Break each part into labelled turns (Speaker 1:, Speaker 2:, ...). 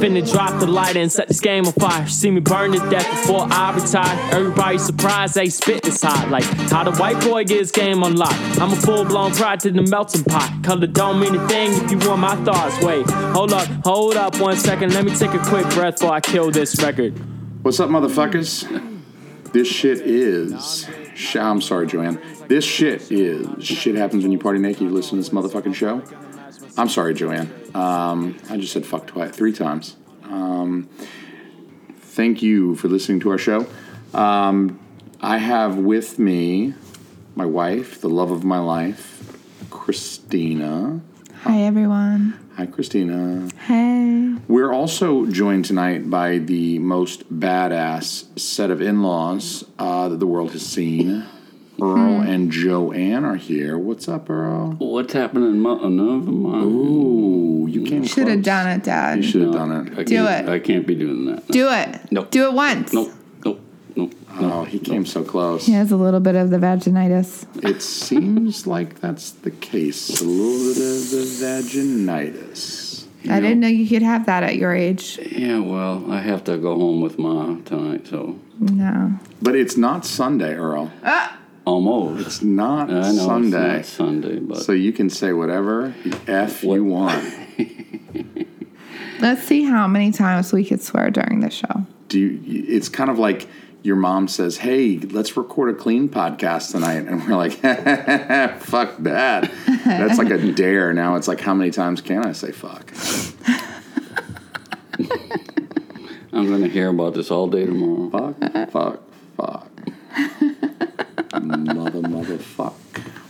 Speaker 1: Finna drop the light and set this game on fire. See me burn to death before I retire. Everybody surprised they spit this hot. Like how the white boy gets game unlocked. I'm a full blown pride to the melting pot. Color don't mean a thing if you want my thoughts. Wait, hold up, hold up one second. Let me take a quick breath before I kill this record.
Speaker 2: What's up, motherfuckers? This shit is. Sh- I'm sorry, Joanne. This shit is. Shit happens when you party naked. You listen to this motherfucking show. I'm sorry, Joanne. Um, I just said fuck twice, three times. Um, thank you for listening to our show. Um, I have with me my wife, the love of my life, Christina.
Speaker 3: Hi, everyone.
Speaker 2: Hi, Christina.
Speaker 3: Hey.
Speaker 2: We're also joined tonight by the most badass set of in laws uh, that the world has seen.
Speaker 3: Mm-hmm.
Speaker 2: Earl and Joanne are here. What's up, Earl?
Speaker 4: What's happening, mother? Never mind.
Speaker 2: Ooh, you came
Speaker 3: Should have
Speaker 2: close.
Speaker 3: done it, Dad.
Speaker 2: You should have done it.
Speaker 4: I
Speaker 3: Do
Speaker 4: can't-
Speaker 3: it.
Speaker 4: I can't be doing that.
Speaker 3: Do it.
Speaker 4: No.
Speaker 3: Do it once.
Speaker 4: Nope, nope, nope.
Speaker 2: Oh, he came so close.
Speaker 3: He has a little bit of the vaginitis.
Speaker 2: It seems like that's the case. A little bit of the vaginitis.
Speaker 3: I didn't know you could have that at your age.
Speaker 4: Yeah, well, I have to go home with Ma tonight, so
Speaker 3: No.
Speaker 2: But it's not Sunday, Earl.
Speaker 4: almost.
Speaker 2: It's not
Speaker 4: I know it's
Speaker 2: Sunday.
Speaker 4: not Sunday, but
Speaker 2: so you can say whatever the F you want.
Speaker 3: Let's see how many times we could swear during the show.
Speaker 2: do you, it's kind of like your mom says, "Hey, let's record a clean podcast tonight," and we're like, "Fuck that." That's like a dare. Now it's like, how many times can I say "fuck"?
Speaker 4: I'm going to hear about this all day tomorrow.
Speaker 2: Fuck, fuck, fuck. mother, mother, fuck,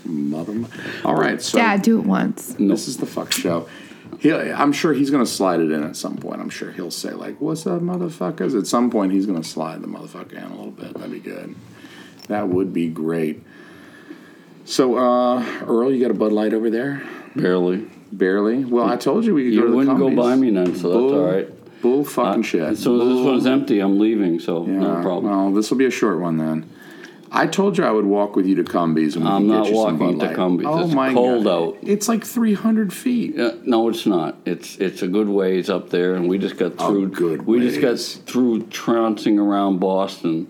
Speaker 2: mother. mo- All right, so
Speaker 3: Dad, do it once.
Speaker 2: this is the fuck show. He, I'm sure he's gonna slide it in at some point. I'm sure he'll say like, "What's up, motherfuckers?" At some point, he's gonna slide the motherfucker in a little bit. That'd be good. That would be great. So, uh, Earl, you got a Bud Light over there?
Speaker 4: Barely.
Speaker 2: Barely. Well, I told you we could go to
Speaker 4: You
Speaker 2: the
Speaker 4: wouldn't go
Speaker 2: Cumbies.
Speaker 4: buy me none, so that's
Speaker 2: Bull,
Speaker 4: all right.
Speaker 2: Bull fucking
Speaker 4: Uh,
Speaker 2: shit.
Speaker 4: As soon as this one's empty, I'm leaving, so no
Speaker 2: Yeah,
Speaker 4: problem.
Speaker 2: Well, this will be a short one then. I told you I would walk with you to Cumbies. And we
Speaker 4: I'm
Speaker 2: could
Speaker 4: not
Speaker 2: get you some
Speaker 4: walking
Speaker 2: Bud
Speaker 4: to
Speaker 2: Light.
Speaker 4: Cumbies.
Speaker 2: Oh
Speaker 4: It's
Speaker 2: my
Speaker 4: cold
Speaker 2: God.
Speaker 4: out.
Speaker 2: It's like 300 feet.
Speaker 4: Uh, no, it's not. It's it's a good ways up there, and we just got
Speaker 2: Oh,
Speaker 4: through.
Speaker 2: good
Speaker 4: we just
Speaker 2: ways.
Speaker 4: got through trouncing around Boston,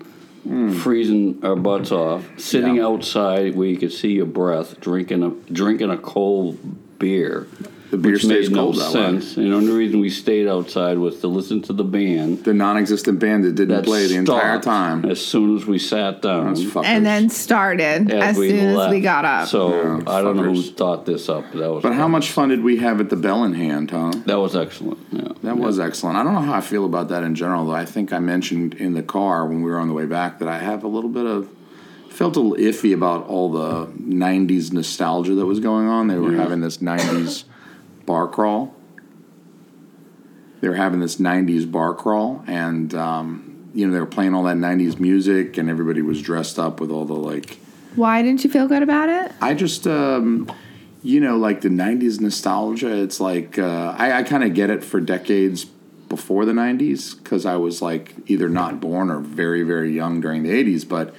Speaker 4: freezing our butts off, sitting
Speaker 2: Hmm. Yeah.
Speaker 4: outside where you could see your breath, drinking a drinking a cold beer.
Speaker 2: The beer
Speaker 4: which
Speaker 2: stays
Speaker 4: made
Speaker 2: cold
Speaker 4: no
Speaker 2: that way.
Speaker 4: sense. And the only reason we stayed outside was to listen to the band
Speaker 2: the non-existent band that didn't
Speaker 4: that
Speaker 2: play the entire
Speaker 4: stopped
Speaker 2: time.
Speaker 4: As soon as we sat down,
Speaker 2: Those fuckers.
Speaker 3: And then started as, soon as we
Speaker 4: left.
Speaker 3: got up.
Speaker 4: So
Speaker 2: Yeah,
Speaker 4: I don't know who
Speaker 2: fuckers.
Speaker 4: thought this up. But that was
Speaker 2: but how much fun did we have at the Bell in Hand, huh?
Speaker 4: That was excellent. Yeah,
Speaker 2: That was excellent. I don't know how I feel about that in general, though. I think I mentioned in the car when we were on the way back that I have a little bit of felt a little iffy about all the '90s nostalgia that was going on. They were having this '90s bar crawl. They were having this '90s bar crawl, and um, you know they were playing all that '90s music, and everybody was dressed up with all the like
Speaker 3: Why didn't you feel good about it?
Speaker 2: I just, um, you know, like the '90s nostalgia. It's like uh, I, I kind of get it for decades before the '90s because I was like either not born or very, very young during the '80s. But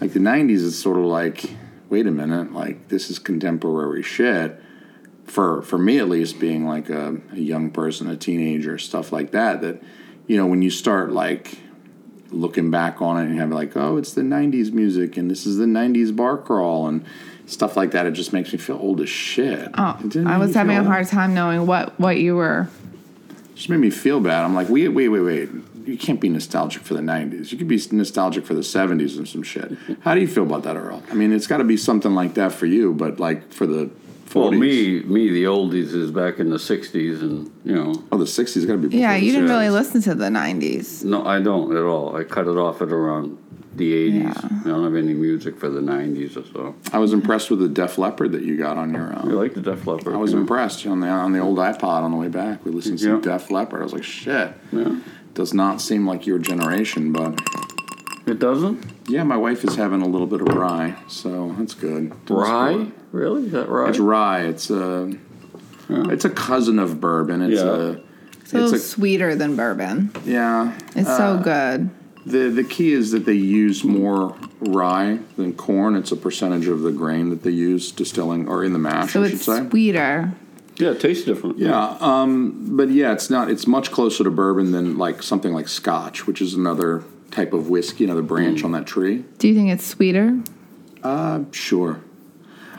Speaker 2: like the '90s is sort of like, wait a minute, like this is contemporary shit. For for me at least, being like a, a young person, a teenager, stuff like that. That you know, when you start like looking back on it and having like, oh, it's the '90s music and this is the '90s bar crawl and stuff like that. It just makes me feel old as shit.
Speaker 3: Oh,
Speaker 2: It didn't
Speaker 3: I
Speaker 2: make
Speaker 3: was
Speaker 2: me
Speaker 3: having
Speaker 2: feel
Speaker 3: a
Speaker 2: old.
Speaker 3: hard time knowing what, what you were.
Speaker 2: It just made me feel bad. I'm like, wait, wait, wait, wait. You can't be nostalgic for the '90s. You could be nostalgic for the '70s and some shit. How do you feel about that, Earl? I mean, it's got to be something like that for you, but like for the 40s.
Speaker 4: Well, me, me, the oldies is back in the '60s, and you know,
Speaker 2: Oh, the '60s got to be.
Speaker 3: Yeah,
Speaker 2: before
Speaker 3: you
Speaker 2: the
Speaker 3: didn't really
Speaker 2: 70s.
Speaker 3: listen to the 90s.
Speaker 4: no, I don't at all. I cut it off at around the '80s.
Speaker 3: Yeah.
Speaker 4: I don't have any music for the '90s or so.
Speaker 2: I was impressed with the Def Leppard that you got on your.
Speaker 4: I
Speaker 2: own.
Speaker 4: like the Def Leppard.
Speaker 2: I was
Speaker 4: you know?
Speaker 2: impressed on the on the old iPod on the way back. We listened to some
Speaker 4: Yeah.
Speaker 2: Def Leppard. I was like, shit.
Speaker 4: Yeah.
Speaker 2: does not seem like your generation, but
Speaker 4: It doesn't.
Speaker 2: yeah, my wife is having a little bit of rye, so that's good.
Speaker 4: Rye? Really? Is that rye?
Speaker 2: It's rye. It's a it's a cousin of bourbon. It's
Speaker 4: Yeah.
Speaker 3: It's a little
Speaker 2: It's
Speaker 3: sweeter than bourbon.
Speaker 2: a yeah.
Speaker 3: It's so good.
Speaker 2: The the key is that they use more rye than corn. It's a percentage of the grain that they use distilling or in the mash,
Speaker 3: So
Speaker 2: I should
Speaker 3: it's
Speaker 2: say.
Speaker 3: sweeter.
Speaker 4: Yeah, it tastes different.
Speaker 2: Yeah, um, but yeah, it's not. It's much closer to bourbon than like something like Scotch, which is another type of whiskey, another branch on that tree.
Speaker 3: Do you think it's sweeter?
Speaker 2: Sure.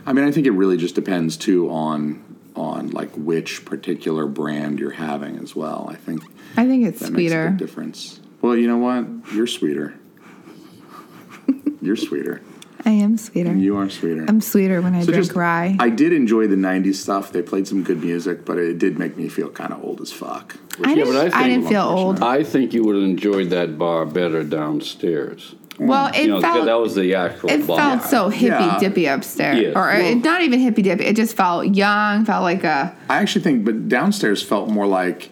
Speaker 2: I mean, I think it really just depends too on on like which particular brand you're having as well. I think
Speaker 3: I think it's
Speaker 2: that makes a
Speaker 3: sweeter.
Speaker 2: big difference. Well, you know what? You're sweeter. you're sweeter.
Speaker 3: I am sweeter.
Speaker 2: You are sweeter.
Speaker 3: I'm sweeter when I
Speaker 2: So
Speaker 3: drink
Speaker 2: just-
Speaker 3: rye.
Speaker 2: I did enjoy the '90s stuff. They played some good music, but it did make me feel kind of old as fuck. which
Speaker 3: I
Speaker 2: is
Speaker 3: didn't,
Speaker 4: but I
Speaker 3: I,
Speaker 4: think-
Speaker 3: didn't feel old.
Speaker 4: I think you would have enjoyed that bar better downstairs.
Speaker 3: Well, it
Speaker 4: you know,
Speaker 3: felt
Speaker 4: that was the actual
Speaker 3: it
Speaker 4: bar.
Speaker 3: felt so hippy
Speaker 2: Yeah.
Speaker 3: dippy upstairs,
Speaker 4: Yeah.
Speaker 3: or
Speaker 4: Well-
Speaker 3: it, not even hippy dippy. It just felt young. Felt like a
Speaker 2: I actually think, but downstairs felt more like,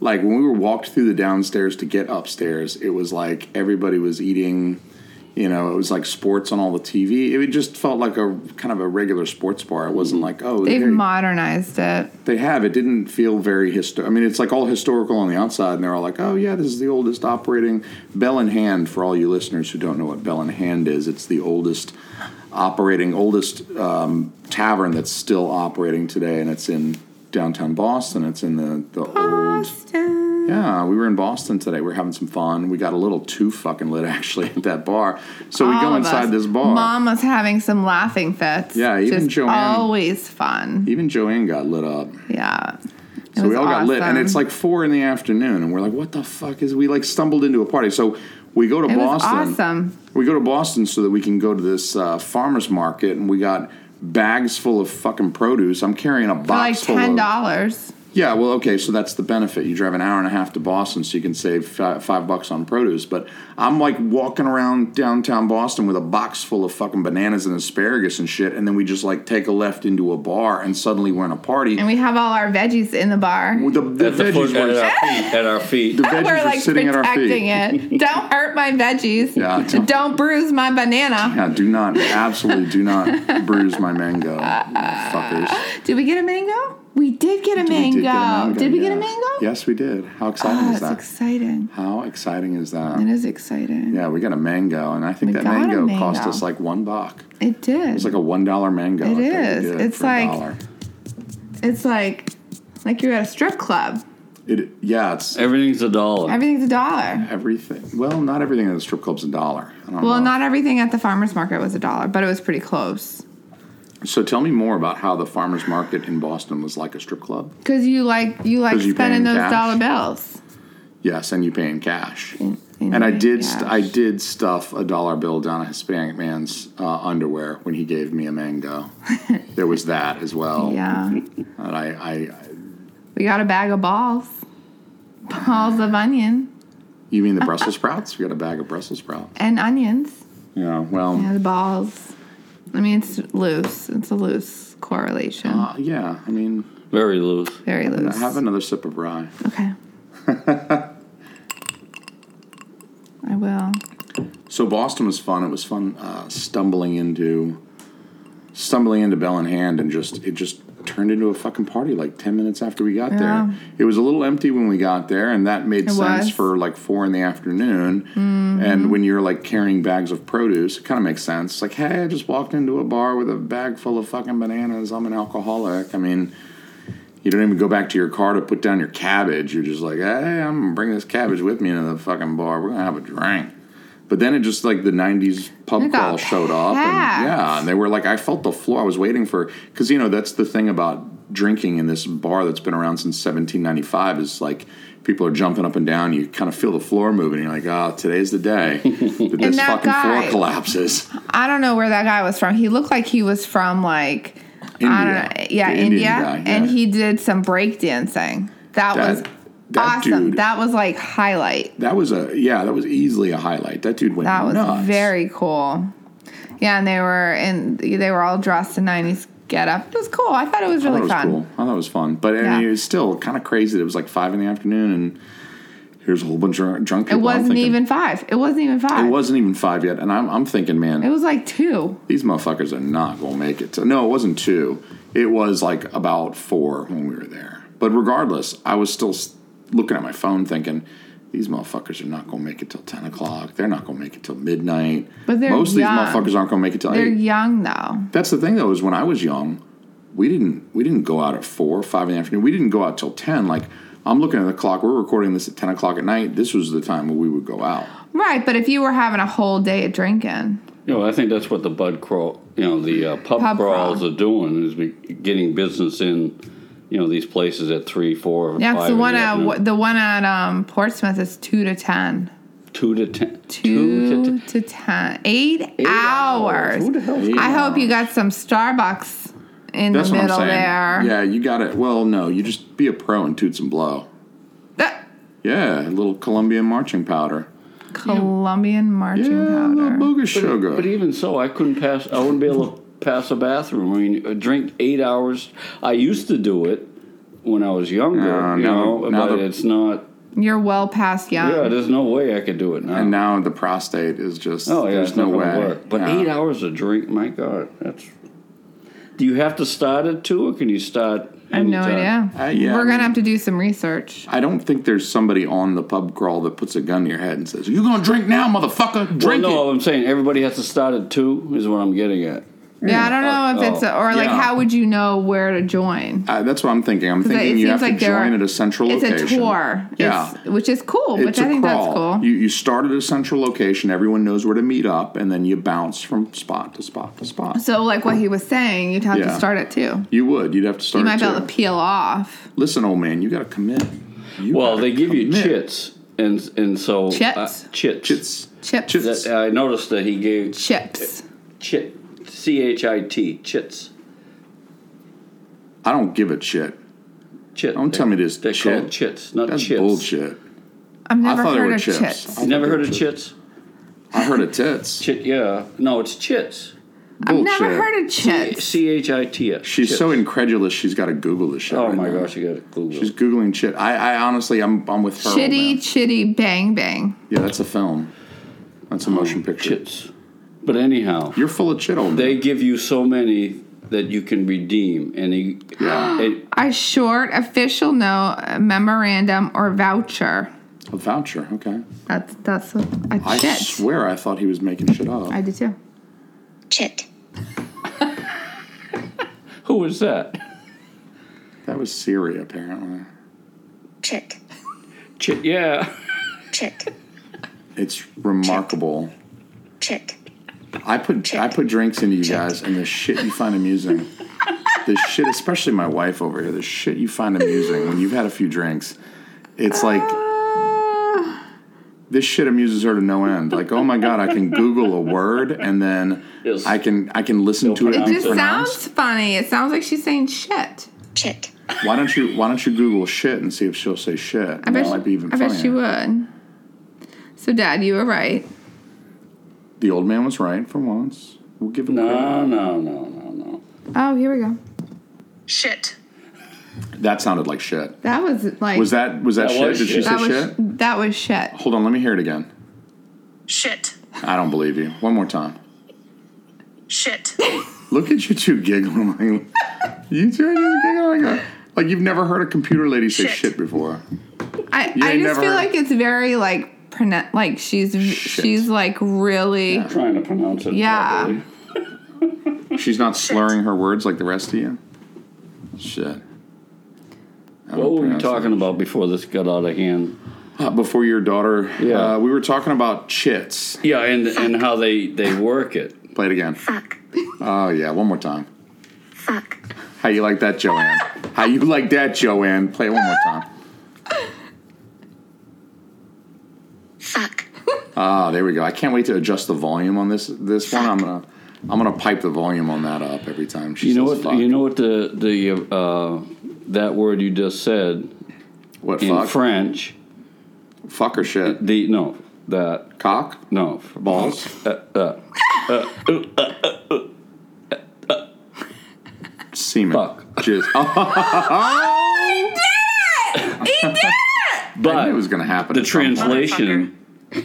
Speaker 2: like when we were walked through the downstairs to get upstairs, it was like everybody was eating, you know, it was like sports on all the TV. It just felt like a kind of a regular sports bar. It wasn't like oh
Speaker 3: they've
Speaker 2: there-
Speaker 3: modernized it.
Speaker 2: they have. It didn't feel very historic. I mean, it's like all historical on the outside, and they're all like, oh yeah, this is the oldest operating Bell in Hand. For all you listeners who don't know what Bell in Hand is, it's the oldest operating, oldest um, tavern that's still operating today, and it's in downtown Boston. It's in the the old.
Speaker 3: Boston.
Speaker 2: Yeah, we were in Boston today. We are having some fun. We got a little too fucking lit actually at that bar. So we
Speaker 3: All
Speaker 2: go
Speaker 3: of
Speaker 2: inside
Speaker 3: us.
Speaker 2: this bar.
Speaker 3: Mom was having some laughing fits.
Speaker 2: Yeah, even
Speaker 3: Just
Speaker 2: Joanne-
Speaker 3: Always fun.
Speaker 2: Even Joanne got lit up.
Speaker 3: Yeah. It
Speaker 2: So
Speaker 3: was
Speaker 2: we all got lit, and
Speaker 3: awesome.
Speaker 2: it's like four in the afternoon, and we're like, "What the fuck is?" We like stumbled into a party. So we go to
Speaker 3: it was
Speaker 2: Boston.
Speaker 3: awesome.
Speaker 2: We go to Boston so that we can go to this uh, farmers market, and we got bags full of fucking produce. I'm carrying a box
Speaker 3: For like
Speaker 2: full
Speaker 3: ten
Speaker 2: of.
Speaker 3: dollars.
Speaker 2: Yeah, well, okay, so that's the benefit. You drive an hour and a half to Boston, so you can save fi- five bucks on produce. But I'm like walking around downtown Boston with a box full of fucking bananas and asparagus and shit, and then we just like take a left into a bar, and suddenly we're in a party.
Speaker 3: And we have all our veggies in the bar.
Speaker 2: With the, the
Speaker 4: at, the
Speaker 2: veggies
Speaker 4: foot,
Speaker 2: were
Speaker 4: at our feet. At our feet.
Speaker 2: veggies
Speaker 3: We're
Speaker 2: are
Speaker 3: like
Speaker 2: sitting at our
Speaker 3: protecting
Speaker 2: feet.
Speaker 3: it. Don't hurt my veggies.
Speaker 2: Yeah, don't-
Speaker 3: don't. bruise my banana.
Speaker 2: Yeah, do not, absolutely do not bruise my mango, fuckers.
Speaker 3: Did we get a mango? We did get a,
Speaker 2: We
Speaker 3: mango.
Speaker 2: did get a mango,
Speaker 3: Did we get a
Speaker 2: yeah.
Speaker 3: mango?
Speaker 2: Yes, we did. How exciting
Speaker 3: Oh,
Speaker 2: is
Speaker 3: it's
Speaker 2: that?
Speaker 3: exciting.
Speaker 2: How exciting is that?
Speaker 3: It is exciting.
Speaker 2: yeah, we got a mango, and I think
Speaker 3: We
Speaker 2: that
Speaker 3: got a
Speaker 2: mango, cost
Speaker 3: mango.
Speaker 2: us like one buck.
Speaker 3: It did.
Speaker 2: It's like a one dollar mango. I
Speaker 3: It
Speaker 2: think we
Speaker 3: is.
Speaker 2: did
Speaker 3: It's
Speaker 2: for a
Speaker 3: like-
Speaker 2: dollar.
Speaker 3: it's like like you're at a strip club.
Speaker 2: it. Yeah, it's
Speaker 4: Everything's a dollar.
Speaker 3: Everything's a dollar.
Speaker 2: everything. Well, not everything at the strip club's a dollar. I don't
Speaker 3: Well,
Speaker 2: know.
Speaker 3: not everything at the farmers market was a dollar, but it was pretty close.
Speaker 2: So tell me more about how the farmers market in Boston was like a strip club.
Speaker 3: Cause you like you like
Speaker 2: 'Cause you pay
Speaker 3: spending
Speaker 2: in
Speaker 3: those
Speaker 2: cash?
Speaker 3: dollar bills.
Speaker 2: Yes, and you pay in cash.
Speaker 3: in
Speaker 2: and I
Speaker 3: my
Speaker 2: did, st-
Speaker 3: cash.
Speaker 2: I did stuff a dollar bill down a Hispanic man's uh, underwear when he gave me a mango. there was that as well.
Speaker 3: Yeah.
Speaker 2: And I, I, I-
Speaker 3: We got a bag of balls. Balls of onion
Speaker 2: you mean the Brussels sprouts? We got a bag of Brussels sprouts.
Speaker 3: and onions.
Speaker 2: Yeah. Well.
Speaker 3: Yeah, the balls. I mean, it's loose. It's a loose correlation.
Speaker 2: Uh, yeah. I mean,
Speaker 4: Very loose.
Speaker 3: Very loose.
Speaker 2: have another sip of rye.
Speaker 3: okay. I will.
Speaker 2: So Boston was fun. It was fun uh, stumbling into stumbling into Bell in Hand and just it just turned into a fucking party like 10 minutes after we got
Speaker 3: Yeah.
Speaker 2: there. It was a little empty when we got there and that made
Speaker 3: It
Speaker 2: sense
Speaker 3: was. Mm-hmm.
Speaker 2: for like 4 in the afternoon. And when you're like carrying bags of produce, it kind of makes sense. It's like, "Hey, I just walked into a bar with a bag full of fucking bananas. I'm an alcoholic." I mean, you don't even go back to your car to put down your cabbage. You're just like, "Hey, I'm going to bring this cabbage with me into the fucking bar. We're going to have a drink." But then it just like the '90s pub
Speaker 3: It got
Speaker 2: crawl showed up, and
Speaker 3: packed.
Speaker 2: yeah, and they were like, I felt the floor. I was waiting for because you know that's the thing about drinking in this bar that's been around since 1795 is like people are jumping up and down. You kind of feel the floor moving. You're like, oh, today's the day that this
Speaker 3: that
Speaker 2: fucking floor
Speaker 3: guy-
Speaker 2: collapses.
Speaker 3: I don't know where that guy was from. He looked like he was from like I don't know,
Speaker 2: India,
Speaker 3: yeah,
Speaker 2: The
Speaker 3: India,
Speaker 2: guy,
Speaker 3: and
Speaker 2: yeah.
Speaker 3: he did some breakdancing.
Speaker 2: That-
Speaker 3: That, was
Speaker 2: that
Speaker 3: awesome.
Speaker 2: dude-
Speaker 3: That was like highlight.
Speaker 2: that was a yeah, that was easily a highlight. That dude went
Speaker 3: That was
Speaker 2: nuts.
Speaker 3: very cool. Yeah, and they were and they were all dressed in '90s get up. It was cool. I thought it was really
Speaker 2: I thought
Speaker 3: fun.
Speaker 2: it was cool. I thought it was fun, but I mean,
Speaker 3: Yeah.
Speaker 2: it was still kind of crazy. That it was like five in the afternoon, and here's a whole bunch of drunk
Speaker 3: It
Speaker 2: people. I'm
Speaker 3: wasn't
Speaker 2: thinking,
Speaker 3: even five. It wasn't even five.
Speaker 2: It wasn't even five yet, and I'm, I'm thinking, man,
Speaker 3: It was like two.
Speaker 2: these motherfuckers are not gonna make it. To, no, it wasn't two. It was like about four when we were there. But regardless, I was still s- looking at my phone, thinking, these motherfuckers are not gonna make it till ten o'clock. They're not gonna make it till midnight.
Speaker 3: But they're
Speaker 2: most
Speaker 3: young.
Speaker 2: of these motherfuckers aren't gonna make it till
Speaker 3: They're
Speaker 2: eight.
Speaker 3: young though.
Speaker 2: That's the thing, though, is when I was young, we didn't we didn't go out at four, five in the afternoon. We didn't go out till ten. Like I'm looking at the clock. We're recording this at ten o'clock at night. This was the time when we would go out.
Speaker 3: Right, but if you were having a whole day of drinking,
Speaker 4: You know, I think that's what the bud crawl, you know, the uh, pub,
Speaker 3: Pub
Speaker 4: crawls
Speaker 3: crawl.
Speaker 4: are doing is be getting business in, you know, these places at three, four,
Speaker 3: that's
Speaker 4: five
Speaker 3: the
Speaker 4: in
Speaker 3: one at
Speaker 4: afternoon.
Speaker 3: the one at um, Portsmouth is two to ten.
Speaker 4: two to ten,
Speaker 3: Two,
Speaker 4: two to ten.
Speaker 3: to ten. Eight, hours.
Speaker 4: Who the hell's
Speaker 2: Eight
Speaker 3: I hope you got some Starbucks in
Speaker 2: That's
Speaker 3: the
Speaker 2: what I'm
Speaker 3: middle
Speaker 2: saying.
Speaker 3: there.
Speaker 2: Yeah, you got it. Well, no, you just be a pro and toot some blow.
Speaker 3: That-
Speaker 2: Yeah, a little Colombian marching powder.
Speaker 3: Colombian marching
Speaker 2: Yeah, a little
Speaker 3: powder.
Speaker 2: bogus sugar.
Speaker 4: But even so, I couldn't pass. I wouldn't be able to pass a bathroom. I mean, a drink eight hours. I used to do it when I was younger.
Speaker 2: Uh,
Speaker 4: you
Speaker 2: now-
Speaker 4: know,
Speaker 2: now
Speaker 4: but
Speaker 2: the-
Speaker 4: it's not.
Speaker 3: You're well past young.
Speaker 4: Yeah, there's no way I could do it now.
Speaker 2: and now the prostate is just.
Speaker 4: oh yeah,
Speaker 2: there's
Speaker 4: it's
Speaker 2: no
Speaker 4: not
Speaker 2: way.
Speaker 4: gonna Work. But
Speaker 2: Yeah.
Speaker 4: eight hours a drink, my God, that's. Do you have to start at two, or can you start?
Speaker 3: I have no idea.
Speaker 2: Uh, yeah,
Speaker 3: We're
Speaker 2: I mean-
Speaker 3: gonna have to do some research.
Speaker 2: I don't think there's somebody on the pub crawl that puts a gun to your head and says, "You gonna drink now, motherfucker? Drink
Speaker 4: well,
Speaker 2: it."
Speaker 4: no, I'm saying everybody has to start at two. Is what I'm getting at.
Speaker 3: Yeah, I don't know if
Speaker 4: Oh,
Speaker 3: it's a, or like
Speaker 2: uh, yeah.
Speaker 3: how would you know where to join?
Speaker 2: Uh, that's what I'm thinking. I'm
Speaker 3: it
Speaker 2: thinking you
Speaker 3: seems
Speaker 2: have to
Speaker 3: like there are-
Speaker 2: join at a central
Speaker 3: It's
Speaker 2: location.
Speaker 3: a tour.
Speaker 2: Yeah.
Speaker 3: It's, which is cool,
Speaker 2: It's
Speaker 3: which I
Speaker 2: a
Speaker 3: think
Speaker 2: crawl.
Speaker 3: that's cool.
Speaker 2: You, you start at a central location, everyone knows where to meet up, and then you bounce from spot to spot to spot.
Speaker 3: so like what he was saying, you'd have
Speaker 2: Yeah.
Speaker 3: to start at two.
Speaker 2: you would. You'd have to
Speaker 3: You
Speaker 2: start.
Speaker 3: might be
Speaker 2: at
Speaker 3: able to
Speaker 2: two.
Speaker 3: peel off.
Speaker 2: Listen, old man, you got to commit. You
Speaker 4: Well,
Speaker 2: gotta
Speaker 4: they give you
Speaker 2: commit.
Speaker 4: chits, and and so
Speaker 3: Chits?
Speaker 4: uh, chits.
Speaker 2: Oh, Chits.
Speaker 3: Chips.
Speaker 2: Chits.
Speaker 4: That, I noticed that he gave
Speaker 3: Chips.
Speaker 4: chit, c h i t, chits,
Speaker 2: I don't give a shit.
Speaker 4: chit.
Speaker 2: Don't tell me this
Speaker 4: They're
Speaker 2: chit.
Speaker 4: called chits, not
Speaker 2: That's
Speaker 4: chits.
Speaker 2: bullshit.
Speaker 3: I've never
Speaker 2: I thought they
Speaker 3: heard
Speaker 2: were
Speaker 3: of
Speaker 2: chips.
Speaker 3: chips.
Speaker 4: You never heard of chits?
Speaker 2: I heard of tits.
Speaker 4: Chit, yeah. No, it's chits.
Speaker 3: I've
Speaker 2: Bullshit.
Speaker 3: never heard of chips.
Speaker 4: C h i t s.
Speaker 2: She's
Speaker 4: chits.
Speaker 2: so incredulous. She's got to Google this shit.
Speaker 4: Oh
Speaker 2: right
Speaker 4: my
Speaker 2: now.
Speaker 4: gosh, you got to Google.
Speaker 2: She's googling shit. I, I honestly, I'm, I'm with her. on
Speaker 3: Chitty
Speaker 2: that.
Speaker 3: chitty bang bang.
Speaker 2: Yeah, that's a film. That's a motion picture.
Speaker 4: chits. But anyhow,
Speaker 2: You're full of chit, old man.
Speaker 4: they give you so many that you can redeem, and he,
Speaker 2: Yeah.
Speaker 4: it,
Speaker 3: A short official note, a memorandum, or voucher.
Speaker 2: A voucher. Okay.
Speaker 3: That's that's a, a
Speaker 2: I
Speaker 3: chit.
Speaker 2: swear, I thought he was making shit up.
Speaker 3: I do too.
Speaker 5: Chit.
Speaker 4: who was that?
Speaker 2: that was Siri, apparently.
Speaker 5: Chit.
Speaker 4: Chit, yeah.
Speaker 5: Chit.
Speaker 2: It's remarkable.
Speaker 5: Chit.
Speaker 2: I put I put drinks into you guys, and the shit you find amusing. the shit, especially my wife over here. The shit you find amusing when you've had a few drinks. It's like
Speaker 3: Uh,
Speaker 2: this shit amuses her to no end. Like, oh my god, I can Google a word and then
Speaker 4: Yes.
Speaker 2: I can I can listen to it.
Speaker 3: it
Speaker 4: pronounce
Speaker 3: just
Speaker 2: unpronounced.
Speaker 3: sounds funny. It sounds like she's saying shit.
Speaker 5: Chit.
Speaker 2: Why don't you Why don't you Google shit and see if she'll say shit? I
Speaker 3: bet
Speaker 2: that
Speaker 3: she-
Speaker 2: might be even
Speaker 3: I
Speaker 2: funnier.
Speaker 3: bet she would. So, Dad, you were right.
Speaker 2: The old man was right for once. We'll give him
Speaker 4: No, no, no, no, no.
Speaker 3: Oh, here we go.
Speaker 5: Shit.
Speaker 2: credit. That sounded like shit.
Speaker 3: That was like
Speaker 2: Was that Was that,
Speaker 4: That
Speaker 2: shit?
Speaker 4: was
Speaker 2: Did she
Speaker 4: shit.
Speaker 2: say
Speaker 3: that was
Speaker 2: shit?
Speaker 3: that was shit.
Speaker 2: Hold on, let me hear it again.
Speaker 5: Shit.
Speaker 2: I don't believe you. One more time.
Speaker 5: Shit.
Speaker 2: Look at you two giggling. you two are just giggling like, like you've never heard a computer lady say
Speaker 5: Shit.
Speaker 2: shit before.
Speaker 3: I,
Speaker 2: You
Speaker 3: I
Speaker 2: ain't
Speaker 3: just
Speaker 2: never
Speaker 3: feel
Speaker 2: heard-
Speaker 3: like it's very like pronoun- like she's she's like really yeah.
Speaker 4: Trying to pronounce it. properly.
Speaker 2: She's not slurring her words like the rest of you. Shit. I
Speaker 4: What
Speaker 2: don't
Speaker 4: were we
Speaker 2: pronounce that.
Speaker 4: talking about before this got out of hand?
Speaker 2: Uh, before your daughter?
Speaker 4: Yeah.
Speaker 2: Uh, we were talking about chits.
Speaker 4: Yeah, and and how they they work it.
Speaker 2: Play it again.
Speaker 5: Fuck.
Speaker 2: Oh yeah, one more time.
Speaker 5: Fuck.
Speaker 2: How you like that, Joanne? How you like that, Joanne? Play it one more time.
Speaker 5: Fuck.
Speaker 2: Ah, there we go. I can't wait to adjust the volume on this this one. I'm gonna I'm gonna pipe the volume on that up every time. She
Speaker 4: You know
Speaker 2: says
Speaker 4: what?
Speaker 2: Fuck.
Speaker 4: You know what the the uh, that word you just said
Speaker 2: what?
Speaker 4: in
Speaker 2: Fuck.
Speaker 4: French.
Speaker 2: fuck or shit.
Speaker 4: The no that
Speaker 2: Cock.
Speaker 4: no
Speaker 2: Balls.
Speaker 4: Uh,
Speaker 2: Semen.
Speaker 4: uh. Fuck.
Speaker 2: Jizz. Oh, I knew it
Speaker 4: But
Speaker 2: was gonna happen.
Speaker 4: the
Speaker 2: at some point.
Speaker 4: translation.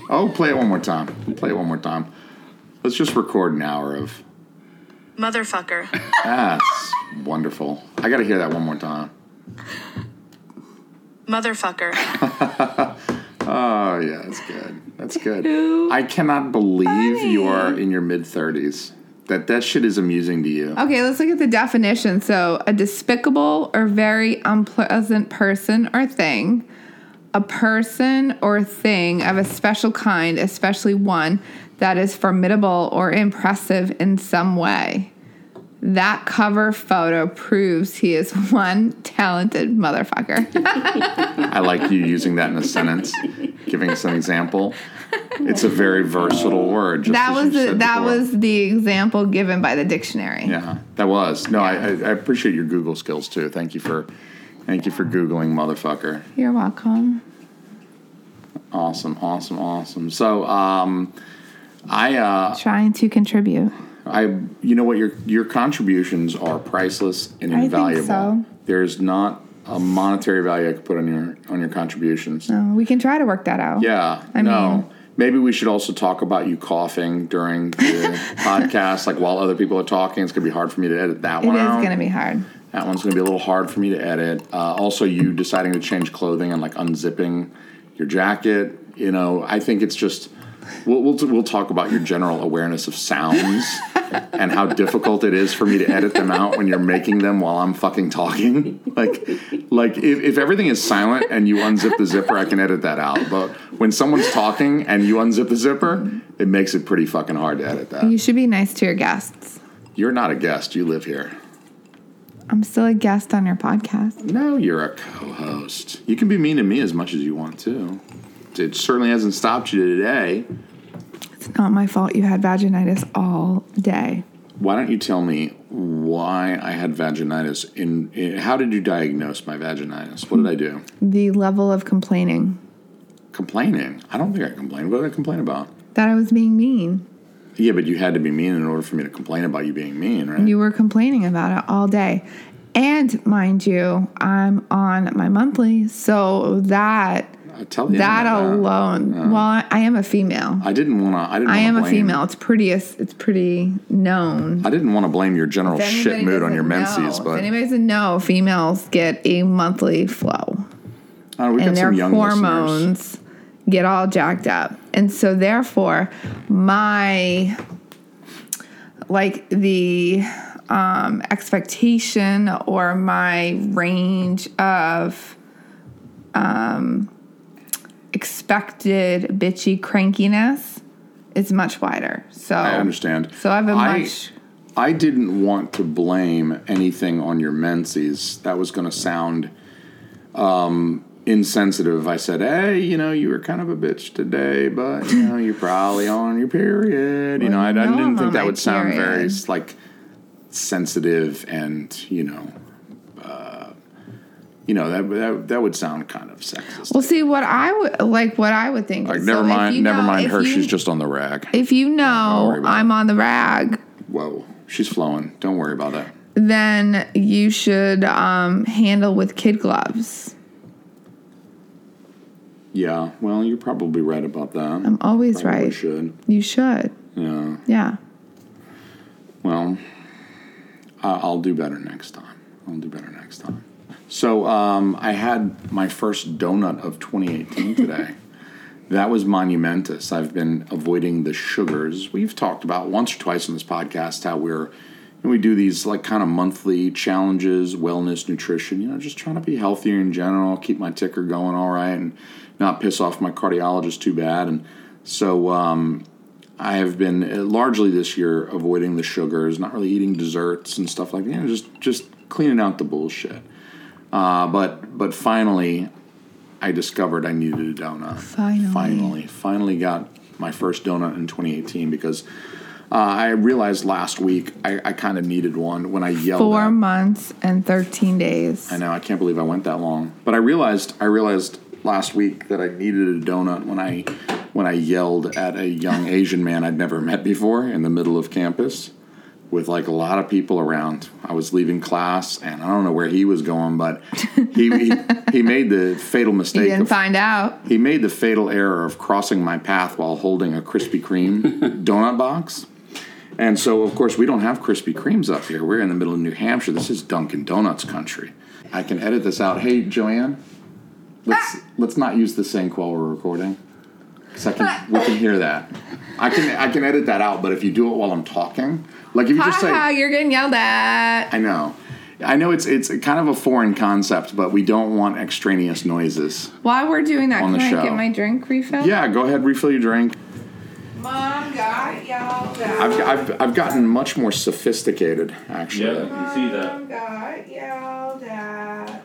Speaker 2: Oh, play it one more time. Play it one more time. Let's just record an hour of.
Speaker 6: Motherfucker.
Speaker 2: That's wonderful. I got to hear that one more time.
Speaker 6: Motherfucker.
Speaker 2: Oh yeah, that's good. That's good. I cannot believe you are in your mid thirties. That that shit is amusing to you.
Speaker 3: Okay, let's look at the definition. So, a despicable or very unpleasant person or thing, a person or thing of a special kind, especially one that is formidable or impressive in some way. That cover photo proves he is one talented motherfucker.
Speaker 2: I like you using that in a sentence, giving us an example. It's a very versatile word. just
Speaker 3: that
Speaker 2: as
Speaker 3: was
Speaker 2: you
Speaker 3: the,
Speaker 2: said
Speaker 3: that
Speaker 2: before.
Speaker 3: was the example given by the dictionary.
Speaker 2: Yeah, that was. No, I, I I appreciate your Google skills too. Thank you for, thank you for googling motherfucker.
Speaker 3: You're welcome.
Speaker 2: Awesome, awesome, awesome. So, um, I uh,
Speaker 3: Trying to contribute.
Speaker 2: I you know what your your contributions are priceless and
Speaker 3: think
Speaker 2: invaluable.
Speaker 3: so.
Speaker 2: There's not a monetary value I could put on your on your contributions.
Speaker 3: Oh, we can try to work that out.
Speaker 2: Yeah.
Speaker 3: I
Speaker 2: no.
Speaker 3: mean-
Speaker 2: Maybe we should also talk about you coughing during the podcast, like while other people are talking. It's gonna be hard for me to edit that
Speaker 3: It
Speaker 2: one
Speaker 3: is
Speaker 2: out.
Speaker 3: going to be hard.
Speaker 2: That one's gonna be a little hard for me to edit. Uh, also, you deciding to change clothing and like unzipping your jacket. You know, I think it's just we'll we'll, we'll talk about your general awareness of sounds and how difficult it is for me to edit them out when you're making them while I'm fucking talking. Like, like if, if everything is silent and you unzip the zipper, I can edit that out. But when someone's talking and you unzip the zipper, it makes it pretty fucking hard to edit that.
Speaker 3: You should be nice to your guests.
Speaker 2: You're not a guest. You live here.
Speaker 3: I'm still a guest on your podcast.
Speaker 2: No, you're a co-host. You can be mean to me as much as you want to. It certainly hasn't stopped you today.
Speaker 3: It's not my fault you had vaginitis all day.
Speaker 2: Why don't you tell me why I had vaginitis? In, in how did you diagnose my vaginitis? What did I do?
Speaker 3: The level of complaining
Speaker 2: Complaining? I don't think I complained. What did I complain about?
Speaker 3: that I was being mean.
Speaker 2: Yeah, but you had to be mean in order for me to complain about you being mean, right?
Speaker 3: You were complaining about it all day. And mind you, I'm on my monthly, so that
Speaker 2: I tell you
Speaker 3: that alone. Well, I I am a female.
Speaker 2: I didn't want to. I didn't.
Speaker 3: I
Speaker 2: wanna
Speaker 3: am a
Speaker 2: blame-
Speaker 3: female. It's pretty. It's pretty known.
Speaker 2: I didn't want to blame your general
Speaker 3: If
Speaker 2: shit
Speaker 3: anybody
Speaker 2: mood on
Speaker 3: doesn't
Speaker 2: your menses,
Speaker 3: know-
Speaker 2: but
Speaker 3: if anybody doesn't know, females get a monthly flow.
Speaker 2: I don't know, we've got
Speaker 3: and their
Speaker 2: some young
Speaker 3: hormones
Speaker 2: listeners.
Speaker 3: get all jacked up. And so therefore my like the um, expectation or my range of um, expected bitchy crankiness is much wider. So
Speaker 2: I understand.
Speaker 3: So I have a
Speaker 2: I-
Speaker 3: much
Speaker 2: I didn't want to blame anything on your menses. That was going to sound um, insensitive. I said, "Hey, you know, you were kind of a bitch today, but you know, you're probably on your period." You know, I, I
Speaker 3: Well, you know
Speaker 2: didn't
Speaker 3: I'm
Speaker 2: think
Speaker 3: on
Speaker 2: that
Speaker 3: my
Speaker 2: would sound very
Speaker 3: period.
Speaker 2: like sensitive, and you know, uh, you know that that that would sound kind of sexist.
Speaker 3: well see what I would like what I would think
Speaker 2: like,
Speaker 3: is-
Speaker 2: never
Speaker 3: so if you
Speaker 2: mind, never
Speaker 3: know-
Speaker 2: mind.
Speaker 3: if
Speaker 2: Her,
Speaker 3: you-
Speaker 2: she's just on the rag.
Speaker 3: if you
Speaker 2: worry
Speaker 3: know
Speaker 2: about
Speaker 3: I'm on the rag,
Speaker 2: Whoa, she's flowing. Don't worry about that.
Speaker 3: then you should um, handle with kid gloves.
Speaker 2: Yeah, well, you're probably right about that.
Speaker 3: I'm always
Speaker 2: Probably
Speaker 3: right.
Speaker 2: should.
Speaker 3: You should.
Speaker 2: Yeah.
Speaker 3: Yeah.
Speaker 2: Well, I- I'll do better next time. I'll do better next time. So um, I had my first donut of 2018 today. that was monumentous. I've been avoiding the sugars. We've talked about once or twice on this podcast how we're and we do these like kind of monthly challenges, wellness, nutrition. You know, just trying to be healthier in general, keep my ticker going all right, and not piss off my cardiologist too bad. And so um, I have been uh, largely this year avoiding the sugars, not really eating desserts and stuff like that. You know, just just cleaning out the bullshit. Uh, but but finally, I discovered I needed a donut.
Speaker 3: Finally.
Speaker 2: finally, finally got my first donut in 2018 because uh, I realized last week I, I kind of needed one when I yelled.
Speaker 3: Four
Speaker 2: at-
Speaker 3: months and 13 days.
Speaker 2: Oh, I know. I can't believe I went that long. But I realized I realized last week that I needed a donut when I when I yelled at a young Asian man I'd never met before in the middle of campus with like a lot of people around. I was leaving class and I don't know where he was going, but he he, he made the fatal
Speaker 3: You
Speaker 2: mistake
Speaker 3: didn't
Speaker 2: of
Speaker 3: find out.
Speaker 2: he made the fatal error of crossing my path while holding a Krispy Kreme donut box. And so, of course, we don't have Krispy Kremes up here. We're in the middle of New Hampshire. This is Dunkin' Donuts country. I can edit this out. Hey, Joanne, let's let's not use the sink while we're recording. 'Cause 'Cause I can, we can hear that. I can I can edit that out, but if you do it while I'm talking, like if you
Speaker 3: Ha
Speaker 2: just say,
Speaker 3: ha, you're getting yelled at.
Speaker 2: I know, I know it's it's kind of a foreign concept, but we don't want extraneous noises.
Speaker 3: While we're doing that,
Speaker 2: On
Speaker 3: can
Speaker 2: the
Speaker 3: I
Speaker 2: show.
Speaker 3: get my drink refilled?
Speaker 2: Yeah, go ahead, refill your drink.
Speaker 3: Mom got yelled at.
Speaker 2: I've, I've, I've gotten much more sophisticated, actually.
Speaker 4: you see that.
Speaker 3: got yelled at.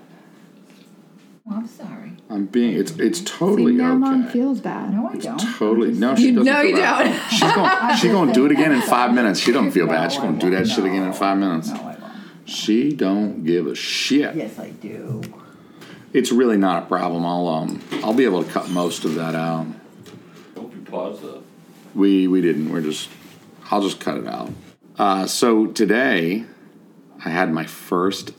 Speaker 7: I'm sorry.
Speaker 2: I'm being it's it's totally
Speaker 3: now
Speaker 2: okay.
Speaker 3: mom feels bad.
Speaker 7: No, I don't.
Speaker 2: totally no, she
Speaker 3: You
Speaker 2: doesn't.
Speaker 3: know
Speaker 2: feel
Speaker 3: you
Speaker 2: bad.
Speaker 3: don't.
Speaker 2: She's gonna she's gonna do it again in five minutes. She don't feel bad. She's
Speaker 7: No,
Speaker 2: gonna
Speaker 7: I
Speaker 2: do that
Speaker 7: won't.
Speaker 2: shit again in five minutes.
Speaker 7: No, I won't.
Speaker 2: She don't give a shit.
Speaker 7: Yes, I do.
Speaker 2: It's really not a problem. I'll um I'll be able to cut most of that out.
Speaker 4: Hope you pause that.
Speaker 2: We we didn't. We're just I'll just cut it out. Uh, so today I had my first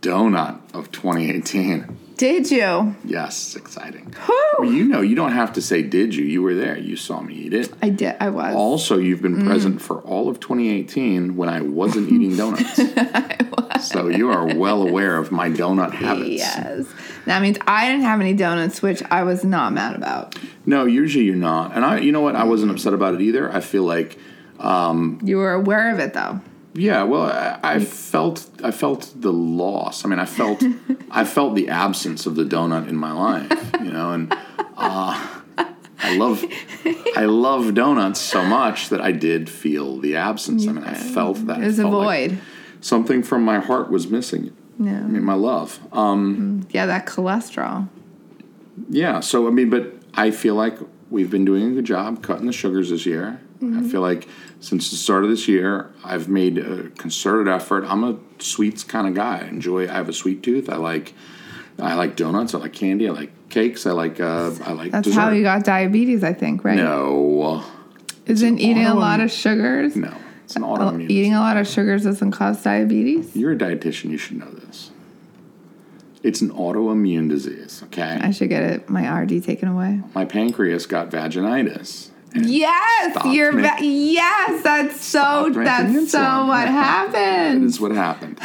Speaker 2: donut of 2018.
Speaker 3: Did you?
Speaker 2: Yes, exciting. Well,
Speaker 3: Whew.
Speaker 2: you know, you don't have to say, did you? You were there. You saw me eat it.
Speaker 3: I did. I was.
Speaker 2: Also, you've been present for all of 2018 when I wasn't eating donuts. So you are well aware of my donut habits.
Speaker 3: Yes. That means I didn't have any donuts, which I was not mad about.
Speaker 2: No, usually you're not. And I, you know what? I wasn't upset about it either. I feel like,
Speaker 3: You were aware of it though.
Speaker 2: yeah, well, I,
Speaker 3: Mm.
Speaker 2: I felt, I felt the loss. I mean, I felt, I felt the absence of the donut in my life. You know, and uh, I love, I love donuts so much that I did feel the absence. I mean, I felt that.
Speaker 3: It was
Speaker 2: I
Speaker 3: a
Speaker 2: felt like
Speaker 3: void.
Speaker 2: something from my heart was missing.
Speaker 3: Yeah.
Speaker 2: I mean, my love. Um,
Speaker 3: yeah, that cholesterol.
Speaker 2: yeah. So I mean, but I feel like we've been doing a good job cutting the sugars this year.
Speaker 3: Mm-hmm.
Speaker 2: I feel like since the start of this year, I've made a concerted effort. I'm a sweets kind of guy. I enjoy. I have a sweet tooth. I like. I like donuts. I like candy. I like cakes. I like. Uh, I like.
Speaker 3: That's
Speaker 2: dessert.
Speaker 3: how you got diabetes, I think, right?
Speaker 2: No,
Speaker 3: Isn't eating a lot of sugars?
Speaker 2: no. It's an
Speaker 3: Well,
Speaker 2: autoimmune.
Speaker 3: Oh, Eating a lot of sugars doesn't cause diabetes.
Speaker 2: You're a dietitian. You should know this. It's an autoimmune disease. Okay.
Speaker 3: I should get it, my RD taken away.
Speaker 2: my pancreas got vaginitis.
Speaker 3: Yes,
Speaker 2: Stop
Speaker 3: you're
Speaker 2: me.
Speaker 3: va- yes. That's so.
Speaker 2: Drank an
Speaker 3: That's so.
Speaker 2: insulin.
Speaker 3: What
Speaker 2: That
Speaker 3: happened?
Speaker 2: is what happened.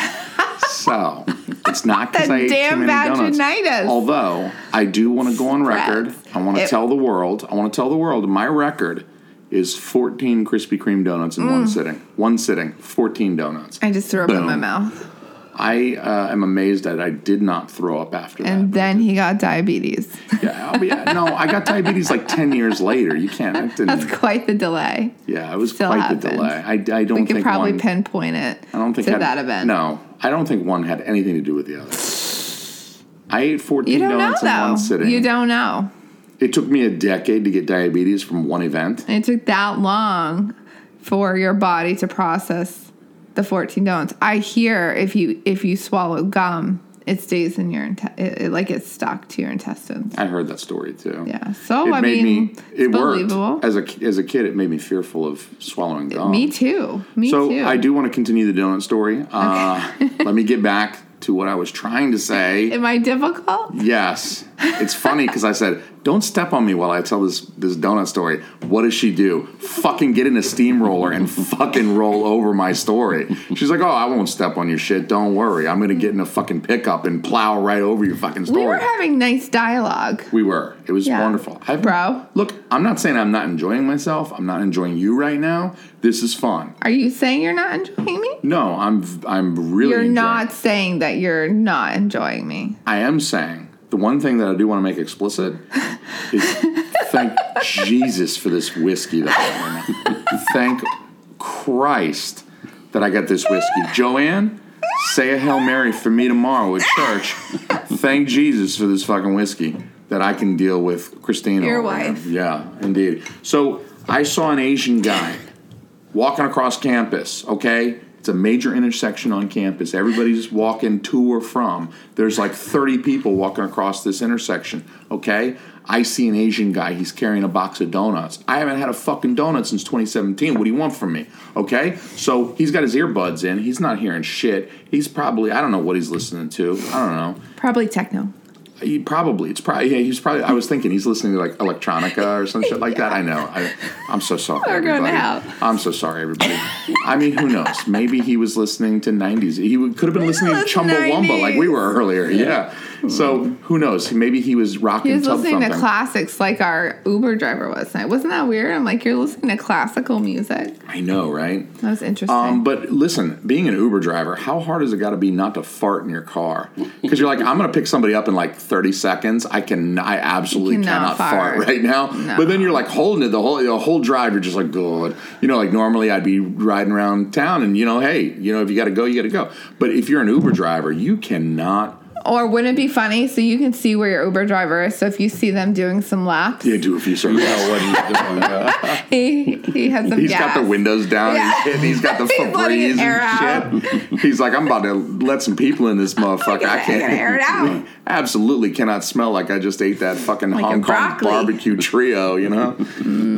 Speaker 2: so it's not because
Speaker 3: That
Speaker 2: I ate too
Speaker 3: damn
Speaker 2: many
Speaker 3: vaginitis.
Speaker 2: donuts. Although I do want to go on record.
Speaker 3: Stress.
Speaker 2: I want to
Speaker 3: It-
Speaker 2: tell the world. I want to tell the world my record is 14 Krispy Kreme donuts in
Speaker 3: Mm.
Speaker 2: one sitting. One sitting, 14 donuts.
Speaker 3: I just threw up in my
Speaker 2: Boom.
Speaker 3: mouth,
Speaker 2: I uh, am amazed that I did not throw up after
Speaker 3: and then he got diabetes.
Speaker 2: that. Yeah, I'll be- no, I got diabetes like 10 years later. You can't. It didn't,
Speaker 3: That's quite the delay.
Speaker 2: yeah, it was
Speaker 3: still
Speaker 2: quite the
Speaker 3: happens.
Speaker 2: delay. I, I don't
Speaker 3: We
Speaker 2: think
Speaker 3: could probably
Speaker 2: one,
Speaker 3: pinpoint it.
Speaker 2: I don't think
Speaker 3: to
Speaker 2: had-
Speaker 3: that event.
Speaker 2: No, I don't think one had anything to do with the other. I ate
Speaker 3: you
Speaker 2: fourteen
Speaker 3: don't know
Speaker 2: donuts in
Speaker 3: though.
Speaker 2: one sitting.
Speaker 3: You don't know.
Speaker 2: It took me a decade to get diabetes from one event.
Speaker 3: It took that long for your body to process the 14 donuts. I hear if you if you swallow gum, it stays in your inte- it, it- like it's stuck to your intestines.
Speaker 2: I heard that story too.
Speaker 3: Yeah. So
Speaker 2: it
Speaker 3: I
Speaker 2: made
Speaker 3: mean,
Speaker 2: me. It
Speaker 3: it's
Speaker 2: worked
Speaker 3: believable.
Speaker 2: as a as a kid. It made me fearful of swallowing gum.
Speaker 3: me too. Me
Speaker 2: so
Speaker 3: too.
Speaker 2: I do want to continue the donut story. Uh, let me get back to what I was trying to say.
Speaker 3: Am I difficult?
Speaker 2: Yes. It's funny because I said, don't step on me while I tell this, this donut story. What does she do? Fucking get in a steamroller and fucking roll over my story. She's like, oh, I won't step on your shit. Don't worry. I'm going to get in a fucking pickup and plow right over your fucking story.
Speaker 3: We were having nice dialogue.
Speaker 2: We were. It was
Speaker 3: Yeah.
Speaker 2: wonderful. I haven't-
Speaker 3: Bro.
Speaker 2: Look, I'm not saying I'm not enjoying myself. I'm not enjoying you right now. This is fun.
Speaker 3: Are you saying you're not enjoying me?
Speaker 2: No, I'm I'm really
Speaker 3: You're
Speaker 2: enjoying
Speaker 3: not saying that you're not enjoying me.
Speaker 2: I am saying the one thing that I do want to make explicit is thank Jesus for this whiskey that I am drinking. Thank Christ that I got this whiskey. Joanne, say a Hail Mary for me tomorrow at church. Thank Jesus for this fucking whiskey that I can deal with Christina.
Speaker 3: Your
Speaker 2: over there.
Speaker 3: wife.
Speaker 2: Yeah, indeed. So I saw an Asian guy walking across campus, okay? It's a major intersection on campus. Everybody's walking to or from. There's like 30 people walking across this intersection, okay? I see an Asian guy. He's carrying a box of donuts. I haven't had a fucking donut since 2017. What do you want from me? Okay? So he's got his earbuds in. He's not hearing shit. He's probably, I don't know what he's listening to. I don't know.
Speaker 3: Probably techno.
Speaker 2: He probably it's probably yeah he's probably I was thinking he's listening to like electronica or some shit like that. I know. I, I'm so sorry.
Speaker 3: We're going
Speaker 2: everybody.
Speaker 3: out.
Speaker 2: I'm so sorry, everybody. I mean, who knows? Maybe he was listening to '90s. He would, could have been listening to
Speaker 3: Those
Speaker 2: Chumbawamba like we were earlier. Yeah. So who knows? Maybe he was rocking.
Speaker 3: He was
Speaker 2: tub
Speaker 3: listening to
Speaker 2: thumping.
Speaker 3: classics like our Uber driver was tonight. Wasn't that weird? I'm like, you're listening to classical music.
Speaker 2: I know, right?
Speaker 3: That was interesting.
Speaker 2: Um, but listen, being an Uber driver, how hard has it got to be not to fart in your car? Because you're like, I'm going to pick somebody up in like 30 seconds. I can, I absolutely cannot,
Speaker 3: cannot
Speaker 2: fart.
Speaker 3: fart.
Speaker 2: right now. But then you're like holding it the whole the whole drive. You're just like, good. You know, like normally I'd be riding around town, and you know, hey, you know, if you got to go, you got to go. But if you're an Uber driver, you cannot.
Speaker 3: or wouldn't it be funny? So you can see where your Uber driver is. So if you see them doing some laps,
Speaker 2: You do a few circles.
Speaker 4: Yeah, what are you doing? Yeah.
Speaker 3: he he has some
Speaker 2: He's
Speaker 3: gas.
Speaker 2: got the windows down.
Speaker 3: Yeah.
Speaker 2: He's hitting. He's got the
Speaker 3: He's letting it
Speaker 2: Febreze
Speaker 3: air
Speaker 2: and shit. He's like, I'm about to let some people in this motherfucker. I
Speaker 3: gotta air it out.
Speaker 2: can't. Absolutely cannot smell like I just ate that fucking Hong Kong
Speaker 3: broccoli. Mm,
Speaker 2: barbecue trio. You know.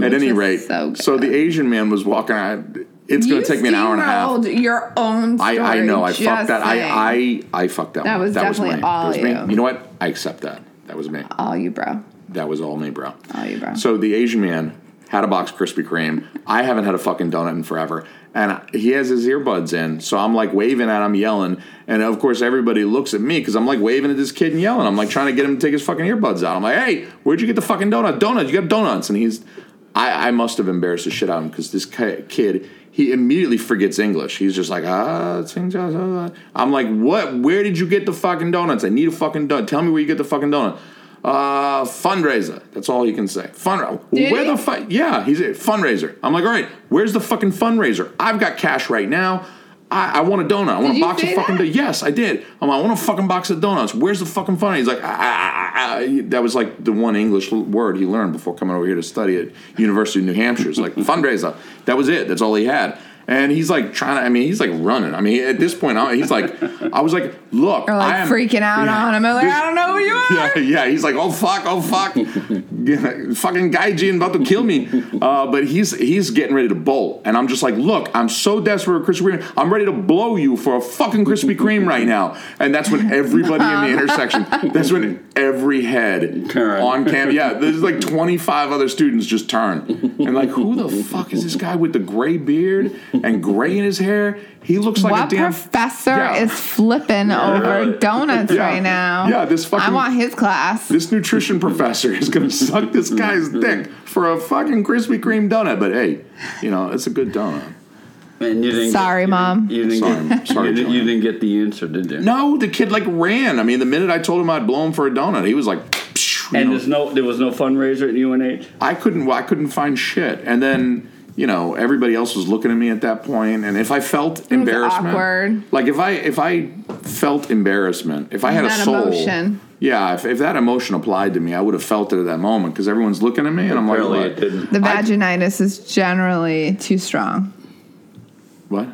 Speaker 2: At any
Speaker 3: is
Speaker 2: rate,
Speaker 3: so good.
Speaker 2: the Asian man was walking. out. It's going to
Speaker 3: You
Speaker 2: take me an hour and a half.
Speaker 3: steamrolled Your own. Story,
Speaker 2: I, I know. I
Speaker 3: just
Speaker 2: fucked that.
Speaker 3: saying.
Speaker 2: I, I I fucked that.
Speaker 3: That
Speaker 2: one.
Speaker 3: was definitely
Speaker 2: me.
Speaker 3: all
Speaker 2: that was me.
Speaker 3: you.
Speaker 2: know what? I accept that. That was me.
Speaker 3: all Oh, you, bro.
Speaker 2: That was all me, bro.
Speaker 3: All you, bro.
Speaker 2: So the Asian man had a box of Krispy Kreme. I haven't had a fucking donut in forever. And he has his earbuds in. So I'm like waving at him, yelling. And of course, everybody looks at me because I'm like waving at this kid and yelling. I'm like trying to get him to take his fucking earbuds out. I'm like, hey, where'd you get the fucking donut? Donuts, you got donuts. And he's, I, I must have embarrassed the shit out of him because this ki- kid, he immediately forgets English. He's just like, ah, it's English, ah, ah, ah." I'm like, what? Where did you get the fucking donuts? I need a fucking donut. Tell me where you get the fucking donut. Uh, fundraiser. That's all he can say. Fundraiser.
Speaker 3: Did
Speaker 2: Where
Speaker 3: he?
Speaker 2: the fuck? Yeah, he's a fundraiser. I'm like, all right, where's the fucking fundraiser? I've got cash right now. I, I want a donut. I want
Speaker 3: Did
Speaker 2: a
Speaker 3: you
Speaker 2: box of
Speaker 3: say
Speaker 2: fucking.
Speaker 3: that?
Speaker 2: do- yes, I did. I'm like, I want a fucking box of donuts. Where's the fucking fundraiser? He's like, ah, ah, ah, ah. that was like the one English l- word he learned before coming over here to study at University of New Hampshire. It's like fundraiser. That was it. That's all he had. And he's like trying to. I mean, he's like running. I mean, at this point, I, he's like, I was like, look,
Speaker 3: Or like
Speaker 2: I am-
Speaker 3: freaking out
Speaker 2: Yeah.
Speaker 3: on him. I'm like,
Speaker 2: This-
Speaker 3: I don't know who you are.
Speaker 2: yeah, yeah. He's like, oh fuck, oh fuck, Yeah, fucking Gaijin about to kill me. Uh, but he's he's getting ready to bolt, and I'm just like, look, I'm so desperate for Krispy Kreme. I'm ready to blow you for a fucking Krispy Kreme right now. And that's when everybody in the intersection. That's when every head
Speaker 4: Turn.
Speaker 2: on cam. Yeah, there's like 25 other students just turn and like, who the fuck is this guy with the gray beard and gray in his hair? He looks like
Speaker 3: what
Speaker 2: a damn
Speaker 3: professor
Speaker 2: Yeah.
Speaker 3: is flipping over donuts
Speaker 2: Yeah.
Speaker 3: right now?
Speaker 2: Yeah, this
Speaker 3: I
Speaker 2: fucking-
Speaker 3: want his class.
Speaker 2: this nutrition professor is going to suck this guy's dick for a fucking Krispy Kreme donut. But hey, you know, it's a good donut.
Speaker 4: And you didn't
Speaker 3: Sorry,
Speaker 4: you didn't-
Speaker 3: Mom.
Speaker 4: you didn't
Speaker 2: Sorry,
Speaker 4: get,
Speaker 2: sorry,
Speaker 4: you, didn't, you
Speaker 2: Joanne.
Speaker 4: didn't get the answer, did you?
Speaker 2: No, the kid like ran. I mean, the minute I told him I'd blow him for a donut, he was like, psh, you
Speaker 4: And
Speaker 2: know,
Speaker 4: there's no, there was no fundraiser at UNH.
Speaker 2: I couldn't, I couldn't find shit. And then, you know, everybody else was looking at me at that point, and if I felt embarrassment,
Speaker 3: awkward.
Speaker 2: like if I if I felt embarrassment, if I had
Speaker 3: That
Speaker 2: a soul,
Speaker 3: emotion.
Speaker 2: yeah, if, if that emotion applied to me, I would have felt it at that moment because everyone's looking at me, and I'm like,
Speaker 4: Apparently,
Speaker 2: what?
Speaker 4: it didn't.
Speaker 3: the vaginitis is generally too strong.
Speaker 2: what?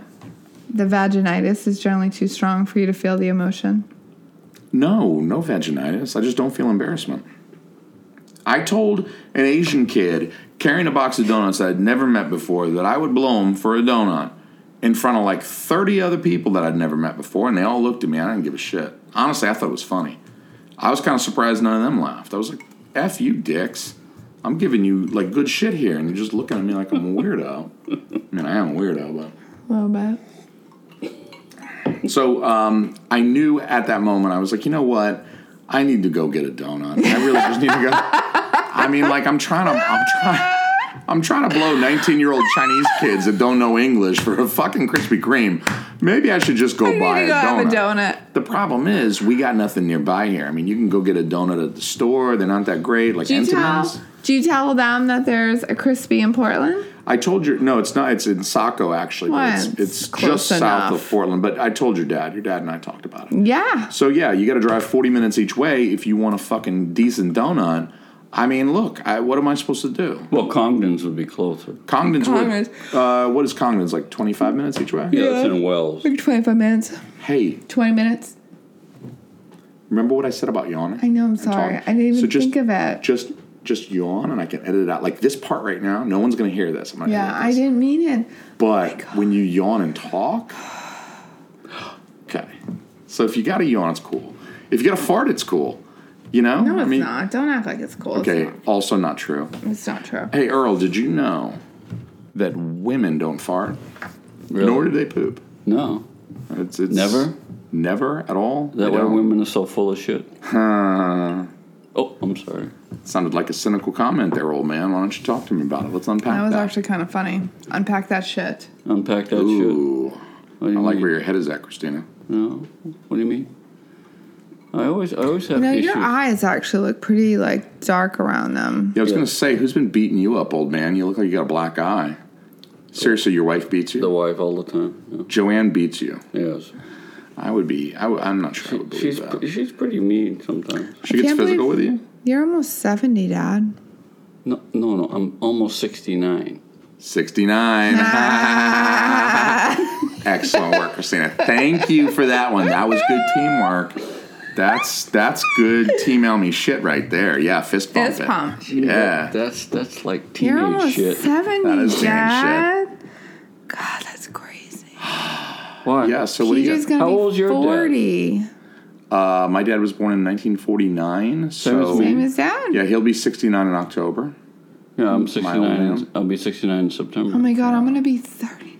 Speaker 3: The vaginitis is generally too strong for you to feel the emotion.
Speaker 2: No, no vaginitis. I just don't feel embarrassment. I told an Asian kid carrying a box of donuts that I'd never met before that I would blow him for a donut in front of like 30 other people that I'd never met before, and they all looked at me. I didn't give a shit. Honestly, I thought it was funny. I was kind of surprised none of them laughed. I was like, F you dicks. I'm giving you like good shit here, and you're just looking at me like I'm a weirdo. I mean, I am a weirdo, but.
Speaker 3: A little bit.
Speaker 2: So um, I knew at that moment I was like, you know what? I need to go get a donut. I really just need to go. I mean, like I'm trying to, I'm trying, I'm trying to blow 19 year old Chinese kids that don't know English for a fucking Krispy Kreme. Maybe I should just go
Speaker 3: I
Speaker 2: buy
Speaker 3: need to
Speaker 2: a
Speaker 3: go have a
Speaker 2: donut.
Speaker 3: donut.
Speaker 2: The problem is we got nothing nearby here. I mean, you can go get a donut at the store. They're not that great, like
Speaker 3: Do you
Speaker 2: Entenmann's.
Speaker 3: tell? Do you tell them that there's a crispy in Portland?
Speaker 2: I told your no, it's not. It's in Saco actually. But it's
Speaker 3: Well,
Speaker 2: it's
Speaker 3: close
Speaker 2: just
Speaker 3: enough.
Speaker 2: south of Portland. But I told your dad. Your dad and I talked about it.
Speaker 3: Yeah.
Speaker 2: So yeah, you got to drive 40 minutes each way if you want a fucking decent donut. I mean, look, I, what am I supposed to do?
Speaker 4: Well, Congdon's would be closer.
Speaker 2: Congdon's, what-
Speaker 3: Congdon's.
Speaker 2: Uh, what is Congdon's like 25 minutes each way?
Speaker 4: Yeah, it's in Wells.
Speaker 3: Like 25 minutes,
Speaker 2: Hey,
Speaker 3: 20 minutes.
Speaker 2: remember what I said about yawning?
Speaker 3: I know. I'm sorry. I didn't even
Speaker 2: So just-
Speaker 3: think of it.
Speaker 2: Just just yawn and I can edit it out. Like this part right now, no one's going to hear this. I'm not gonna
Speaker 3: Yeah,
Speaker 2: edit
Speaker 3: I
Speaker 2: this.
Speaker 3: didn't mean it.
Speaker 2: But when you yawn and talk, okay. So if you got to yawn, it's cool. If you got to fart, it's cool. You know?
Speaker 3: No, it's not. Don't act like it's cool.
Speaker 2: Okay,
Speaker 3: It's
Speaker 2: also not true.
Speaker 3: not, it's not true.
Speaker 2: Hey Earl, did you know that women don't fart,
Speaker 4: Really?
Speaker 2: nor do they poop?
Speaker 4: No,
Speaker 2: It's, it's
Speaker 4: never.
Speaker 2: Never at all.
Speaker 4: That
Speaker 2: They
Speaker 4: why
Speaker 2: don't.
Speaker 4: women are so full of shit?
Speaker 2: Huh.
Speaker 4: Oh, I'm sorry.
Speaker 2: sounded like a cynical comment there, old man. Why don't you talk to me about it? Let's unpack
Speaker 3: That was
Speaker 2: that.
Speaker 3: actually kind of funny. Unpack that shit.
Speaker 4: Unpack that shit.
Speaker 2: Ooh,
Speaker 4: What do
Speaker 2: I
Speaker 4: you
Speaker 2: like
Speaker 4: mean?
Speaker 2: where your head is at, Christina.
Speaker 4: No. What do you mean? I always, I always have
Speaker 3: You know,
Speaker 4: issues.
Speaker 3: your eyes actually look pretty like dark around them.
Speaker 2: Yeah, I was
Speaker 4: Yeah.
Speaker 2: gonna say, who's been beating you up, old man? You look like you got a black eye. Seriously, your wife beats you.
Speaker 4: the wife all the time.
Speaker 2: Joanne beats you.
Speaker 4: Yeah. Yes.
Speaker 2: I would be. I w- I'm not sure. I would believe
Speaker 4: She's
Speaker 2: that.
Speaker 4: pre- she's pretty mean sometimes.
Speaker 2: she
Speaker 3: I
Speaker 2: gets
Speaker 3: can't
Speaker 2: physical
Speaker 3: believe-
Speaker 2: with you.
Speaker 3: You're almost seventy, Dad.
Speaker 4: No, no, no. I'm almost sixty nine.
Speaker 2: Sixty nine. Excellent work, Christina. Thank you for that one. That was good teamwork. That's that's good team Elmy shit right there. Yeah, fist bump.
Speaker 3: Fist
Speaker 2: it.
Speaker 3: pump.
Speaker 2: Yeah.
Speaker 4: That's that's like
Speaker 3: You're
Speaker 4: teenage
Speaker 3: almost
Speaker 4: shit.
Speaker 3: seventy,
Speaker 2: That is teenage shit.
Speaker 3: Dad. God, that's crazy.
Speaker 4: Why?
Speaker 2: Yeah. So what do
Speaker 3: He's
Speaker 2: you?
Speaker 3: just gonna
Speaker 4: How
Speaker 3: be
Speaker 4: old's your dad?
Speaker 3: forty.
Speaker 2: Uh, my dad was born in 1949.
Speaker 4: Same as
Speaker 2: So
Speaker 4: me.
Speaker 3: Same as Dad.
Speaker 2: yeah, he'll be 69 in October.
Speaker 4: Yeah, I'm
Speaker 2: My
Speaker 4: sixty
Speaker 2: old
Speaker 4: nine.
Speaker 2: man.
Speaker 4: I'll be sixty nine in September.
Speaker 3: Oh my God, I'm gonna be thirty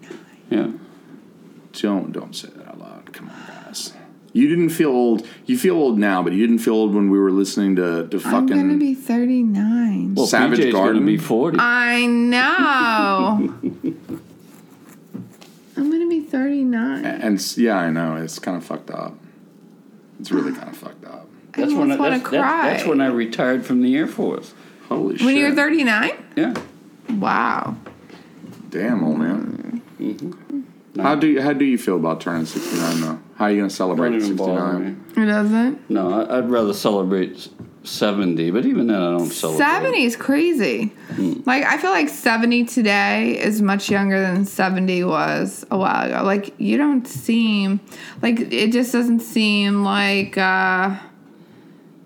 Speaker 3: now.
Speaker 2: Mm-hmm.
Speaker 4: yeah.
Speaker 2: Don't don't say that out loud. Come on, guys. You didn't feel old. You feel old now, but you didn't feel old when we were listening to to
Speaker 3: I'm
Speaker 2: fucking.
Speaker 3: gonna be thirty nine.
Speaker 4: Well,
Speaker 2: Savage
Speaker 4: PJ's
Speaker 2: Garden?
Speaker 4: gonna be forty.
Speaker 3: I know. I'm gonna be 39.
Speaker 2: and s- yeah, I know it's kind of fucked up. It's really kind of fucked up.
Speaker 3: I almost
Speaker 4: that's,
Speaker 3: want to cry.
Speaker 4: that's when I retired from the Air Force.
Speaker 2: Holy shit!
Speaker 3: when you're 39?
Speaker 4: Yeah.
Speaker 3: Wow.
Speaker 2: Damn, old man.
Speaker 4: Mm-hmm.
Speaker 2: How do you, how do you feel about turning 69 though? How are you gonna celebrate
Speaker 4: Don't even bother
Speaker 2: 69?
Speaker 4: me.
Speaker 3: It doesn't.
Speaker 4: No, I- I'd rather celebrate s- 70, but even then I don't celebrate.
Speaker 3: 70 is crazy. Like, I feel like 70 today is much younger than 70 was a while ago. Like, you don't seem, like, it just doesn't seem like uh,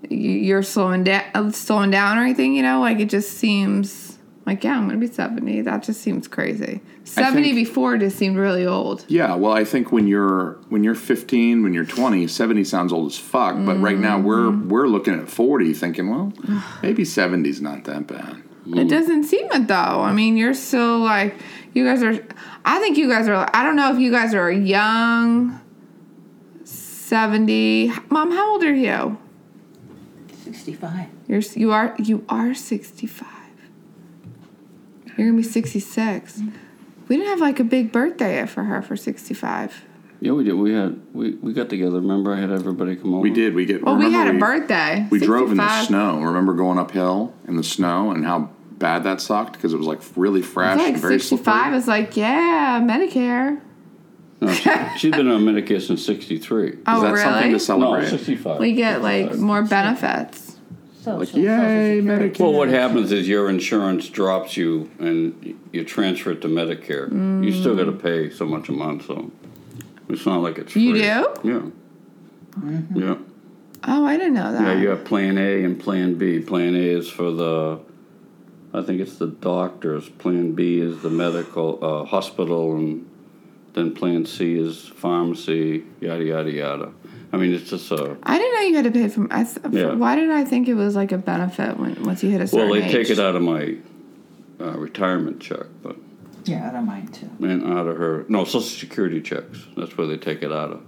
Speaker 3: y- you're slowing, da- uh, slowing down or anything, you know? Like, it just seems like, yeah, I'm going to be 70. That just seems crazy. 70
Speaker 2: think-
Speaker 3: before just seemed really old.
Speaker 2: Yeah, well, I think when you're when you're 15, when you're 20, 70 sounds old as fuck. But right now we're
Speaker 3: Mm-hmm.
Speaker 2: we're looking at 40, thinking, well, maybe 70's not that bad.
Speaker 3: It doesn't seem it though. I mean, you're still like, you guys are. I think you guys are. I don't know if you guys are young. Seventy, mom. How old are you?
Speaker 7: 65.
Speaker 3: You're s- you are you are sixty five. You're gonna be sixty six.
Speaker 2: Mm.
Speaker 3: We didn't have like a big birthday for her for sixty five.
Speaker 4: Yeah, we did. We had we, we got together. Remember, I had everybody come over.
Speaker 2: We did. We get.
Speaker 3: Well, we
Speaker 2: remember
Speaker 3: had a birthday.
Speaker 2: We drove in the
Speaker 3: 65.
Speaker 2: snow. Remember going uphill in the snow and how bad that sucked because it was like really
Speaker 3: I
Speaker 2: fresh,
Speaker 3: feel
Speaker 2: and
Speaker 3: Like
Speaker 2: very
Speaker 3: sixty five
Speaker 2: slippery.
Speaker 3: is like yeah, Medicare.
Speaker 4: No, she, she's been on Medicare since '63.
Speaker 3: Oh
Speaker 2: Is that something
Speaker 3: really?
Speaker 2: to
Speaker 4: No,
Speaker 2: celebrate?
Speaker 4: '65.
Speaker 3: We get like more benefits.
Speaker 2: Yay,
Speaker 7: So, so Social Security.
Speaker 2: Medicare!
Speaker 4: Well, what happens is your insurance drops you, and you transfer it to Medicare. You still got to pay so much a month, so it's not like it's
Speaker 3: Mm.
Speaker 4: free.
Speaker 3: You do? Mm-hmm.
Speaker 4: Yeah. Yeah.
Speaker 3: Oh, I didn't know that.
Speaker 4: Yeah, you have Plan A and Plan B. Plan A is for the, I think it's the doctors. Plan B is the medical uh, hospital, and then Plan C is pharmacy. Yada yada yada. I mean, it's just a.
Speaker 3: I didn't know you had to pay for. I th-
Speaker 4: Yeah.
Speaker 3: Why did I think it was like a benefit when once you hit a certain
Speaker 4: Well, they take
Speaker 3: age?
Speaker 4: it out of my uh, retirement check, but
Speaker 7: Yeah, I don't mind too.
Speaker 4: and out of her no Social Security checks. That's where they take it out of.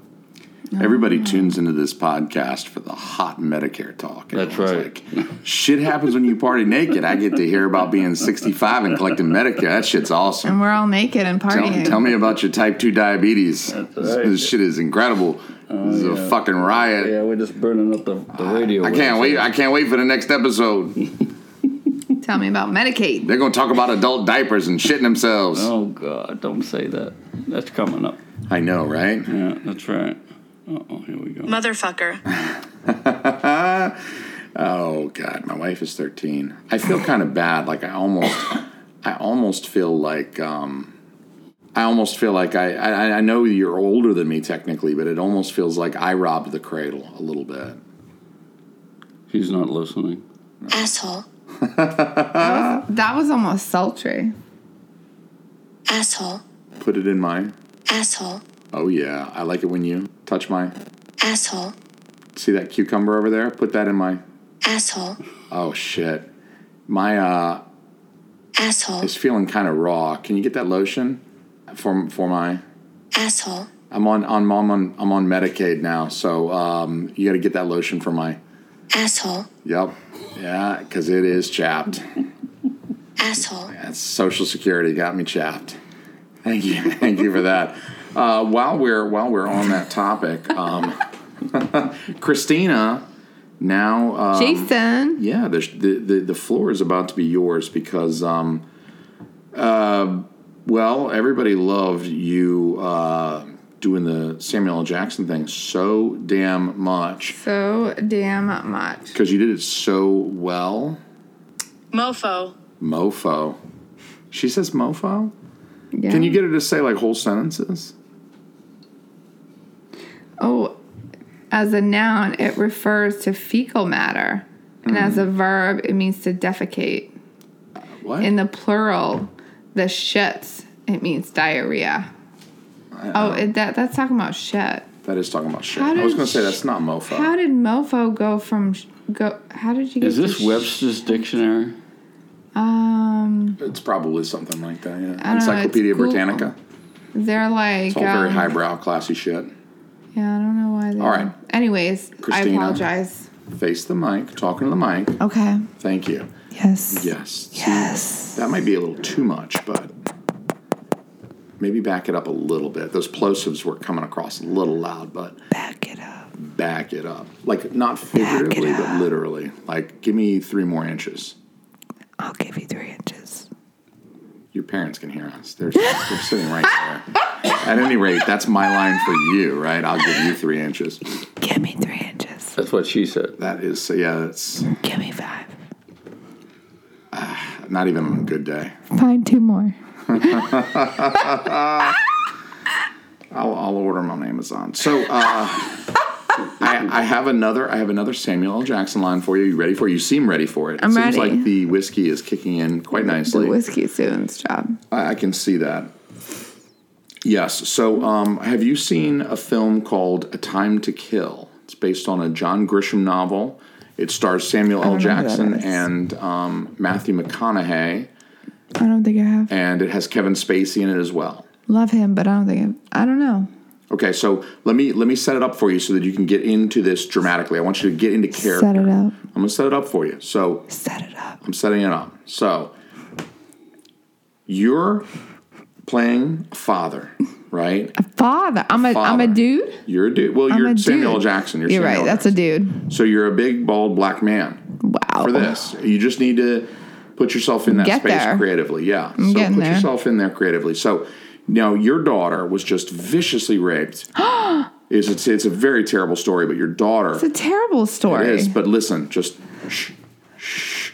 Speaker 2: Everybody tunes into this podcast for the hot Medicare talk.
Speaker 4: That's
Speaker 2: Everyone's Like, shit happens when you party naked. I get to hear about being 65 and collecting Medicare. That shit's awesome.
Speaker 3: And we're all naked and
Speaker 2: Tell,
Speaker 3: partying.
Speaker 2: tell me about your type 2 diabetes. This,
Speaker 4: right. Oh,
Speaker 2: this shit is incredible. this is a fucking riot.
Speaker 4: Yeah, we're just burning up the, the radio.
Speaker 2: I can't wait. I can't wait for the next episode.
Speaker 3: Tell me about Medicaid.
Speaker 2: They're going to talk about adult diapers and shitting themselves.
Speaker 4: Oh God! Don't say that. That's coming up.
Speaker 2: I know, right?
Speaker 4: Yeah, that's right. Uh oh, here we go.
Speaker 6: Motherfucker.
Speaker 2: Oh God, my wife is thirteen. I feel kind of bad. Like I almost, I almost feel like, um, I almost feel like I, I, I know you're older than me technically, but it almost feels like I robbed the cradle a little bit.
Speaker 4: He's not listening.
Speaker 5: Asshole.
Speaker 3: That was almost sultry.
Speaker 5: Asshole.
Speaker 2: Put it in my.
Speaker 5: Asshole.
Speaker 2: Oh yeah, I like it when you touch my.
Speaker 5: Asshole.
Speaker 2: See that cucumber over there? Put that in my.
Speaker 5: Asshole.
Speaker 2: Oh shit, my uh
Speaker 5: Asshole.
Speaker 2: is feeling kind of raw. Can you get that lotion for for my?
Speaker 5: Asshole.
Speaker 2: I'm on on mom on I'm on Medicaid now, so um, you got to get that lotion for my.
Speaker 5: asshole,
Speaker 2: Yep. Yeah, because it is chapped.
Speaker 5: asshole,
Speaker 2: That's Social Security got me chapped. Thank you, thank you for that. Uh, while we're while we're on that topic, um, Christina, now uh,
Speaker 3: Jason.
Speaker 2: yeah, the, the the the floor is about to be yours because um, uh, well, everybody loved you uh, doing the Samuel L. Jackson thing so damn much
Speaker 3: So damn much.
Speaker 2: because you did it so well,
Speaker 6: Mofo.
Speaker 2: mofo. She says mofo.
Speaker 3: Yeah.
Speaker 2: Can you get her to say like whole sentences?
Speaker 3: Oh, as a noun, it refers to fecal matter, and as a
Speaker 2: Mm.
Speaker 3: verb, it means to defecate.
Speaker 2: What?
Speaker 3: In the plural, the shits, it means diarrhea. Oh, it, that that's talking about shit.
Speaker 2: that is talking about shit.
Speaker 3: How
Speaker 2: I was
Speaker 3: did
Speaker 2: going to say
Speaker 3: sh-
Speaker 2: that's not mofo.
Speaker 3: How did mofo go from sh- go? How did you get?
Speaker 4: Is this
Speaker 3: to sh-
Speaker 4: Webster's dictionary?
Speaker 3: Um,
Speaker 2: it's probably something like that. Yeah.
Speaker 3: know, it's
Speaker 2: Encyclopedia
Speaker 3: Google.
Speaker 2: Britannica.
Speaker 3: they're like
Speaker 2: It's all very
Speaker 3: um,
Speaker 2: highbrow, classy shit.
Speaker 3: Yeah, I don't know why. They
Speaker 2: All right.
Speaker 3: Anyways, I
Speaker 2: Christina.
Speaker 3: apologize.
Speaker 2: Face the mic, talking to the mic.
Speaker 3: Okay.
Speaker 2: Thank you.
Speaker 3: Yes.
Speaker 2: Yes. See,
Speaker 3: Yes.
Speaker 2: that might be a little too much, but maybe back it up a little bit. Those plosives were coming across a little loud, but
Speaker 3: Back it up.
Speaker 2: back it up. Like not figuratively, but literally. Like give me three more inches.
Speaker 3: I'll give you three inches.
Speaker 2: Your parents can hear us. They're, they're sitting right there. At any rate, that's my line for you, right? I'll give you three inches.
Speaker 3: Give me three inches.
Speaker 4: That's what she said.
Speaker 2: That is, so yeah, that's
Speaker 3: Give me five.
Speaker 2: not even on a good day.
Speaker 3: Find two more.
Speaker 2: I'll, I'll order them on Amazon. So uh, I, I have another. I have another Samuel L. Jackson line for you. You ready for it? You seem ready for it.
Speaker 3: I'm
Speaker 2: it seems
Speaker 3: ready.
Speaker 2: like the whiskey is kicking in quite
Speaker 3: The
Speaker 2: nicely.
Speaker 3: whiskey soon's job.
Speaker 2: I, I can see that. Yes. So um, have you seen a film called A Time to Kill? It's based on a John Grisham novel. It stars Samuel L.
Speaker 3: don't know who that
Speaker 2: Jackson
Speaker 3: is.
Speaker 2: and um, Matthew McConaughey,
Speaker 3: I don't think I have.
Speaker 2: and it has Kevin Spacey in it as well.
Speaker 3: Love him, but I don't think I. I don't know.
Speaker 2: Okay, so let me let me set it up for you so that you can get into this dramatically. I want you to get into character.
Speaker 3: Set it up.
Speaker 2: I'm gonna set it up for you. So
Speaker 3: Set it up.
Speaker 2: I'm setting it up. So you're playing a father, right?
Speaker 3: Father. I'm a. am
Speaker 2: Father.
Speaker 3: a dude.
Speaker 2: You're a dude. Well,
Speaker 3: I'm
Speaker 2: you're
Speaker 3: a
Speaker 2: Samuel L.
Speaker 3: dude.
Speaker 2: Jackson. You're,
Speaker 3: You're
Speaker 2: Samuel
Speaker 3: right.
Speaker 2: L.
Speaker 3: That's a
Speaker 2: Jackson.
Speaker 3: dude.
Speaker 2: So you're a big bald black man
Speaker 3: Wow.
Speaker 2: for this. You just need to put yourself in that
Speaker 3: Oh. Get
Speaker 2: space
Speaker 3: there.
Speaker 2: creatively. Yeah. so
Speaker 3: getting
Speaker 2: put
Speaker 3: there.
Speaker 2: yourself in there creatively. So now your daughter was just viciously raped. it's, it's it's a very terrible story, but your daughter
Speaker 3: It's a terrible
Speaker 2: it
Speaker 3: story.
Speaker 2: is. But listen, just shh,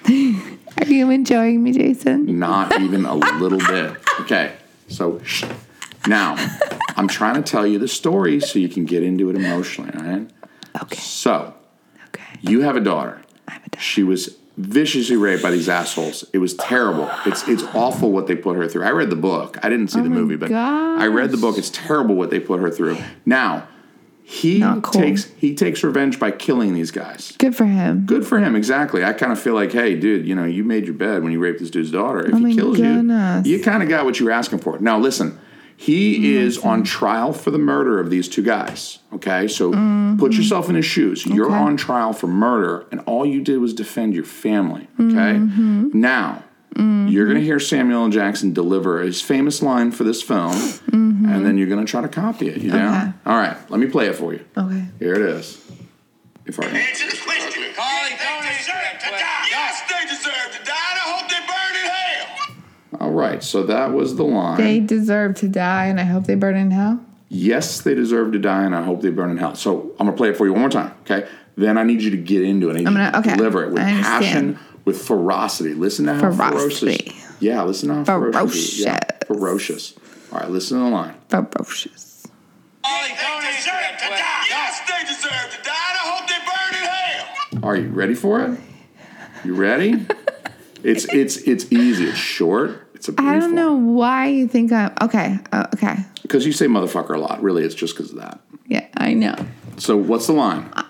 Speaker 3: Are you enjoying me,
Speaker 2: Mm.
Speaker 3: Jason?
Speaker 2: not even a little bit. Okay. So shh. now I'm trying to tell you the story so you can get into it emotionally. All right.
Speaker 3: Okay.
Speaker 2: So
Speaker 3: Okay.
Speaker 2: you have a daughter.
Speaker 3: I'm a dude.
Speaker 2: She was viciously raped by these assholes. It was terrible. It's it's awful what they put her through. I read the book. I didn't see
Speaker 3: Oh
Speaker 2: the movie, but I read the book. It's terrible what they put her through. Now, he
Speaker 3: Not cool.
Speaker 2: takes he takes revenge by killing these guys.
Speaker 3: Good for him.
Speaker 2: Good for him. Exactly. I kind of feel like, hey, dude, you know, you made your bed when you raped this dude's daughter. If
Speaker 3: Oh my
Speaker 2: he kills
Speaker 3: goodness. Oh
Speaker 2: you, you kind of got what you were asking for. Now, listen, he is on trial for the murder of these two guys. Okay, so
Speaker 3: Mm-hmm.
Speaker 2: put yourself in his shoes. You're on trial for murder, and all you did was defend your family. Okay,
Speaker 3: Mm-hmm.
Speaker 2: now. You're going to hear Samuel L. Jackson deliver his famous line for this film,
Speaker 3: Mm-hmm.
Speaker 2: and then you're going to try to copy it. You know? All right, let me play it for you.
Speaker 3: Okay.
Speaker 2: Here it is. If I
Speaker 8: Answer the question. Carly, they deserve to die. Yes, they deserve to die, and I hope they burn in hell.
Speaker 2: All right, so that was the line.
Speaker 3: They deserve to die, and I hope they burn in hell.
Speaker 2: yes, they deserve to die, and I hope they burn in hell. So I'm gonna play it for you one more time, okay? Then I need you to get into it. I need
Speaker 3: I'm
Speaker 2: you
Speaker 3: gonna-
Speaker 2: to
Speaker 3: okay,
Speaker 2: deliver it with
Speaker 3: I understand.
Speaker 2: passion, with ferocity. Listen to how
Speaker 3: Ferocity.
Speaker 2: ferocious. Yeah, listen to how ferocious. Yeah, ferocious. All right, listen to the line.
Speaker 3: Ferocious.
Speaker 8: Carly, they deserve to die. Yes, they deserve to die, and I hope they burn in hell.
Speaker 2: Are you ready for it? You ready? it's it's it's easy. It's short. It's a brief
Speaker 3: I don't know why you think I'm okay. Uh, okay.
Speaker 2: Because you say motherfucker a lot. Really, it's just because of that.
Speaker 3: Yeah, I know.
Speaker 2: So what's the line? Um.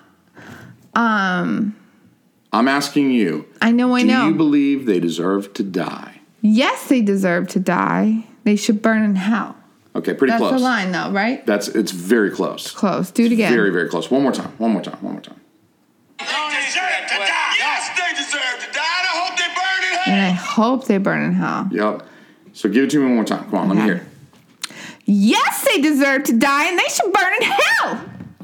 Speaker 3: Uh, um.
Speaker 2: I'm asking you.
Speaker 3: I know. I
Speaker 2: Do
Speaker 3: know.
Speaker 2: you believe they deserve to die?
Speaker 3: yes, they deserve to die. They should burn in hell.
Speaker 2: Okay, pretty
Speaker 3: That's
Speaker 2: close.
Speaker 3: the line, though, right?
Speaker 2: That's it's very close.
Speaker 3: Close. Do it again.
Speaker 2: Very very close. One more time. One more time. One more time.
Speaker 8: They deserve to die. Yes, they deserve to die. And I hope they burn in hell.
Speaker 3: and I hope they burn in hell.
Speaker 2: Yep. So give it to me one more time. Come on, let me
Speaker 3: Okay.
Speaker 2: hear. it.
Speaker 3: Yes, they deserve to die, and they should burn in hell.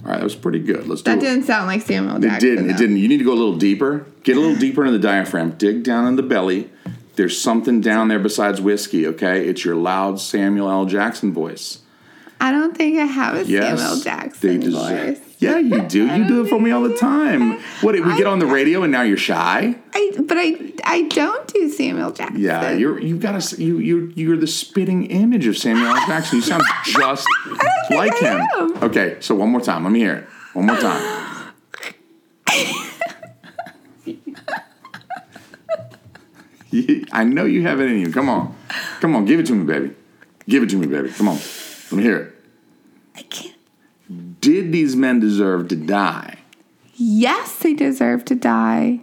Speaker 2: All right, that was pretty good. Let's do
Speaker 3: That
Speaker 2: it.
Speaker 3: didn't sound like Samuel
Speaker 2: It
Speaker 3: Jackson.
Speaker 2: didn't. It
Speaker 3: though.
Speaker 2: didn't. You need to go a little deeper. Get a little deeper into the diaphragm. Dig down in the belly. There's something down there besides whiskey. Okay, it's your loud Samuel L. Jackson voice.
Speaker 3: I don't think I have a
Speaker 2: Yes,
Speaker 3: Samuel Jackson
Speaker 2: they deserve.
Speaker 3: voice.
Speaker 2: Yeah, you do. You do it for me all the time. What? We get on the radio and now you're shy.
Speaker 3: I, but I, I don't do Samuel Jackson.
Speaker 2: Yeah, you're. You've got to. You you you're the spitting image of Samuel L. Jackson. You sound just like
Speaker 3: I
Speaker 2: him.
Speaker 3: am.
Speaker 2: Okay, so one more time. Let me hear it. One more time. You- I know you have it in you. Come on, come on, give it to me, baby. Give it to me, baby. Come on, let me hear it.
Speaker 3: I can't.
Speaker 2: Did these men deserve to die?
Speaker 3: Yes, they deserve to die.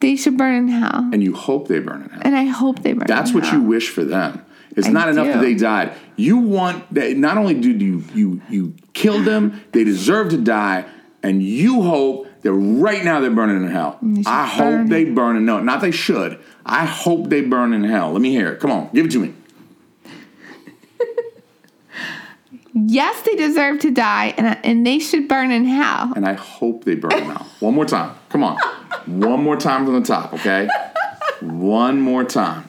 Speaker 3: They should burn in hell,
Speaker 2: And you hope they burn it out.
Speaker 3: and I hope they burn.
Speaker 2: That's
Speaker 3: in
Speaker 2: what
Speaker 3: hell.
Speaker 2: you wish for them. It's
Speaker 3: I
Speaker 2: not enough
Speaker 3: do.
Speaker 2: that they died. You want that. Not only did you you you kill them, they deserve to die, and you hope that right now they're burning in hell.
Speaker 3: should
Speaker 2: I
Speaker 3: burn.
Speaker 2: hope they burn in no, not they should. I hope they burn in hell. Let me hear it. Come on, give it to me.
Speaker 3: Yes, they deserve to die, and I- and they should burn in hell.
Speaker 2: And I hope they burn in hell. One more time. Come on. One more time from the top. Okay. One more time.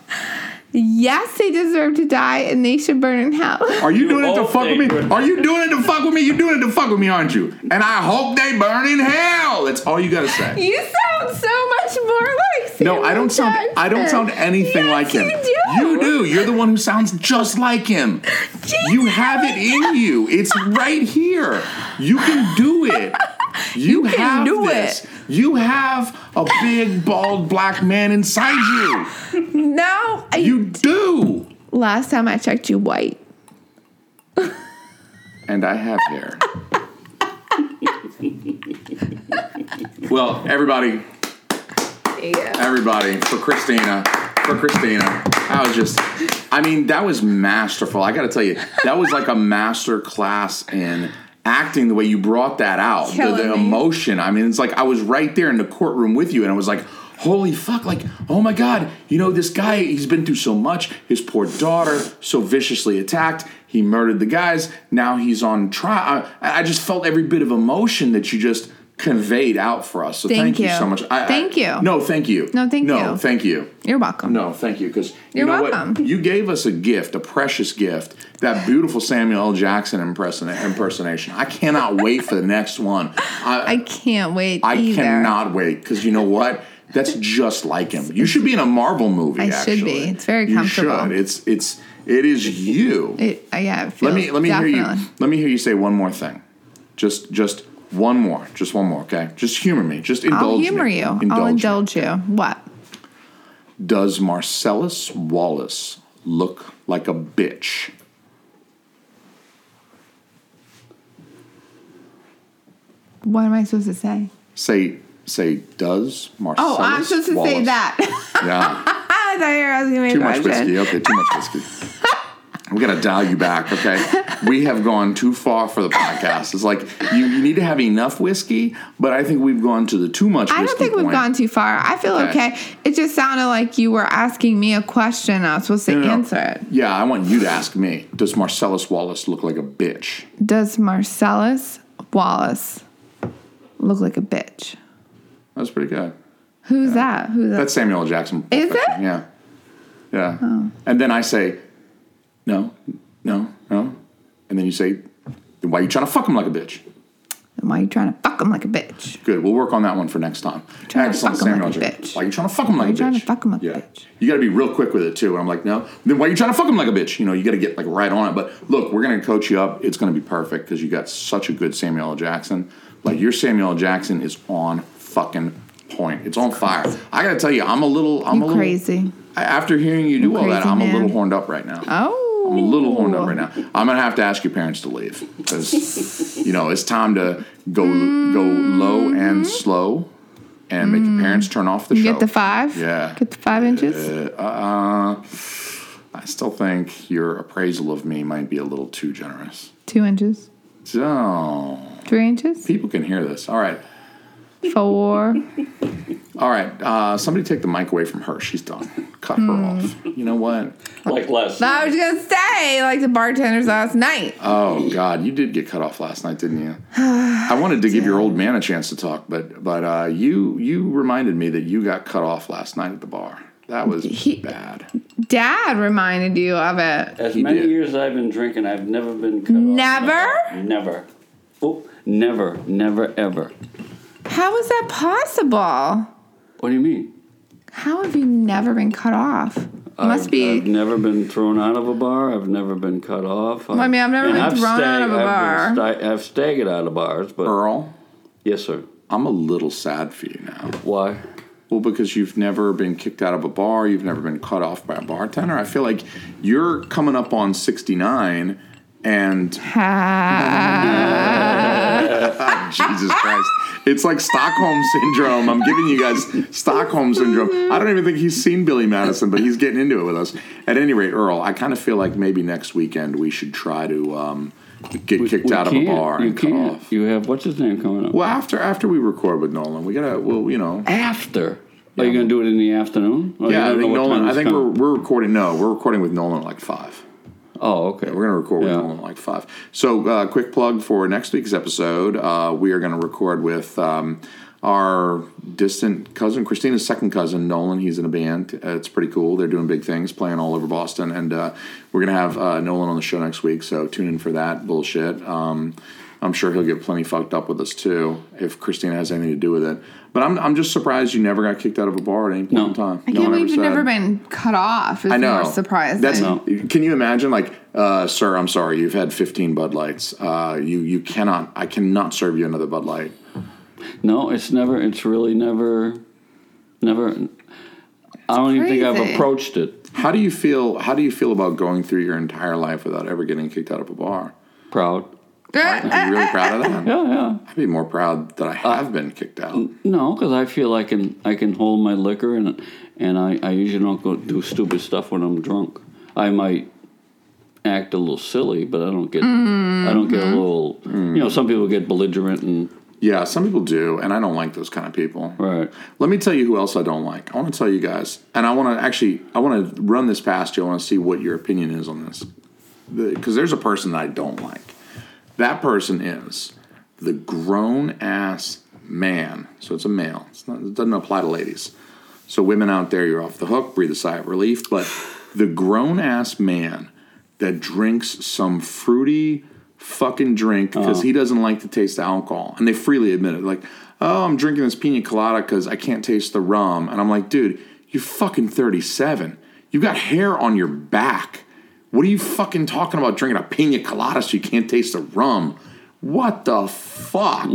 Speaker 3: Yes, they deserve to die, and they should burn in hell.
Speaker 2: Are you,
Speaker 4: You
Speaker 2: doing it to
Speaker 4: hope
Speaker 2: fuck
Speaker 4: they
Speaker 2: with me?
Speaker 4: burn.
Speaker 2: Are you doing it to fuck with me? You're doing it to fuck with me, aren't you? And I hope they burn in hell. That's all you gotta say.
Speaker 3: You sound so much more like Samuel
Speaker 2: No, I don't sound. I don't sound anything
Speaker 3: Yes,
Speaker 2: like him.
Speaker 3: You do.
Speaker 2: You do. You're the one who sounds just like him.
Speaker 3: Jesus,
Speaker 2: You have it in you. It's right here. You can do it. You,
Speaker 3: can
Speaker 2: have
Speaker 3: do
Speaker 2: this. You have a big bald black man inside
Speaker 3: No, I,
Speaker 2: you. You do.
Speaker 3: last time I checked, you white.
Speaker 2: and I have hair. well, everybody, everybody, for Christina, for Christina, I was just, I mean, that was masterful. I got to tell you, that was like a master class in acting the way you brought that out, the,
Speaker 3: Killing
Speaker 2: the
Speaker 3: me.
Speaker 2: emotion. I mean, it's like I was right there in the courtroom with you, and I was like. Holy fuck, like, oh my god, you know, this guy, he's been through so much. His poor daughter, so viciously attacked. He murdered the guys. Now he's on trial. I, I just felt every bit of emotion that you just conveyed out for us. So
Speaker 3: Thank
Speaker 2: thank, you.
Speaker 3: you.
Speaker 2: so much. I, I-
Speaker 3: Thank you.
Speaker 2: No, thank you.
Speaker 3: No, thank you.
Speaker 2: No, thank you.
Speaker 3: You're welcome.
Speaker 2: No, thank you. Because you
Speaker 3: You're
Speaker 2: know
Speaker 3: welcome.
Speaker 2: what? You gave us a gift, a precious gift, that beautiful Samuel L. Jackson imperson- impersonation. I cannot wait for the next one. I,
Speaker 3: I can't wait.
Speaker 2: I
Speaker 3: either.
Speaker 2: cannot wait because you know what? That's just like him. You should be in a Marvel movie.
Speaker 3: I
Speaker 2: actually.
Speaker 3: should be. It's very
Speaker 2: You
Speaker 3: comfortable.
Speaker 2: should. It's it's it is you.
Speaker 3: It, uh, yeah, it
Speaker 2: let
Speaker 3: feels-
Speaker 2: me let me
Speaker 3: definitely.
Speaker 2: hear you. Let me hear you say one more thing. Just just one more. Just one more. Okay. Just humor me. Just indulge
Speaker 3: I'll
Speaker 2: me.
Speaker 3: humor you. I'll
Speaker 2: me.
Speaker 3: indulge you. What?
Speaker 2: Does Marcellus Wallace look like a bitch?
Speaker 3: What am I supposed to say?
Speaker 2: Say say. Does Marcellus?
Speaker 3: Oh, I'm supposed to say
Speaker 2: Wallace-
Speaker 3: that.
Speaker 2: Yeah.
Speaker 3: I thought you were asking me a
Speaker 2: Too much
Speaker 3: question.
Speaker 2: whiskey. Okay. Too much whiskey. We gotta dial you back, okay? We have gone too far for the podcast. It's like you, you need to have enough whiskey, but I think we've gone to the too much.
Speaker 3: I don't
Speaker 2: whiskey
Speaker 3: think we've
Speaker 2: point.
Speaker 3: gone too far. I feel
Speaker 2: Okay.
Speaker 3: okay. It just sounded like you were asking me a question. I was supposed to
Speaker 2: No, no, no.
Speaker 3: answer it.
Speaker 2: Yeah, I want you to ask me. Does Marcellus Wallace look like a bitch?
Speaker 3: Does Marcellus Wallace look like a bitch?
Speaker 2: That's pretty good.
Speaker 3: Who's that? Who's that?
Speaker 2: That's Samuel L. Jackson.
Speaker 3: Is it? Oh.
Speaker 2: Yeah. Yeah. And then I say, no, no, no. And then you say, then why are you trying to fuck him like a bitch?
Speaker 3: Why are you trying to fuck him like a bitch?
Speaker 2: Good. We'll work on that one for next time.
Speaker 3: Trying to fuck him like a
Speaker 2: Jackson.
Speaker 3: bitch.
Speaker 2: Why are you trying to fuck him like
Speaker 3: you
Speaker 2: a bitch?
Speaker 3: trying to fuck him like a
Speaker 2: yeah.
Speaker 3: bitch?
Speaker 2: You got to be real quick with it too. And I'm like, no. Then why are you trying to fuck him like a bitch? You know, you got to get like right on it. But look, we're gonna coach you up. It's gonna be perfect because you got such a good Samuel L. Jackson. Like your Samuel L. Jackson is on fucking point. It's on fire. I gotta tell you, I'm a little. I'm
Speaker 3: You
Speaker 2: a little
Speaker 3: crazy.
Speaker 2: I- After hearing you do all that,
Speaker 3: crazy
Speaker 2: I'm a
Speaker 3: man.
Speaker 2: little horned up right now.
Speaker 3: Oh.
Speaker 2: I'm a little horned up right now. I'm gonna have to ask your parents to leave because you know it's time to go go low
Speaker 3: Mm-hmm.
Speaker 2: and slow, and make your parents turn off the show.
Speaker 3: Get the five?
Speaker 2: Yeah.
Speaker 3: Get the five inches?
Speaker 2: Uh, I still think your appraisal of me might be a little too generous.
Speaker 3: Two inches,
Speaker 2: So,
Speaker 3: three inches,
Speaker 2: people can hear this. All right.
Speaker 3: four.
Speaker 2: All right. Uh, somebody take the mic away from her. She's done. Cut her
Speaker 3: Hmm.
Speaker 2: off. You know what?
Speaker 4: Like last
Speaker 3: I was gonna say, like the bartenders last night.
Speaker 2: Oh God, you did get cut off last night, didn't you? I wanted to give your old man a chance to talk, but but uh, you you reminded me that you got cut off last night at the bar. That was bad.
Speaker 3: Dad reminded you of it.
Speaker 4: As
Speaker 2: He
Speaker 4: many
Speaker 2: did.
Speaker 4: years as I've been drinking, I've never been cut off.
Speaker 3: Never?
Speaker 4: Never. Oh, never, never, ever.
Speaker 3: How is that possible?
Speaker 4: What do you mean?
Speaker 3: How have you never been cut off? Must
Speaker 4: I've,
Speaker 3: be.
Speaker 4: I've never been thrown out of a bar. I've never been cut off.
Speaker 3: I mean, I've never
Speaker 4: and
Speaker 3: been thrown out of a
Speaker 4: I've, been sta- I've staggered out of bars, but
Speaker 2: Earl,
Speaker 4: yes, sir.
Speaker 2: I'm a little sad for you now.
Speaker 4: Why?
Speaker 2: Well, because you've never been kicked out of a bar, you've never been cut off by a bartender. I feel like you're coming up on 69 and Jesus Christ. It's like Stockholm syndrome. I'm giving you guys Stockholm syndrome. I don't even think he's seen Billy Madison, but he's getting into it with us. At any rate, Earl, I kind of feel like maybe next weekend we should try to um, get kicked
Speaker 4: We
Speaker 2: out of a
Speaker 4: can't.
Speaker 2: bar
Speaker 4: You
Speaker 2: and cut
Speaker 4: can't.
Speaker 2: off.
Speaker 4: You have what's his name coming up
Speaker 2: Well, after after we record with Nolan, we gotta. Well, you know.
Speaker 4: after. Are you going to do it in the afternoon? Or you
Speaker 2: Yeah, I
Speaker 4: don't know
Speaker 2: think
Speaker 4: what
Speaker 2: Nolan.
Speaker 4: time
Speaker 2: I
Speaker 4: it's
Speaker 2: think we're,
Speaker 4: coming?
Speaker 2: we're recording. No, we're recording with Nolan at like five.
Speaker 4: Oh, okay.
Speaker 2: We're going to record with
Speaker 4: Yeah.
Speaker 2: Nolan at like five. So, uh, quick plug for next week's episode. Uh, we are going to record with um, our distant cousin, Christina's second cousin, Nolan. He's in a band. Uh, it's pretty cool. They're doing big things, playing all over Boston. And uh, we're going to have uh, Nolan on the show next week. So, tune in for that bullshit. Um, I'm sure he'll get plenty fucked up with us too if Christina has anything to do with it. But I'm, I'm just surprised you never got kicked out of a bar at any point
Speaker 4: No.
Speaker 2: in time.
Speaker 3: I can't
Speaker 2: one
Speaker 3: believe
Speaker 2: ever
Speaker 3: you've
Speaker 2: said.
Speaker 3: never been cut off. Is
Speaker 2: I know.
Speaker 3: more surprising.
Speaker 2: That's
Speaker 4: No.
Speaker 2: can you imagine? Like, uh, sir, I'm sorry, you've had 15 Bud Lights. Uh, you you cannot. I cannot serve you another Bud Light.
Speaker 4: No, it's never. It's really never, never. I don't even think I've
Speaker 3: crazy.
Speaker 4: approached it.
Speaker 2: How do you feel? How do you feel about going through your entire life without ever getting kicked out of a bar?
Speaker 4: Proud.
Speaker 2: Are you really proud of that?
Speaker 4: Yeah, yeah.
Speaker 2: I'd be more proud that I have been kicked out.
Speaker 4: No, because I feel I can I can hold my liquor and and I, I usually don't go do stupid stuff when I'm drunk. I might act a little silly, but I don't get I don't
Speaker 3: Mm-hmm.
Speaker 4: get a little. You know, some people get belligerent and
Speaker 2: Yeah, some people do, and I don't like those kind of people.
Speaker 4: right.
Speaker 2: Let me tell you who else I don't like. I want to tell you guys, and I want to actually, I want to run this past you. I want to see what your opinion is on this, because there's a person that I don't like. That person is the grown ass man. So it's a male. It's not, it doesn't apply to ladies. So women out there, you're off the hook. Breathe a sigh of relief. But the grown ass man that drinks some fruity fucking drink because
Speaker 4: Oh.
Speaker 2: he doesn't like to taste the alcohol, and they freely admit it. Like, oh, I'm drinking this pina colada because I can't taste the rum, and I'm like, dude, you're fucking 37. You got hair on your back. What are you fucking talking about drinking a pina colada so you can't taste the rum? What the fuck?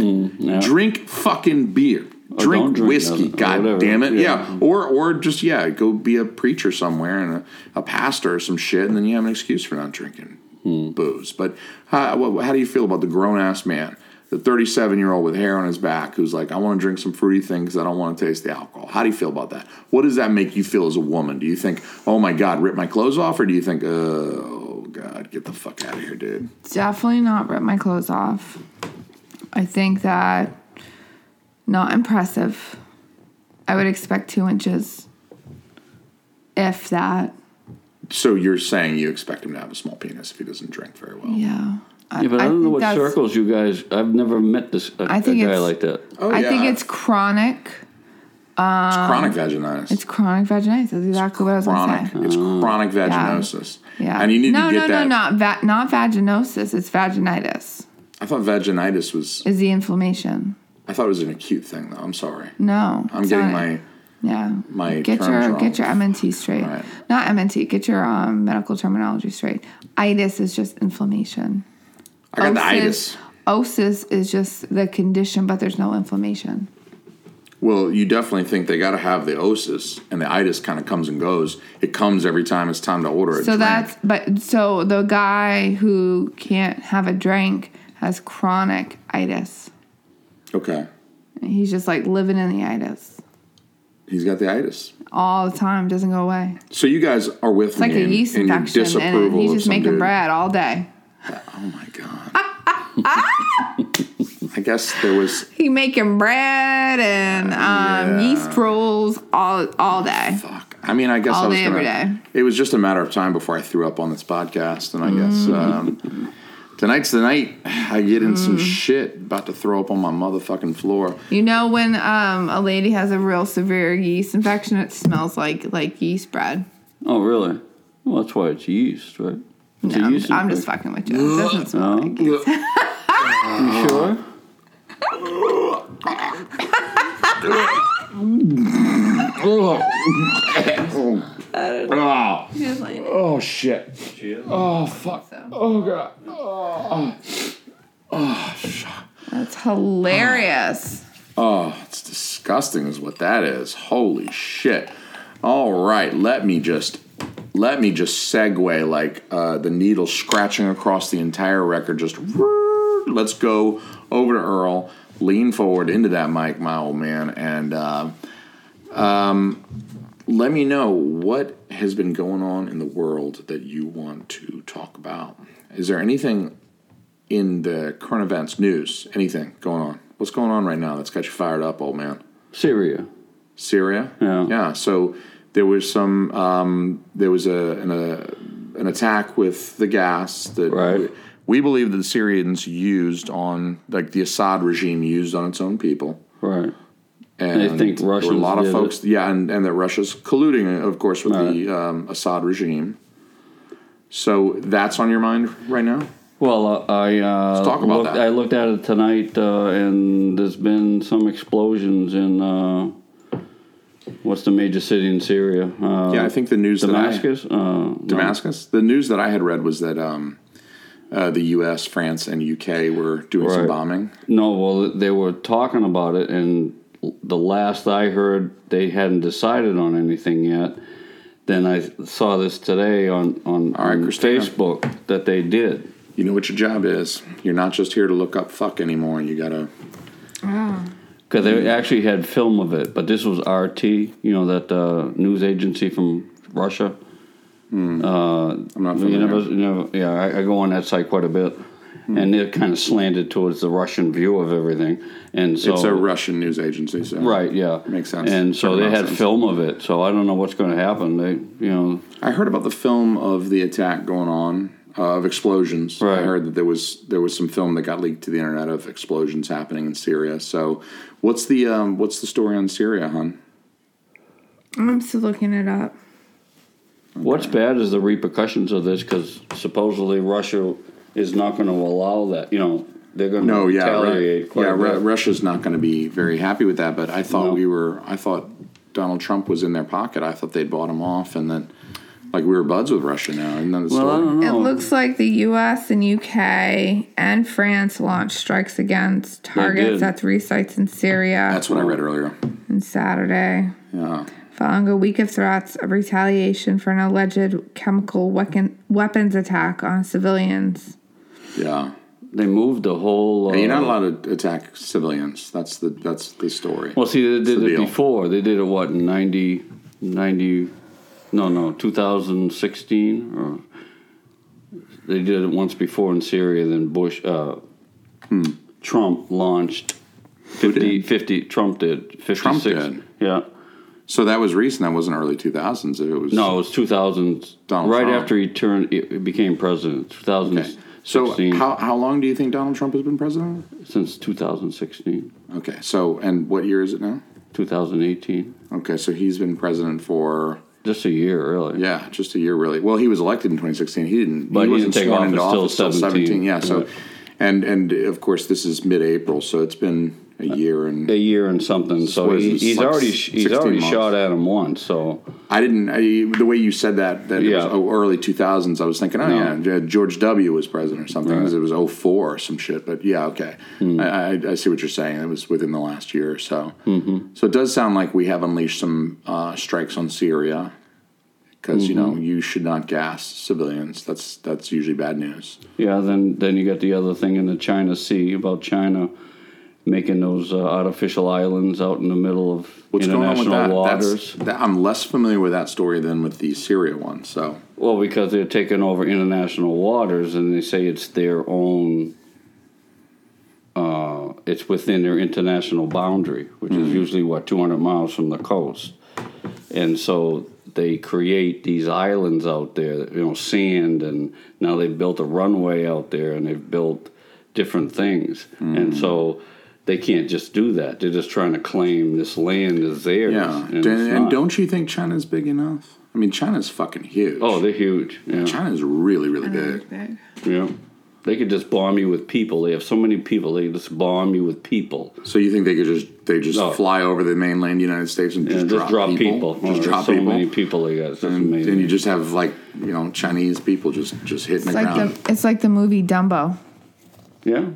Speaker 2: Drink fucking beer. Drink,
Speaker 4: Mm, don't drink
Speaker 2: whiskey.
Speaker 4: nothing, or
Speaker 2: God
Speaker 4: whatever.
Speaker 2: damn it.
Speaker 4: Yeah.
Speaker 2: yeah or or just yeah, go be a preacher somewhere and a, a pastor or some shit, and then you have an excuse for not drinking booze. But how, wha- how do you feel about the grown ass man, the thirty seven year old with hair on his back, who's like, I want to drink some fruity things, I don't want to taste the alcohol. How do you feel about that? What does that make you feel as a woman? Do you think, oh my god, rip my clothes off, or do you think, oh god, get the fuck out of here, dude?
Speaker 3: Definitely not rip my clothes off. I think that not impressive. I would expect two inches, if that.
Speaker 2: So you're saying you expect him to have a small penis if he doesn't drink very well?
Speaker 3: Yeah.
Speaker 4: Yeah, but I,
Speaker 3: I
Speaker 4: don't know
Speaker 3: think
Speaker 4: what
Speaker 3: that's-
Speaker 4: circles you guys. I've never met this a,
Speaker 3: I think
Speaker 4: a guy
Speaker 3: it's-
Speaker 4: like that.
Speaker 2: Oh,
Speaker 3: I
Speaker 2: yeah.
Speaker 3: think it's chronic.
Speaker 2: It's chronic vaginitis.
Speaker 3: It's chronic vaginitis. That's exactly what I was going
Speaker 2: chronic.
Speaker 3: to say.
Speaker 2: It's chronic vaginosis.
Speaker 3: Yeah.
Speaker 2: And you need
Speaker 3: no,
Speaker 2: to get
Speaker 3: no,
Speaker 2: that.
Speaker 3: no, not va- not vaginosis. It's vaginitis.
Speaker 2: I thought vaginitis was.
Speaker 3: Is the inflammation?
Speaker 2: I thought it was an acute thing though. I'm sorry.
Speaker 3: No.
Speaker 2: I'm
Speaker 3: it's
Speaker 2: getting
Speaker 3: not-
Speaker 2: my.
Speaker 3: yeah.
Speaker 2: my
Speaker 3: get
Speaker 2: terms
Speaker 3: your
Speaker 2: wrong.
Speaker 3: get your MNT straight.
Speaker 2: right.
Speaker 3: Not MNT. Get your um, medical terminology straight. Itis is just inflammation.
Speaker 2: I got the
Speaker 3: Osis-
Speaker 2: itis.
Speaker 3: Osis is just the condition, but there's no inflammation.
Speaker 2: Well, you definitely think they got to have the osis, and the itis kind of comes and goes. It comes every time it's time to order a
Speaker 3: So
Speaker 2: drink.
Speaker 3: that's but so the guy who can't have a drink has chronic itis.
Speaker 2: okay.
Speaker 3: He's just like living in the itis.
Speaker 2: He's got the itis.
Speaker 3: all the time. Doesn't go away.
Speaker 2: So you guys are with
Speaker 3: It's like
Speaker 2: me
Speaker 3: a
Speaker 2: in-
Speaker 3: yeast
Speaker 2: in your
Speaker 3: infection, and
Speaker 2: disapproval
Speaker 3: he's
Speaker 2: of
Speaker 3: just
Speaker 2: some
Speaker 3: making
Speaker 2: dude.
Speaker 3: bread all day.
Speaker 2: Oh my god. I guess there was
Speaker 3: He making bread and um,
Speaker 2: Uh, Yeah.
Speaker 3: yeast rolls all all day.
Speaker 2: fuck. I mean, I guess
Speaker 3: All
Speaker 2: I was
Speaker 3: day,
Speaker 2: gonna,
Speaker 3: every day.
Speaker 2: It was just a matter of time before I threw up on this podcast, and I guess
Speaker 3: Mm.
Speaker 2: um, tonight's the night I get in
Speaker 3: Mm.
Speaker 2: some shit. About to throw up on my motherfucking floor.
Speaker 3: You know when um, a lady has a real severe yeast infection, it smells like like yeast bread.
Speaker 4: Oh, really? Well, that's why it's yeast, right? It's a
Speaker 3: No, I'm,
Speaker 4: yeast
Speaker 3: I'm just
Speaker 4: infection.
Speaker 3: fucking with you. It doesn't smell.
Speaker 4: No? You sure?
Speaker 2: Oh,
Speaker 3: Just like-
Speaker 2: oh shit. Oh fuck. Oh god.
Speaker 3: That's hilarious.
Speaker 2: Oh, it's disgusting, is what that is. Holy shit! All right, let me just let me just segue like uh, the needle scratching across the entire record. Just let's go over to Earl, lean forward into that mic, my old man, and uh, um, let me know what has been going on in the world that you want to talk about. Is there anything in the current events news? Anything going on? What's going on right now that's got you fired up, old man?
Speaker 4: Syria.
Speaker 2: Syria.
Speaker 4: Yeah.
Speaker 2: So there was some. Um, there was a an, a an attack with the gas that
Speaker 4: Right.
Speaker 2: we believe that the Syrians used on like the Assad regime used on its own people.
Speaker 4: Right.
Speaker 2: And
Speaker 4: I think
Speaker 2: there were a
Speaker 4: Russians
Speaker 2: lot of
Speaker 4: did
Speaker 2: folks, yeah, and, and that Russia's colluding, of course, with the um, Assad regime. So that's on your mind right now.
Speaker 4: Well, uh, I uh,
Speaker 2: Let's talk about
Speaker 4: looked,
Speaker 2: that.
Speaker 4: I looked at it tonight, uh, and there's been some explosions in uh, what's the major city in Syria? Uh,
Speaker 2: Yeah, I think the news that I,
Speaker 4: Damascus. Uh,
Speaker 2: Damascus. The news that I had read was that um, uh, the U.S., France, and U.K. were doing some
Speaker 4: Right.
Speaker 2: bombing.
Speaker 4: No, well, they were talking about it, and the last I heard, they hadn't decided on anything yet. Then I saw this today on on,
Speaker 2: right,
Speaker 4: on
Speaker 2: Christina.
Speaker 4: Facebook that they did.
Speaker 2: You know what your job is. You're not just here to look up fuck anymore. You gotta.
Speaker 4: Because they
Speaker 2: Mm-hmm.
Speaker 4: actually had film of it, but this was RT, you know, that uh, news agency from Russia.
Speaker 2: I'm not
Speaker 4: You
Speaker 2: familiar. Hmm.
Speaker 4: never, you never, yeah, I, I go on that site quite a bit, and they're kind of slanted towards the Russian view of everything, and so
Speaker 2: it's a Russian news agency, so
Speaker 4: right, yeah,
Speaker 2: Makes sense.
Speaker 4: And so
Speaker 2: Sort of
Speaker 4: they had
Speaker 2: nonsense.
Speaker 4: film of it, so I don't know what's going to happen. They, you know,
Speaker 2: I heard about the film of the attack going on uh, of explosions. I
Speaker 4: Right.
Speaker 2: heard that there was there was some film that got leaked to the internet of explosions happening in Syria. So, what's the um, what's the story on Syria, hon?
Speaker 3: I'm still looking it up.
Speaker 4: what's bad is the repercussions of this because supposedly Russia is not going to allow that. You know, they're going to
Speaker 2: No, yeah,
Speaker 4: retaliate.
Speaker 2: right.
Speaker 4: Quite
Speaker 2: yeah.
Speaker 4: a
Speaker 2: Ru-
Speaker 4: bit.
Speaker 2: Russia's not going to be very happy with that. But I thought
Speaker 4: No.
Speaker 2: we were. I thought Donald Trump was in their pocket. I thought they'd bought him off, and that like we were buds with Russia now. And then the
Speaker 4: well, I
Speaker 2: story.
Speaker 4: don't
Speaker 3: It
Speaker 4: know.
Speaker 3: looks like the U.S. and U.K. and France launched strikes against targets
Speaker 4: did.
Speaker 3: at three sites in Syria
Speaker 2: That's what I read earlier.
Speaker 3: on Saturday.
Speaker 2: Yeah.
Speaker 3: Following a week of threats of retaliation for an alleged chemical weapon, weapons attack on civilians.
Speaker 2: Yeah.
Speaker 4: they moved the whole. Uh,
Speaker 2: You're not allowed to attack civilians. That's the that's the story.
Speaker 4: Well, see, they did
Speaker 2: the
Speaker 4: it
Speaker 2: deal.
Speaker 4: before. They did it what in 90, 90 no, no, 2016 or they did it once before in Syria then Bush uh,
Speaker 2: Hmm.
Speaker 4: Trump launched 50, 50 Trump did 56
Speaker 2: Trump did?
Speaker 4: Yeah.
Speaker 2: so that was recent. That wasn't early 2000s. It was
Speaker 4: No, it was 2000
Speaker 2: Donald
Speaker 4: right
Speaker 2: Trump.
Speaker 4: after he turned he became president.
Speaker 2: Okay.
Speaker 4: 2016
Speaker 2: So how how long do you think Donald Trump has been president?
Speaker 4: since 2016,
Speaker 2: Okay. So and what year is it now?
Speaker 4: 2018.
Speaker 2: Okay. So he's been president for
Speaker 4: Just a year really.
Speaker 2: yeah, just a year really. Well, he was elected in 2016. He didn't.
Speaker 4: But
Speaker 2: he
Speaker 4: he
Speaker 2: wasn't
Speaker 4: didn't take
Speaker 2: sworn into
Speaker 4: office till
Speaker 2: office till
Speaker 4: 17.
Speaker 2: 17. Yeah. So
Speaker 4: Right.
Speaker 2: and and of course this is mid-April, so it's been a year and
Speaker 4: a year and something. So
Speaker 2: What is
Speaker 4: he,
Speaker 2: this,
Speaker 4: he's
Speaker 2: like
Speaker 4: already
Speaker 2: s-
Speaker 4: he's
Speaker 2: 16
Speaker 4: already
Speaker 2: months?
Speaker 4: shot at him once. So
Speaker 2: I didn't. I, the way you said that, that it was
Speaker 4: Yeah.
Speaker 2: oh, early 2000s, I was thinking, oh,
Speaker 4: No.
Speaker 2: yeah, G- George W. was president or something. 'cause
Speaker 4: Right.
Speaker 2: It
Speaker 4: Hmm.
Speaker 2: was 04 or some shit. But yeah, okay. I, I, I see what you're saying. It was within the last year or so. Mm-hmm. So it does sound like we have unleashed some uh, strikes on Syria because, you
Speaker 4: Mm-hmm.
Speaker 2: know, you should not gas civilians. That's that's usually bad news.
Speaker 4: yeah, then then you got the other thing in the China Sea about China making those uh, artificial islands out in the middle of
Speaker 2: What's going on
Speaker 4: international
Speaker 2: with that? That's-
Speaker 4: waters.
Speaker 2: that? I'm less familiar with that story than with the Syria one. So
Speaker 4: Well, because they're taking over international waters, and they say it's their own. Uh, it's within their international boundary, which
Speaker 2: Mm-hmm.
Speaker 4: is usually what two hundred miles from the coast, and so they create these islands out there, you know, sand, and now they've built a runway out there, and they've built different things,
Speaker 2: Mm-hmm.
Speaker 4: and so. They can't just do that. They're just trying to claim this land is theirs.
Speaker 2: yeah,
Speaker 4: and,
Speaker 2: and,
Speaker 4: it's
Speaker 2: and
Speaker 4: not.
Speaker 2: don't you think China's big enough? I mean, China's fucking huge.
Speaker 4: Oh, they're huge. Yeah.
Speaker 2: China's really really big.
Speaker 3: Big.
Speaker 4: Yeah. They could just bomb you with people. They have so many people. They just bomb you with people.
Speaker 2: So you think they could just they just
Speaker 4: No.
Speaker 2: fly over the mainland United States and
Speaker 4: Yeah,
Speaker 2: just, drop, people,
Speaker 4: Oh,
Speaker 2: Just
Speaker 4: there's
Speaker 2: drop
Speaker 4: so
Speaker 2: people.
Speaker 4: many people they got. It's just
Speaker 2: and,
Speaker 4: amazing.
Speaker 2: and you just have like you know Chinese people just just hitting
Speaker 3: It's
Speaker 2: the
Speaker 3: like
Speaker 2: ground.
Speaker 3: the it's like the movie Dumbo.
Speaker 4: yeah.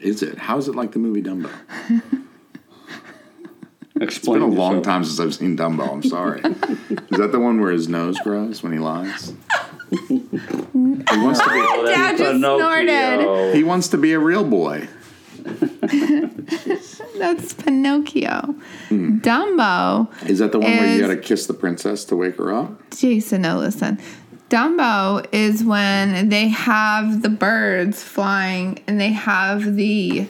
Speaker 2: Is it? How is it like the movie Dumbo? It's
Speaker 4: Explain.
Speaker 2: been a long
Speaker 4: yourself.
Speaker 2: time since I've seen Dumbo. I'm sorry. is that the one where his nose grows when he lies? he wants to be.
Speaker 4: Well,
Speaker 3: Dad
Speaker 4: that's
Speaker 3: just
Speaker 4: Pinocchio.
Speaker 2: He wants to be a real boy.
Speaker 3: That's Pinocchio. Dumbo.
Speaker 2: Is that the one where you
Speaker 3: Is-
Speaker 2: got to kiss the princess to wake her up?
Speaker 3: Jason, no, listen. Dumbo is when they have the birds flying and they have the.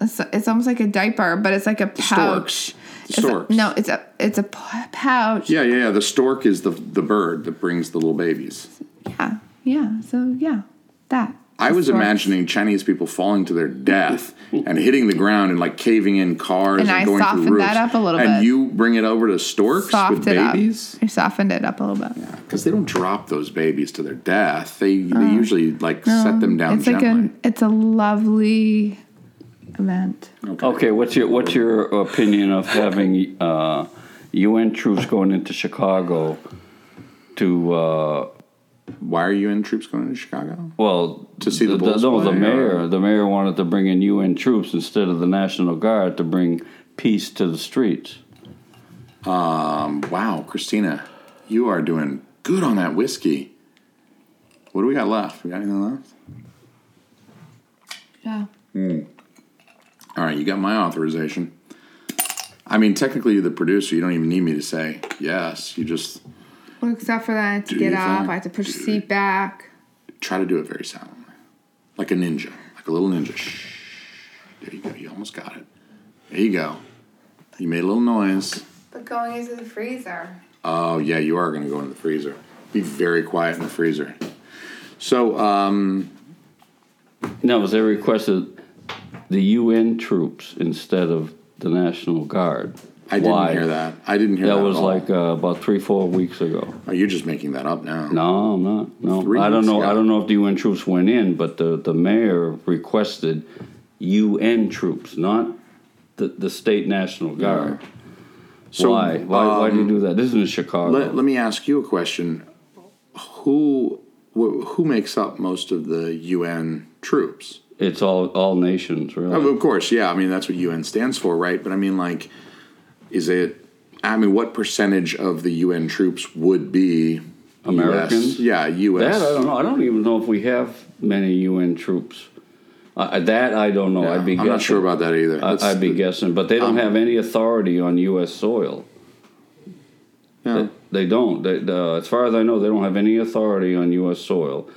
Speaker 3: It's, it's almost like a diaper, but it's like a pouch.
Speaker 2: Storks.
Speaker 3: It's a-
Speaker 2: Storks.
Speaker 3: no, it's a it's a p- pouch.
Speaker 2: Yeah, yeah, yeah. The stork is the the bird that brings the little babies.
Speaker 3: yeah, yeah. So yeah, that.
Speaker 2: I was
Speaker 3: Storks.
Speaker 2: imagining Chinese people falling to their death and hitting the ground and like caving in cars and,
Speaker 3: And I
Speaker 2: going through
Speaker 3: softened
Speaker 2: roofs.
Speaker 3: that up a little
Speaker 2: and
Speaker 3: bit.
Speaker 2: you bring it over to storks
Speaker 3: Softened
Speaker 2: with babies
Speaker 3: it up. I softened it up a little bit.
Speaker 2: because they don't drop those babies to their death. They they usually like set them down
Speaker 3: Oh. it's
Speaker 2: gently.
Speaker 3: like a it's a lovely event.
Speaker 4: Okay, what's your what's your uh, opinion of having uh, UN troops going into Chicago to uh,
Speaker 2: Why are UN troops going to Chicago?
Speaker 4: well
Speaker 2: To see the Bulls
Speaker 4: no the
Speaker 2: play,
Speaker 4: mayor
Speaker 2: or-
Speaker 4: the mayor wanted to bring in UN troops instead of the National Guard to bring peace to the streets.
Speaker 2: Um, wow, Christina, you are doing good on that whiskey. What do we got left? We got anything left?
Speaker 3: Yeah.
Speaker 2: All right, you got my authorization. I mean, technically, you're the producer. You don't even need me to say yes. You just
Speaker 3: Well, except for that, I have to
Speaker 2: Do
Speaker 3: get
Speaker 2: your
Speaker 3: up.
Speaker 2: thing.
Speaker 3: I have to push the seat back.
Speaker 2: try to do it very silently, like a ninja, like a little ninja. Shh. There you go. You almost got it. There you go. You made a little noise.
Speaker 3: But going into the freezer.
Speaker 2: Oh yeah, you are going to go in the freezer. Be very quiet in the freezer. So, um,
Speaker 4: No, it was they requested the UN troops instead of the National Guard.
Speaker 2: I
Speaker 4: Why?
Speaker 2: didn't hear that. I didn't hear
Speaker 4: That
Speaker 2: that.
Speaker 4: was
Speaker 2: at all.
Speaker 4: like uh, about three, four weeks ago.
Speaker 2: Oh, you're just making that up now.
Speaker 4: No, I'm not. No,
Speaker 2: Three
Speaker 4: I don't
Speaker 2: weeks
Speaker 4: know.
Speaker 2: ago.
Speaker 4: I don't know if the UN troops went in, but the, the mayor requested UN troops, not the, the state National Guard.
Speaker 2: So, um,
Speaker 4: why? Why, why do you do that? This is in Chicago.
Speaker 2: Let, let me ask you a question. Who wh- who makes up most of the UN troops?
Speaker 4: it's all all nations, really.
Speaker 2: Of, of course, yeah. I mean, that's what UN stands for, right? But I mean, like, is it? I mean, what percentage of the UN troops would be
Speaker 4: Americans?
Speaker 2: US? Yeah,
Speaker 4: That
Speaker 2: U.S.
Speaker 4: I don't know. I don't even know if we have many UN troops. Uh, that I don't know. I'd be.
Speaker 2: I'm not sure
Speaker 4: guessing.
Speaker 2: about that Um, either.
Speaker 4: I-
Speaker 2: That's-
Speaker 4: I'd be guessing, but they don't have any authority on U.S. soil.
Speaker 2: yeah.
Speaker 4: They don't. They, uh, as far as I know, they don't have any authority on U.S. soil,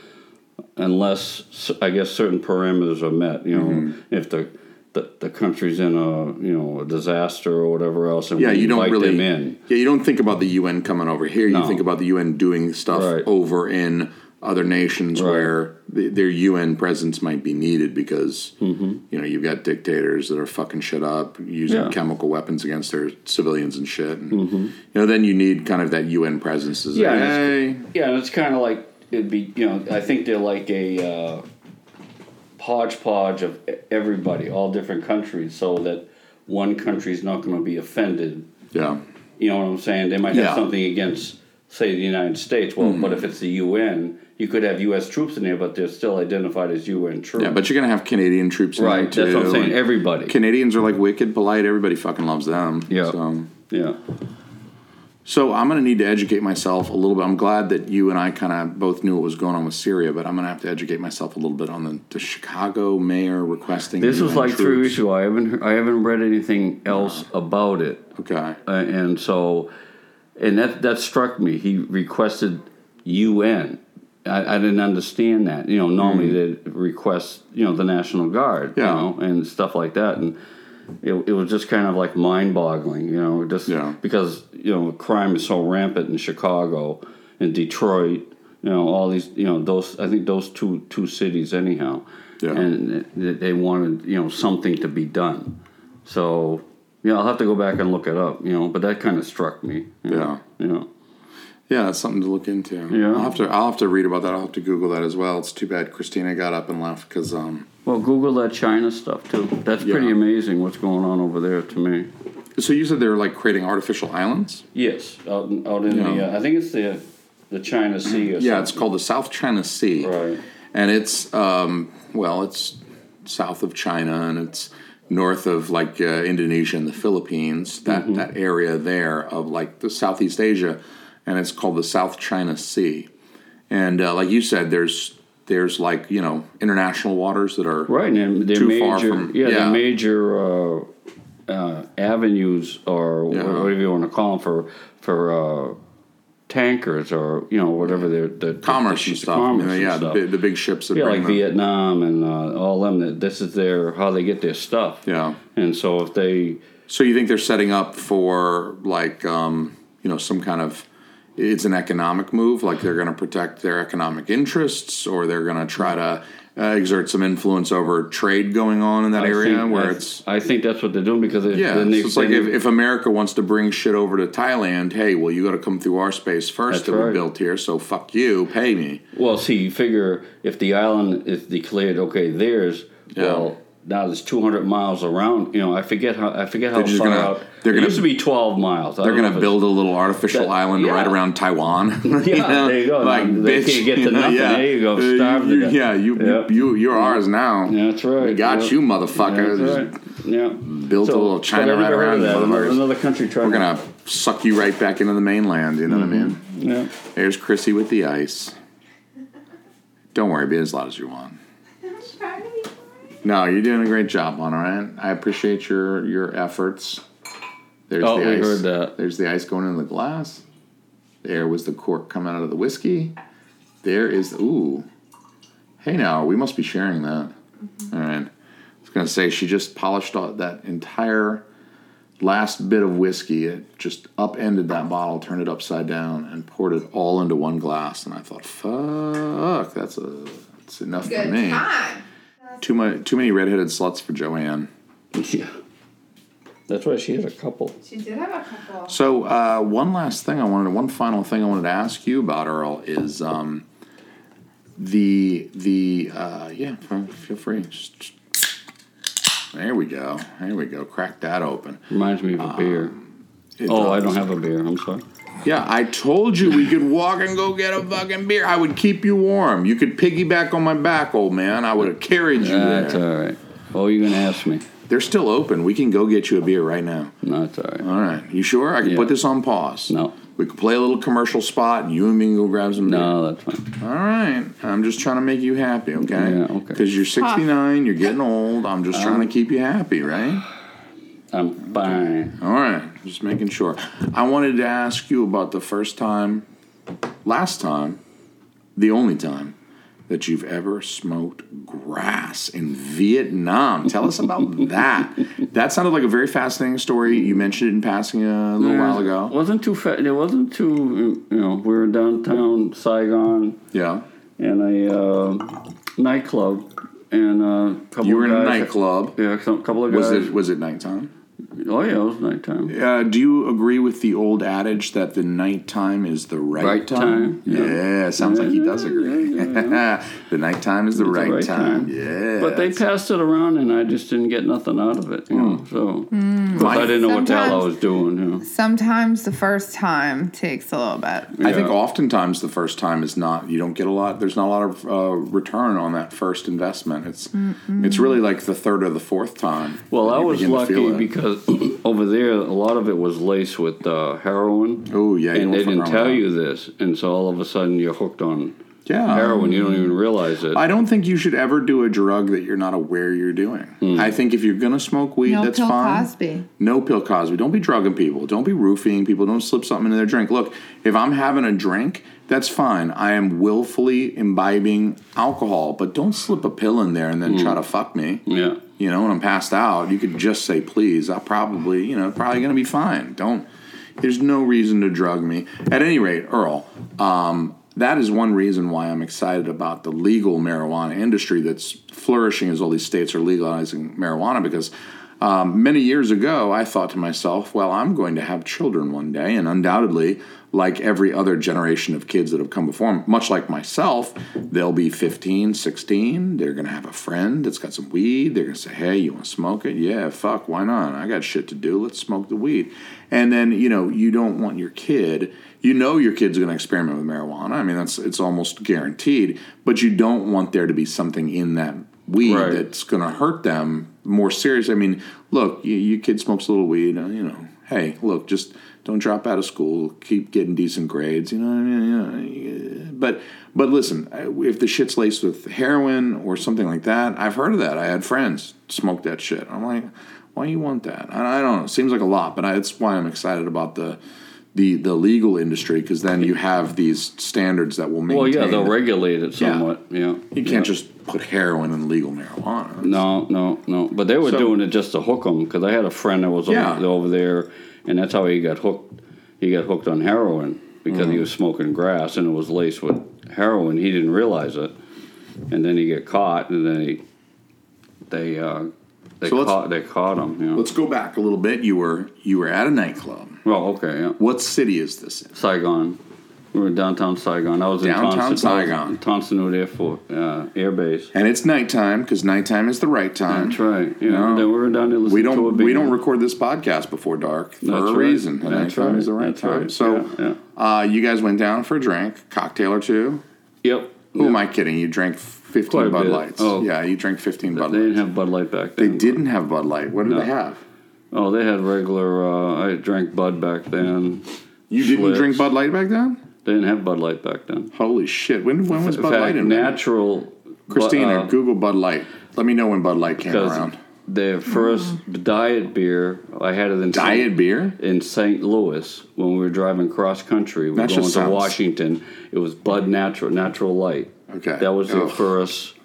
Speaker 4: unless s- I guess certain parameters are met. You know,
Speaker 2: Mm-hmm.
Speaker 4: if the, the the country's in a you know a disaster or whatever else, and
Speaker 2: Yeah,
Speaker 4: we
Speaker 2: you don't
Speaker 4: invite
Speaker 2: really.
Speaker 4: them in.
Speaker 2: Yeah, you don't think about the UN coming over here.
Speaker 4: No.
Speaker 2: You think about the UN doing stuff
Speaker 4: Right.
Speaker 2: over in other nations
Speaker 4: Right.
Speaker 2: where th- their UN presence might be needed because you know you've got dictators that are fucking shit up, using
Speaker 4: Mm-hmm. Yeah. Mm-hmm.
Speaker 2: chemical weapons against their civilians and shit. And, You know, then you need kind of that UN presence. As yeah,
Speaker 4: Yeah, and
Speaker 2: hey,
Speaker 4: Yeah, and it's kind of like it'd be you know I think they're like a uh, hodgepodge of e- everybody, all different countries, so that one country's not going to be offended
Speaker 2: yeah.
Speaker 4: You know what I'm saying? They might
Speaker 2: Yeah. Hmm.
Speaker 4: have something against, say, the United States. Well, but if it's the UN, you could have U.S. troops in there, but they're still identified as UN troops.
Speaker 2: Yeah, but you're gonna have Canadian troops, in
Speaker 4: right,
Speaker 2: there
Speaker 4: that's what I'm
Speaker 2: too,
Speaker 4: saying.
Speaker 2: and
Speaker 4: Everybody.
Speaker 2: um, Canadians are like wicked polite. Everybody fucking loves them.
Speaker 4: Yeah.
Speaker 2: So,
Speaker 4: yeah.
Speaker 2: So I'm going to need to educate myself a little bit. I'm glad that you and I kind of both knew what was going on with Syria, but I'm going to have to educate myself a little bit on the, the Chicago mayor requesting.
Speaker 4: This was
Speaker 2: UN
Speaker 4: like three
Speaker 2: troops.
Speaker 4: weeks ago. I haven't he- I haven't read anything else about it,
Speaker 2: Okay.
Speaker 4: uh, and so, and that that struck me. He requested UN. I, I didn't understand that. You know, normally they request you know the National Guard,
Speaker 2: Mm. Yeah.
Speaker 4: you know, and stuff like that, and. It, it was just kind of like mind-boggling, you know, just
Speaker 2: Yeah.
Speaker 4: because you know crime is so rampant in Chicago, in Detroit, you know, all these, you know, those. I think those two two cities, anyhow,
Speaker 2: Yeah.
Speaker 4: and th- they wanted you know something to be done. So yeah, I'll have to go back and look it up, you know. But that kind of struck me. you know, you know.
Speaker 2: Yeah, that's something to look into.
Speaker 4: Yeah.
Speaker 2: I'll have to I'll have to read about that. I'll have to Google that as well. It's too bad Christina got up and left because um.
Speaker 4: Well, Google that China stuff too. That's pretty
Speaker 2: Yeah.
Speaker 4: amazing what's going on over there to me.
Speaker 2: So you said they were like creating artificial islands.
Speaker 4: Yes, out in, out in
Speaker 2: Yeah.
Speaker 4: the uh, I think it's the the China Sea. Or
Speaker 2: Yeah, it's called the South China Sea.
Speaker 4: Right.
Speaker 2: And it's um well, it's south of China and it's north of like uh, Indonesia and the Philippines. That
Speaker 4: Mm-hmm.
Speaker 2: that area there of like the Southeast Asia, and it's called the South China Sea. And uh, like you said, there's there's like you know international waters that are
Speaker 4: Right, and their
Speaker 2: Too
Speaker 4: major,
Speaker 2: far from-
Speaker 4: yeah,
Speaker 2: yeah.
Speaker 4: the major uh, uh, avenues or
Speaker 2: Yeah.
Speaker 4: whatever you want to call them for for uh, tankers or you know whatever their the
Speaker 2: commerce
Speaker 4: the-
Speaker 2: and
Speaker 4: the
Speaker 2: stuff.
Speaker 4: commerce
Speaker 2: you know,
Speaker 4: and
Speaker 2: yeah,
Speaker 4: stuff.
Speaker 2: The, big, the big ships that
Speaker 4: yeah,
Speaker 2: bring
Speaker 4: like
Speaker 2: them.
Speaker 4: Vietnam and uh, all them. That this is their how they get their stuff.
Speaker 2: Yeah.
Speaker 4: and so if they
Speaker 2: So you think they're setting up for like um, you know some kind of it's an economic move, like they're going to protect their economic interests, or they're going to try to uh, exert some influence over trade going on in that
Speaker 4: I
Speaker 2: area,
Speaker 4: think-
Speaker 2: where
Speaker 4: I-
Speaker 2: it's
Speaker 4: I think that's what they're doing because if,
Speaker 2: yeah,
Speaker 4: then they,
Speaker 2: so it's like
Speaker 4: then
Speaker 2: if, if America wants to bring shit over to Thailand, hey, well you got to come through our space first
Speaker 4: That's
Speaker 2: that we
Speaker 4: right.
Speaker 2: built here, so fuck you, pay me.
Speaker 4: Well, see, you figure if the island is declared okay theirs, well, now there's 200 miles around. You know, I forget how I forget how
Speaker 2: They're just
Speaker 4: far
Speaker 2: gonna-
Speaker 4: out.
Speaker 2: they're
Speaker 4: it
Speaker 2: gonna-
Speaker 4: used to be 12 miles. I
Speaker 2: They're
Speaker 4: don't know
Speaker 2: going to
Speaker 4: if it's-
Speaker 2: build a little artificial
Speaker 4: that-
Speaker 2: island right
Speaker 4: yeah.
Speaker 2: around Taiwan. you
Speaker 4: Yeah,
Speaker 2: know?
Speaker 4: there you go.
Speaker 2: Like,
Speaker 4: They
Speaker 2: bitch,
Speaker 4: can't get to
Speaker 2: you know,
Speaker 4: nothing.
Speaker 2: Yeah.
Speaker 4: There you go.
Speaker 2: Uh,
Speaker 4: Starve to
Speaker 2: you-
Speaker 4: death.
Speaker 2: yeah, you,
Speaker 4: Yep.
Speaker 2: you, you're ours now.
Speaker 4: Yeah, that's right.
Speaker 2: We got
Speaker 4: Yeah.
Speaker 2: you,
Speaker 4: Yeah,
Speaker 2: motherfuckers.
Speaker 4: that's right. Yeah.
Speaker 2: Built a little
Speaker 4: but
Speaker 2: China
Speaker 4: I never
Speaker 2: right
Speaker 4: heard
Speaker 2: around
Speaker 4: of
Speaker 2: you,
Speaker 4: that. Another,
Speaker 2: motherfuckers.
Speaker 4: another country trying
Speaker 2: We're going to suck you right back into the mainland. You know what I
Speaker 4: Mm-hmm.
Speaker 2: mean?
Speaker 4: Yeah.
Speaker 2: There's Chrissy with the ice. Don't worry, be as loud as you want. No, you're doing a great job on all right. I appreciate your your efforts. There's
Speaker 4: Oh,
Speaker 2: the
Speaker 4: we
Speaker 2: ice.
Speaker 4: heard that.
Speaker 2: There's the ice going in the glass. There was the cork coming out of the whiskey. There is ooh. Hey now, we must be sharing that. All right. I was gonna say she just polished off that entire last bit of whiskey. It just upended that bottle, turned it upside down, and poured it all into one glass. And I thought, fuck, that's a that's enough for
Speaker 3: Good
Speaker 2: me.
Speaker 3: time.
Speaker 2: Too much, too many redheaded sluts for Joanne.
Speaker 4: yeah. That's why she had a couple.
Speaker 3: She did have a couple.
Speaker 2: So uh, one last thing I wanted, one final thing I wanted to ask you about, Earl, is um, the the uh, yeah. f- Feel free. Just- just- There we go. There we go. Crack that open.
Speaker 4: Reminds me of a beer.
Speaker 2: Um, It
Speaker 4: Oh, I
Speaker 2: does.
Speaker 4: don't have a beer. I'm sorry.
Speaker 2: Yeah, I told you we could walk and go get a fucking beer. I would keep you warm. You could piggyback on my back, old man. I would have carried you
Speaker 4: That's
Speaker 2: there.
Speaker 4: all right. Oh, you're gonna ask me?
Speaker 2: They're still open. We can go get you a beer right now.
Speaker 4: No, it's all right.
Speaker 2: All right. You sure? I can
Speaker 4: Yeah.
Speaker 2: put this on pause.
Speaker 4: No.
Speaker 2: We could play a little commercial spot and you and me can go grab some
Speaker 4: No, that's fine.
Speaker 2: beer. All right. I'm just trying to make you happy, okay?
Speaker 4: Yeah, okay. Uh.
Speaker 2: Because you're 69, you're getting old. I'm just trying to keep you happy, right?
Speaker 4: I'm fine.
Speaker 2: All right. Just making sure. I wanted to ask you about the first time, last time, the only time that you've ever smoked grass in Vietnam. Tell us about that. That sounded like a very fascinating story. You mentioned it in passing a little while
Speaker 4: It
Speaker 2: ago.
Speaker 4: wasn't too fat. It wasn't too. You know, we were downtown Saigon
Speaker 2: Yeah.
Speaker 4: in a uh, nightclub, and uh, a couple.
Speaker 2: You were
Speaker 4: of
Speaker 2: in a
Speaker 4: guys-
Speaker 2: nightclub.
Speaker 4: Yeah, some, couple of
Speaker 2: Was
Speaker 4: guys.
Speaker 2: it was it nighttime?
Speaker 4: oh yeah, it was nighttime.
Speaker 2: Uh, do you agree with the old adage that the nighttime is the right,
Speaker 4: Right time,
Speaker 2: Yeah.
Speaker 4: yeah.
Speaker 2: sounds like he does agree.
Speaker 4: Yeah, yeah,
Speaker 2: the nighttime is the right,
Speaker 4: right
Speaker 2: time.
Speaker 4: time.
Speaker 2: Yeah.
Speaker 4: But they passed it around, and I just didn't get nothing out of it. You
Speaker 2: Hmm.
Speaker 4: know, so 'Cause I didn't know what the hell I
Speaker 3: Sometimes-
Speaker 4: was doing. You know.
Speaker 3: Sometimes the first time takes a little bit.
Speaker 2: I think
Speaker 4: Yeah.
Speaker 2: oftentimes the first time is not you don't get a lot. There's not a lot of uh, return on that first investment. It's it's really like the third or the fourth time.
Speaker 4: Well,
Speaker 2: that
Speaker 4: I
Speaker 2: you
Speaker 4: was
Speaker 2: begin to feel
Speaker 4: lucky
Speaker 2: it.
Speaker 4: because over there, a lot of it was laced with uh, heroin.
Speaker 2: Oh, yeah, you don't
Speaker 4: and they
Speaker 2: fuck
Speaker 4: didn't
Speaker 2: around
Speaker 4: tell
Speaker 2: with
Speaker 4: you this, and so all of a sudden you're hooked on
Speaker 2: Yeah.
Speaker 4: heroin. You don't even realize it.
Speaker 2: I don't think you should ever do a drug that you're not aware you're doing.
Speaker 4: Mm.
Speaker 2: I think if you're gonna smoke weed,
Speaker 3: No
Speaker 2: that's
Speaker 3: pill
Speaker 2: fine.
Speaker 3: Cosby.
Speaker 2: No pill Cosby. Don't be drugging people. Don't be roofing people. Don't slip something in their drink. Look, if I'm having a drink, that's fine. I am willfully imbibing alcohol, but don't slip a pill in there and then try to fuck me.
Speaker 4: yeah,
Speaker 2: You know, when I'm passed out, you could just say please. I probably, you know, probably gonna be fine. Don't. There's no reason to drug me. At any rate, Earl, um, that is one reason why I'm excited about the legal marijuana industry that's flourishing as all these states are legalizing marijuana because um, many years ago, I thought to myself, well, I'm going to have children one day, and undoubtedly, like every other generation of kids that have come before, much like myself, they'll be 15, 16. They're going to have a friend that's got some weed. They're going to say, hey, you want to smoke it? Yeah, fuck, why not? I got shit to do. Let's smoke the weed. And then, you know, you don't want your kid, you know, your kid's going to experiment with marijuana. I mean, that's it's almost guaranteed, but you don't want there to be something in that weed
Speaker 4: Right.
Speaker 2: that it's going to hurt them more serious. I mean, look, you, you kid smokes a little weed, uh, you know. Hey, look, just don't drop out of school. Keep getting decent grades. You know what I mean? You know, but but listen, I- if the shit's laced with heroin or something like that, I've heard of that. I had friends smoke that shit. I'm like, why you want that? I, I don't know. It seems like a lot, but I, that's why I'm excited about the the the legal industry because then you have these standards that will maintain.
Speaker 4: well, yeah, they'll
Speaker 2: that-
Speaker 4: regulate it
Speaker 2: Yeah.
Speaker 4: somewhat. Yeah,
Speaker 2: You can't just put heroin in legal marijuana.
Speaker 4: No, no, no. But they were
Speaker 2: So-
Speaker 4: doing it just to hook them because I had a friend that was
Speaker 2: Yeah.
Speaker 4: over, over there, and that's how he got hooked. He got hooked on heroin because
Speaker 2: Mm-hmm.
Speaker 4: he was smoking grass and it was laced with heroin. He didn't realize it, and then he got caught, and then he they uh, they
Speaker 2: So let's-
Speaker 4: caught they caught him. Yeah.
Speaker 2: Let's go back a little bit. You were you were at a nightclub.
Speaker 4: Well, okay, yeah.
Speaker 2: What city is this in?
Speaker 4: Saigon. We were in downtown Saigon. I was in
Speaker 2: Downtown
Speaker 4: Tonson, I was
Speaker 2: Saigon.
Speaker 4: in Tonsonhood Air Force uh, Air Base.
Speaker 2: And it's nighttime because nighttime is the right time.
Speaker 4: That's right. Yeah.
Speaker 2: No.
Speaker 4: Then we were down there listening
Speaker 2: We
Speaker 4: to a
Speaker 2: don't
Speaker 4: band.
Speaker 2: we don't record this podcast before dark for
Speaker 4: That's
Speaker 2: a
Speaker 4: right.
Speaker 2: reason. And
Speaker 4: That's
Speaker 2: nighttime
Speaker 4: right.
Speaker 2: is the right
Speaker 4: That's
Speaker 2: time.
Speaker 4: right.
Speaker 2: So
Speaker 4: Yeah,
Speaker 2: Uh, you guys went down for a drink, cocktail or two.
Speaker 4: Yep.
Speaker 2: Who am I kidding? You drank fifteen
Speaker 4: Quite a
Speaker 2: Bud
Speaker 4: bit.
Speaker 2: Lights.
Speaker 4: Oh.
Speaker 2: Yeah, you drank fifteen Bud
Speaker 4: They didn't
Speaker 2: Lights.
Speaker 4: have Bud Light back
Speaker 2: They
Speaker 4: then.
Speaker 2: didn't have Bud Light. What did
Speaker 4: No.
Speaker 2: they have?
Speaker 4: Oh, they had regular. Uh, I drank Bud back then.
Speaker 2: You didn't
Speaker 4: Schlitz.
Speaker 2: drink Bud Light back then?
Speaker 4: They didn't have Bud Light back then.
Speaker 2: Holy shit! When when was
Speaker 4: In
Speaker 2: Bud
Speaker 4: fact,
Speaker 2: Light in?
Speaker 4: natural. uh,
Speaker 2: Christina, Google Bud Light. Let me know when Bud Light came
Speaker 4: Because
Speaker 2: around.
Speaker 4: their first diet beer, I had it in
Speaker 2: Diet
Speaker 4: Saint,
Speaker 2: beer.
Speaker 4: in St. Louis when we were driving cross country. We were
Speaker 2: That just
Speaker 4: going to
Speaker 2: sounds-
Speaker 4: Washington. It was Bud Natural, Natural Light.
Speaker 2: Okay.
Speaker 4: That was their
Speaker 2: Ugh.
Speaker 4: first. Oh,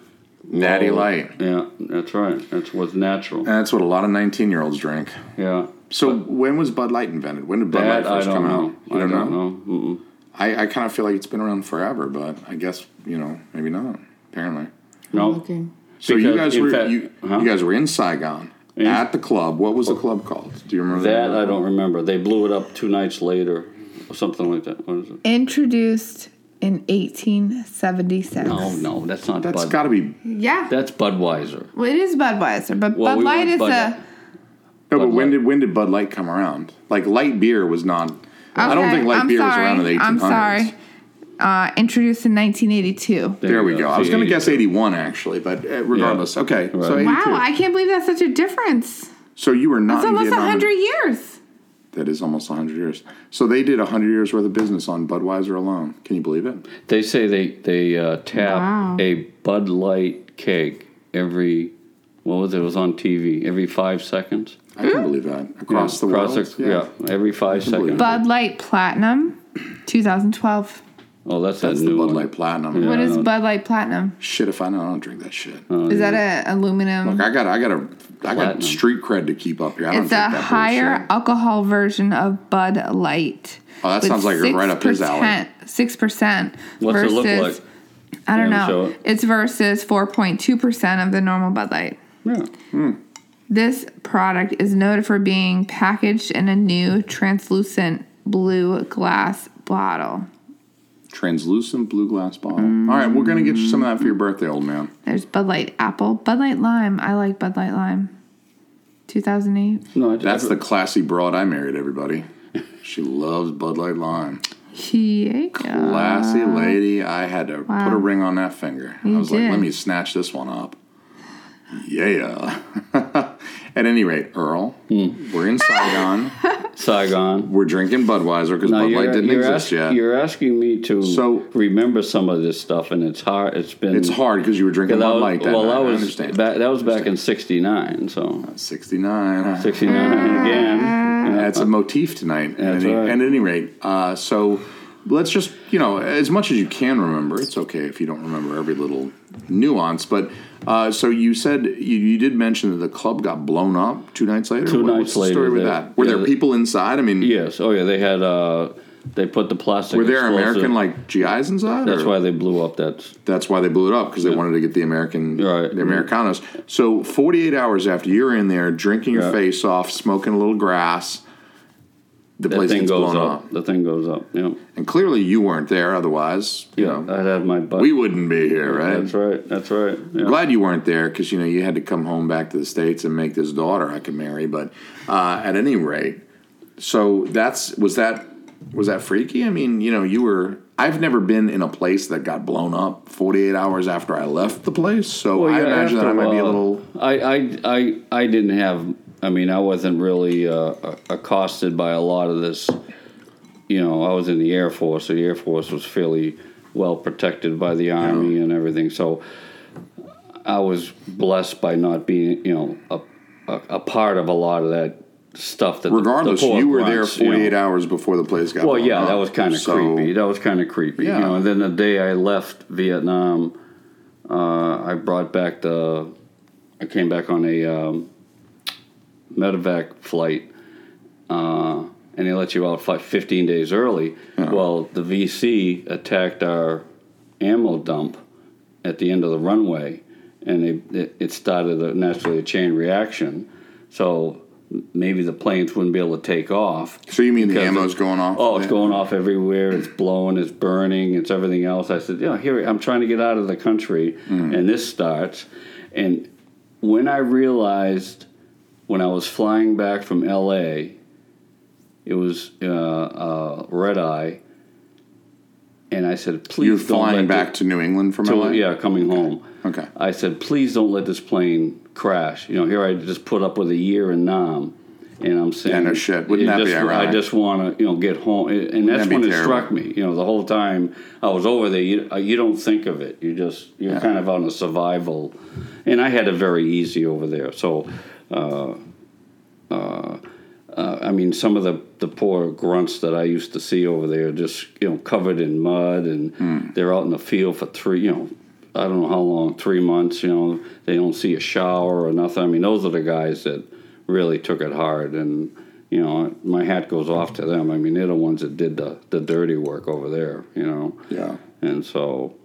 Speaker 2: Natty Light. Uh,
Speaker 4: Yeah, that's right. That's what's natural.
Speaker 2: And that's what a lot of 19 year olds drink.
Speaker 4: Yeah.
Speaker 2: So when was Bud Light invented? When did Bud
Speaker 4: That
Speaker 2: Light
Speaker 4: I
Speaker 2: first
Speaker 4: don't
Speaker 2: come
Speaker 4: know.
Speaker 2: out? You
Speaker 4: I
Speaker 2: don't, know?
Speaker 4: know.
Speaker 2: I, I kind of feel like it's been around forever, but I guess, you know, maybe not, apparently.
Speaker 4: Mm-mm. No.
Speaker 3: Looking.
Speaker 2: So you
Speaker 4: Because,
Speaker 2: guys
Speaker 4: in
Speaker 2: were
Speaker 4: fact-
Speaker 2: you,
Speaker 4: huh?
Speaker 2: you guys were in Saigon
Speaker 4: And-
Speaker 2: at the club. What was the club called? Do you remember
Speaker 4: That uh, I don't remember. They blew it up two nights later, or something like that. What is it?
Speaker 3: Introduced in 1876.
Speaker 2: Oh,
Speaker 4: No, no, that's not
Speaker 2: That's
Speaker 4: Bud.
Speaker 2: got to be.
Speaker 3: Yeah.
Speaker 4: that's Budweiser.
Speaker 3: well, it is Budweiser, but
Speaker 4: Well,
Speaker 3: Bud
Speaker 4: we
Speaker 3: Light
Speaker 4: were
Speaker 3: is
Speaker 4: Bud
Speaker 3: a.
Speaker 2: No, but
Speaker 4: Bud
Speaker 2: when
Speaker 4: Light.
Speaker 2: did when did Bud Light come around? Like light beer was not. I don't
Speaker 3: Okay,
Speaker 2: think light
Speaker 3: I'm
Speaker 2: beer was
Speaker 3: sorry,
Speaker 2: around in the 1800s.
Speaker 3: I'm sorry. Uh, introduced in 1982.
Speaker 2: There
Speaker 4: uh,
Speaker 2: we go. I was going to
Speaker 4: See,
Speaker 2: guess 81 actually, but uh, regardless, okay. So
Speaker 4: Right.
Speaker 2: 82.
Speaker 3: Wow, I can't believe that's such a difference.
Speaker 2: so you were not
Speaker 3: It's
Speaker 2: in
Speaker 3: almost
Speaker 2: Vietnam in-
Speaker 3: 100 years.
Speaker 2: That is almost 100 years. So they did 100 years worth of business on Budweiser alone. Can you believe it?
Speaker 4: They say they they uh, tap
Speaker 3: Wow.
Speaker 4: a Bud Light keg every what was it? It was on TV every five seconds
Speaker 2: I can believe that. Across the world.
Speaker 4: the- yeah. every five
Speaker 2: believe
Speaker 4: seconds.
Speaker 2: it.
Speaker 3: Bud Light Platinum, 2012.
Speaker 4: oh, that's,
Speaker 2: That's
Speaker 4: that
Speaker 2: the
Speaker 4: new
Speaker 2: Bud
Speaker 4: one.
Speaker 2: Light Platinum.
Speaker 3: What is Bud Light Platinum?
Speaker 2: Shit if I know. I don't drink that shit.
Speaker 3: Is that a aluminum?
Speaker 2: Look, I got I got a I got
Speaker 4: Uh-huh. Platinum.
Speaker 2: street cred to keep up here. I don't
Speaker 3: It's a
Speaker 2: drink that
Speaker 3: higher
Speaker 2: bullshit.
Speaker 3: alcohol version of Bud Light.
Speaker 2: Oh, that
Speaker 3: with
Speaker 2: sounds like right up his alley.
Speaker 3: 6%, Six percent
Speaker 4: What's
Speaker 3: versus
Speaker 4: it look like?
Speaker 3: I don't
Speaker 4: Yeah,
Speaker 3: know.
Speaker 4: so-
Speaker 3: It's versus four point two percent of the normal Bud Light.
Speaker 4: Yeah.
Speaker 2: hmm.
Speaker 3: This product is noted for being packaged in a new translucent blue glass bottle.
Speaker 2: translucent blue glass bottle. All right, we're gonna get you some of that for your birthday, old man.
Speaker 3: There's Bud Light Apple, Bud Light Lime. I like Bud Light Lime. 2008.
Speaker 4: No, I,
Speaker 2: That's the classy broad I married. Everybody, she loves Bud Light Lime.
Speaker 3: Yeah.
Speaker 2: Classy lady, I had to put a ring on that finger. I was like,
Speaker 3: did.
Speaker 2: let me snatch this one up. Yeah. At any rate, Earl,
Speaker 4: Hmm.
Speaker 2: we're in Saigon.
Speaker 4: Saigon.
Speaker 2: we're drinking Budweiser because
Speaker 4: Now,
Speaker 2: Bud Light
Speaker 4: you're-
Speaker 2: didn't
Speaker 4: you're
Speaker 2: exist
Speaker 4: ask-
Speaker 2: yet.
Speaker 4: You're asking me to
Speaker 2: So-
Speaker 4: remember some of this stuff, and it's hard. It's been
Speaker 2: It's hard because you were drinking
Speaker 4: Because I
Speaker 2: Bud
Speaker 4: was-
Speaker 2: Light that
Speaker 4: well,
Speaker 2: night.
Speaker 4: that was
Speaker 2: I understand.
Speaker 4: Back, that was back in '69, so
Speaker 2: 69.
Speaker 4: '69 again.
Speaker 2: That's a motif tonight.
Speaker 4: That's
Speaker 2: at, any,
Speaker 4: right.
Speaker 2: at any rate, uh, so let's just you know as much as you can remember. It's okay if you don't remember every little nuance, but uh, so you said you, you did mention that the club got blown up two nights later.
Speaker 4: Two
Speaker 2: What-
Speaker 4: nights
Speaker 2: what's the story
Speaker 4: later,
Speaker 2: with
Speaker 4: they-
Speaker 2: that? Were
Speaker 4: yeah,
Speaker 2: there
Speaker 4: the-
Speaker 2: people inside? I mean,
Speaker 4: Yes. Oh yeah. They had. Uh, they put the plastic.
Speaker 2: were there
Speaker 4: explosive-
Speaker 2: American like GIs inside?
Speaker 4: That's
Speaker 2: or-
Speaker 4: why they blew up that.
Speaker 2: That's why they blew it up because they wanted to get the American,
Speaker 4: Right.
Speaker 2: the Americanos. So 48 hours after you're in there, drinking your
Speaker 4: Yeah.
Speaker 2: face off, smoking a little grass, the
Speaker 4: That
Speaker 2: place
Speaker 4: thing
Speaker 2: gets
Speaker 4: goes
Speaker 2: blown
Speaker 4: up.
Speaker 2: up.
Speaker 4: The thing goes up. Yeah.
Speaker 2: And clearly, you weren't there. Otherwise, you
Speaker 4: Yeah.
Speaker 2: know,
Speaker 4: I'd have my butt.
Speaker 2: we wouldn't be here, right?
Speaker 4: That's right. That's right. Yeah.
Speaker 2: Glad you weren't there because you know you had to come home back to the states and make this daughter I could marry. But uh, at any rate, so that's was that was that freaky? I mean, you know, you were. I've never been in a place that got blown up 48 hours after I left the place, so
Speaker 4: Well,
Speaker 2: I
Speaker 4: yeah,
Speaker 2: imagine that
Speaker 4: after
Speaker 2: I might be a
Speaker 4: while-
Speaker 2: little.
Speaker 4: uh, I, I, I, I didn't have. I mean, I wasn't really uh, accosted by a lot of this. You know, I was in the Air Force. So the Air Force was fairly well protected by the Army and everything. So I was blessed by not being, you know, a, a, a part of a lot of that stuff. That the-
Speaker 2: Regardless,
Speaker 4: the poor
Speaker 2: you were
Speaker 4: grunts, you
Speaker 2: there
Speaker 4: know.
Speaker 2: 48 hours before the place got.
Speaker 4: Well,
Speaker 2: blown
Speaker 4: yeah,
Speaker 2: up,
Speaker 4: that was kind of
Speaker 2: so-
Speaker 4: creepy. That was kind of creepy.
Speaker 2: Yeah.
Speaker 4: You know, and then the day I left Vietnam, uh, I brought back the. I came back on a um, medevac flight, uh, and they let you out fi- 15 days early. Well, the VC attacked our ammo dump at the end of the runway, and they, it, it started a, naturally a chain reaction. So maybe the planes wouldn't be able to take off.
Speaker 2: So you mean the
Speaker 4: Because
Speaker 2: ammo's
Speaker 4: it-
Speaker 2: going off?
Speaker 4: Oh, it's going off everywhere. It's blowing. It's burning. It's everything else. I said, yeah, here I'm trying to get out of the country,
Speaker 2: Mm.
Speaker 4: and this starts. And when I realized, when I was flying back from L.A., it was uh, uh, red eye, and I said, please
Speaker 2: You're
Speaker 4: don't
Speaker 2: flying
Speaker 4: let
Speaker 2: back
Speaker 4: the-
Speaker 2: to New England from
Speaker 4: to-
Speaker 2: LA.
Speaker 4: yeah, coming home.
Speaker 2: Okay.
Speaker 4: I said, please don't let this plane crash. You know, here I just put up with a year in Nam, and I'm saying,
Speaker 2: Yeah, no shit. Wouldn't
Speaker 4: it
Speaker 2: that be
Speaker 4: just-
Speaker 2: ironic?
Speaker 4: I just want to, you know, get home, and and that's
Speaker 2: that be
Speaker 4: when it
Speaker 2: terrible?
Speaker 4: struck me. You know, the whole time I was over there, you, uh, you don't think of it. You just you're
Speaker 2: Yeah.
Speaker 4: kind of on a survival, and I had it very easy over there. So. Uh, uh, uh, I mean, some of the, the poor grunts that I used to see over there, just you know, covered in mud, and they're out in the field for three, you know, I don't know how long, three months. You know, they don't see a shower or nothing. I mean, those are the guys that really took it hard, and you know, my hat goes off to them. I mean, they're the ones that did the the dirty work over there. You know,
Speaker 2: Yeah.
Speaker 4: and so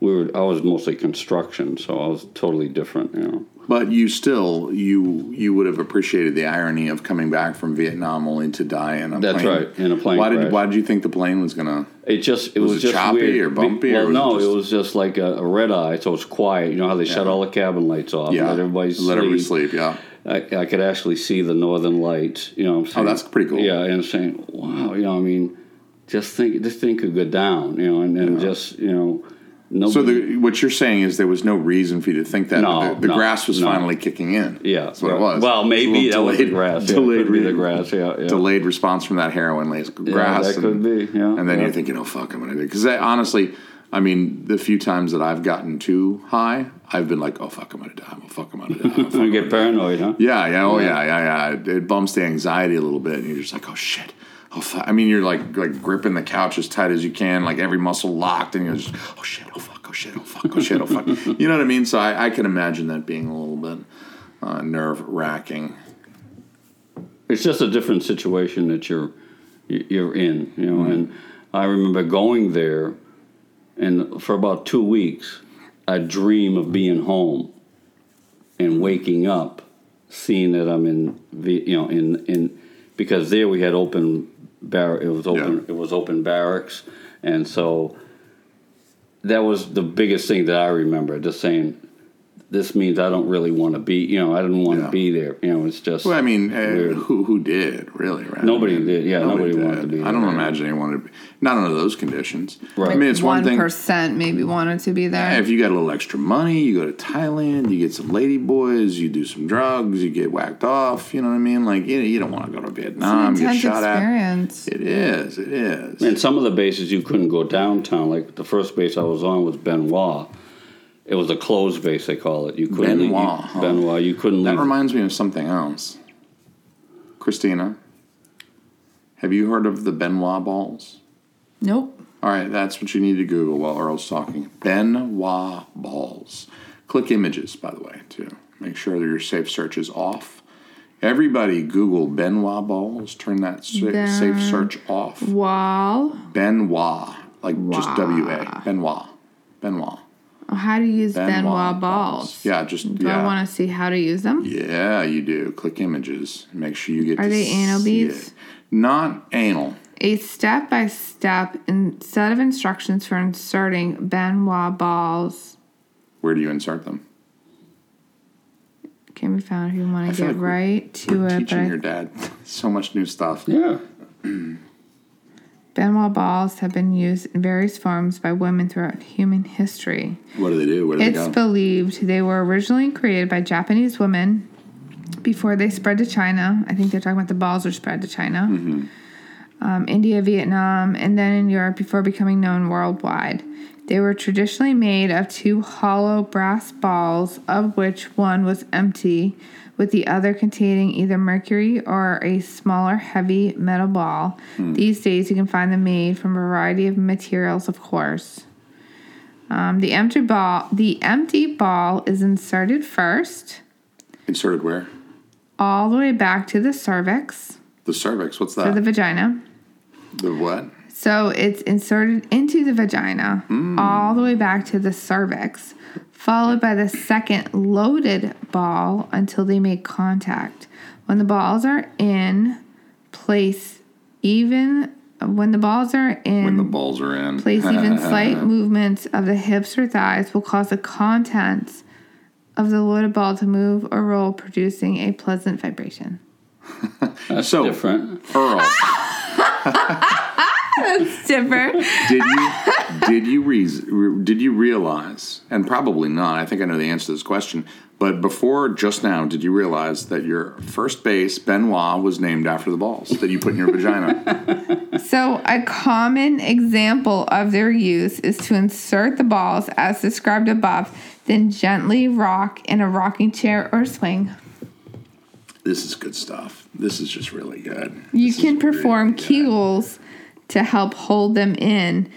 Speaker 4: we were. I was mostly construction, so I was totally different. You know.
Speaker 2: But you still you you would have appreciated the irony of coming back from Vietnam only to die in a
Speaker 4: That's
Speaker 2: plane.
Speaker 4: right, in a plane
Speaker 2: Why did
Speaker 4: crash.
Speaker 2: why did you think the plane was gonna?
Speaker 4: It just it was,
Speaker 2: it
Speaker 4: just
Speaker 2: choppy
Speaker 4: weird.
Speaker 2: or bumpy,
Speaker 4: Well,
Speaker 2: or was it
Speaker 4: no,
Speaker 2: just-
Speaker 4: it was just like a, a red eye, so it's quiet. You know how they shut all the cabin lights off,
Speaker 2: Yeah,
Speaker 4: and let everybody sleep.
Speaker 2: Let everybody sleep. Yeah,
Speaker 4: I, I could actually see the northern lights. You know, what I'm saying,
Speaker 2: that's pretty cool.
Speaker 4: Yeah, and I'm saying, wow, you know, I mean, just think this thing could go down. You know, and then just you know, nobody.
Speaker 2: So the, what you're saying is there was no reason for you to think that
Speaker 4: No,
Speaker 2: but the, the
Speaker 4: no,
Speaker 2: grass was
Speaker 4: no.
Speaker 2: finally kicking in.
Speaker 4: yeah,
Speaker 2: that's what it
Speaker 4: right.
Speaker 2: was.
Speaker 4: Well,
Speaker 2: It was a
Speaker 4: maybe that
Speaker 2: little
Speaker 4: was the grass. Yeah,
Speaker 2: Delayed,
Speaker 4: it could be the
Speaker 2: re-
Speaker 4: grass. Yeah, yeah.
Speaker 2: Delayed response from that heroin laced
Speaker 4: Yeah,
Speaker 2: grass.
Speaker 4: that could
Speaker 2: and-
Speaker 4: be. Yeah,
Speaker 2: And then
Speaker 4: yeah.
Speaker 2: you're thinking, oh fuck, I'm gonna do because honestly, I mean, the few times that I've gotten too high, I've been like, oh fuck, I'm gonna die. Oh fuck, I'm gonna die. Oh, fuck,
Speaker 4: you get paranoid, huh?
Speaker 2: Yeah, yeah, oh yeah, yeah, yeah. It, it bumps the anxiety a little bit, and you're just like, oh shit. Oh, fuck. I mean, you're like like gripping the couch as tight as you can, like every muscle locked, and you're just, oh shit, oh fuck, oh shit, oh fuck, oh shit, oh fuck. you know what I mean? So I, I can imagine that being a little bit uh, nerve wracking.
Speaker 4: it's just a different situation that you're you're in you know and i remember going there and for about two weeks i dream of being home and waking up seeing that i'm in Vi- you know in in because there we had open bar it was open
Speaker 2: Yeah.
Speaker 4: it was open barracks and so that was the biggest thing that i remember just saying this means I don't really want to be, you know, I didn't want to
Speaker 2: Yeah.
Speaker 4: be there. You know, it's just
Speaker 2: Well, I mean, uh,
Speaker 4: Weird.
Speaker 2: who who did really? Right? I
Speaker 4: Nobody
Speaker 2: mean,
Speaker 4: did, yeah, nobody wanted to be
Speaker 2: I don't
Speaker 4: there.
Speaker 2: imagine anyone would be not under those conditions.
Speaker 4: Right.
Speaker 2: I mean, it's one, thing.
Speaker 3: percent maybe wanted to be there.
Speaker 2: Yeah, if you got a little extra money, you go to Thailand, you get some lady boys, you do some drugs, you get whacked off. You know what I mean? Like you, you don't want to go to Vietnam,
Speaker 3: it's an
Speaker 2: Um, get
Speaker 3: intense
Speaker 2: shot
Speaker 3: experience.
Speaker 2: at. It is. It is.
Speaker 4: And some of the bases you couldn't go downtown. Like the first base I was on was Benoit. It was a closed base they call it. You couldn't leave,
Speaker 2: Benoit,
Speaker 4: you,
Speaker 2: huh?
Speaker 4: Benoit. You couldn't
Speaker 2: That
Speaker 4: leave.
Speaker 2: reminds me of something else. Christina, have you heard of the Benoit balls?
Speaker 3: Nope.
Speaker 2: All right, that's what you need to Google while Earl's talking. Benoit balls. Click images, by the way, too. Make sure that your safe search is off. Everybody, Google Benoit balls. Turn that sa- safe search off.
Speaker 3: Wall.
Speaker 2: Benoit, like just W A. Benoit. Benoit.
Speaker 3: Oh, How to use Benoit, balls.
Speaker 2: Yeah, just
Speaker 3: Do
Speaker 2: yeah.
Speaker 3: I want to see how to use them?
Speaker 2: Yeah, you do. Click images. Make sure you get.
Speaker 3: Are
Speaker 2: to
Speaker 3: they anal
Speaker 2: see
Speaker 3: beads?
Speaker 2: it. Not anal.
Speaker 3: A step by step set of instructions for inserting Benoit balls
Speaker 2: Where do you insert them?
Speaker 3: can be found if you want
Speaker 2: I
Speaker 3: to
Speaker 2: feel
Speaker 3: get
Speaker 2: like we're-
Speaker 3: right to it.
Speaker 2: Teaching
Speaker 3: But
Speaker 2: your
Speaker 3: I-
Speaker 2: dad so much new stuff.
Speaker 4: yeah.
Speaker 3: Benoit balls have been used in various forms by women throughout human history.
Speaker 2: What do they do? Where do
Speaker 3: It's
Speaker 2: they go?
Speaker 3: believed they were originally created by Japanese women before they spread to China. I think they're talking about the balls were spread to China,
Speaker 2: Mm-hmm.
Speaker 3: um, India, Vietnam, and then in Europe before becoming known worldwide. They were traditionally made of two hollow brass balls, of which one was empty, with the other containing either mercury or a smaller heavy metal ball.
Speaker 2: Hmm.
Speaker 3: These days, you can find them made from a variety of materials, of course. Um, the empty ball, the empty ball is inserted first,
Speaker 2: Inserted where?
Speaker 3: all the way back to the cervix
Speaker 2: The cervix. What's
Speaker 3: or
Speaker 2: that?
Speaker 3: the vagina.
Speaker 2: the what?
Speaker 3: So it's inserted into the vagina,
Speaker 2: Mm.
Speaker 3: all the way back to the cervix, followed by the second loaded ball until they make contact. When the balls are in place, even when the balls are in
Speaker 2: When the balls are in.
Speaker 3: place even slight movements of the hips or thighs will cause the contents of the loaded ball to move or roll, producing a pleasant vibration.
Speaker 4: That's
Speaker 2: So-
Speaker 4: different.
Speaker 2: Earl,
Speaker 3: Different.
Speaker 2: did you did you re- did you realize? And probably not. I think I know the answer to this question. But before just now, did you realize that your first base Benoit was named after the balls that you put in your vagina?
Speaker 3: so, a common example of their use is to insert the balls as described above, then gently rock in a rocking chair or swing.
Speaker 2: This is good stuff. This is just really good.
Speaker 3: You
Speaker 2: This is
Speaker 3: can perform
Speaker 2: really good.
Speaker 3: Kegels to help hold them in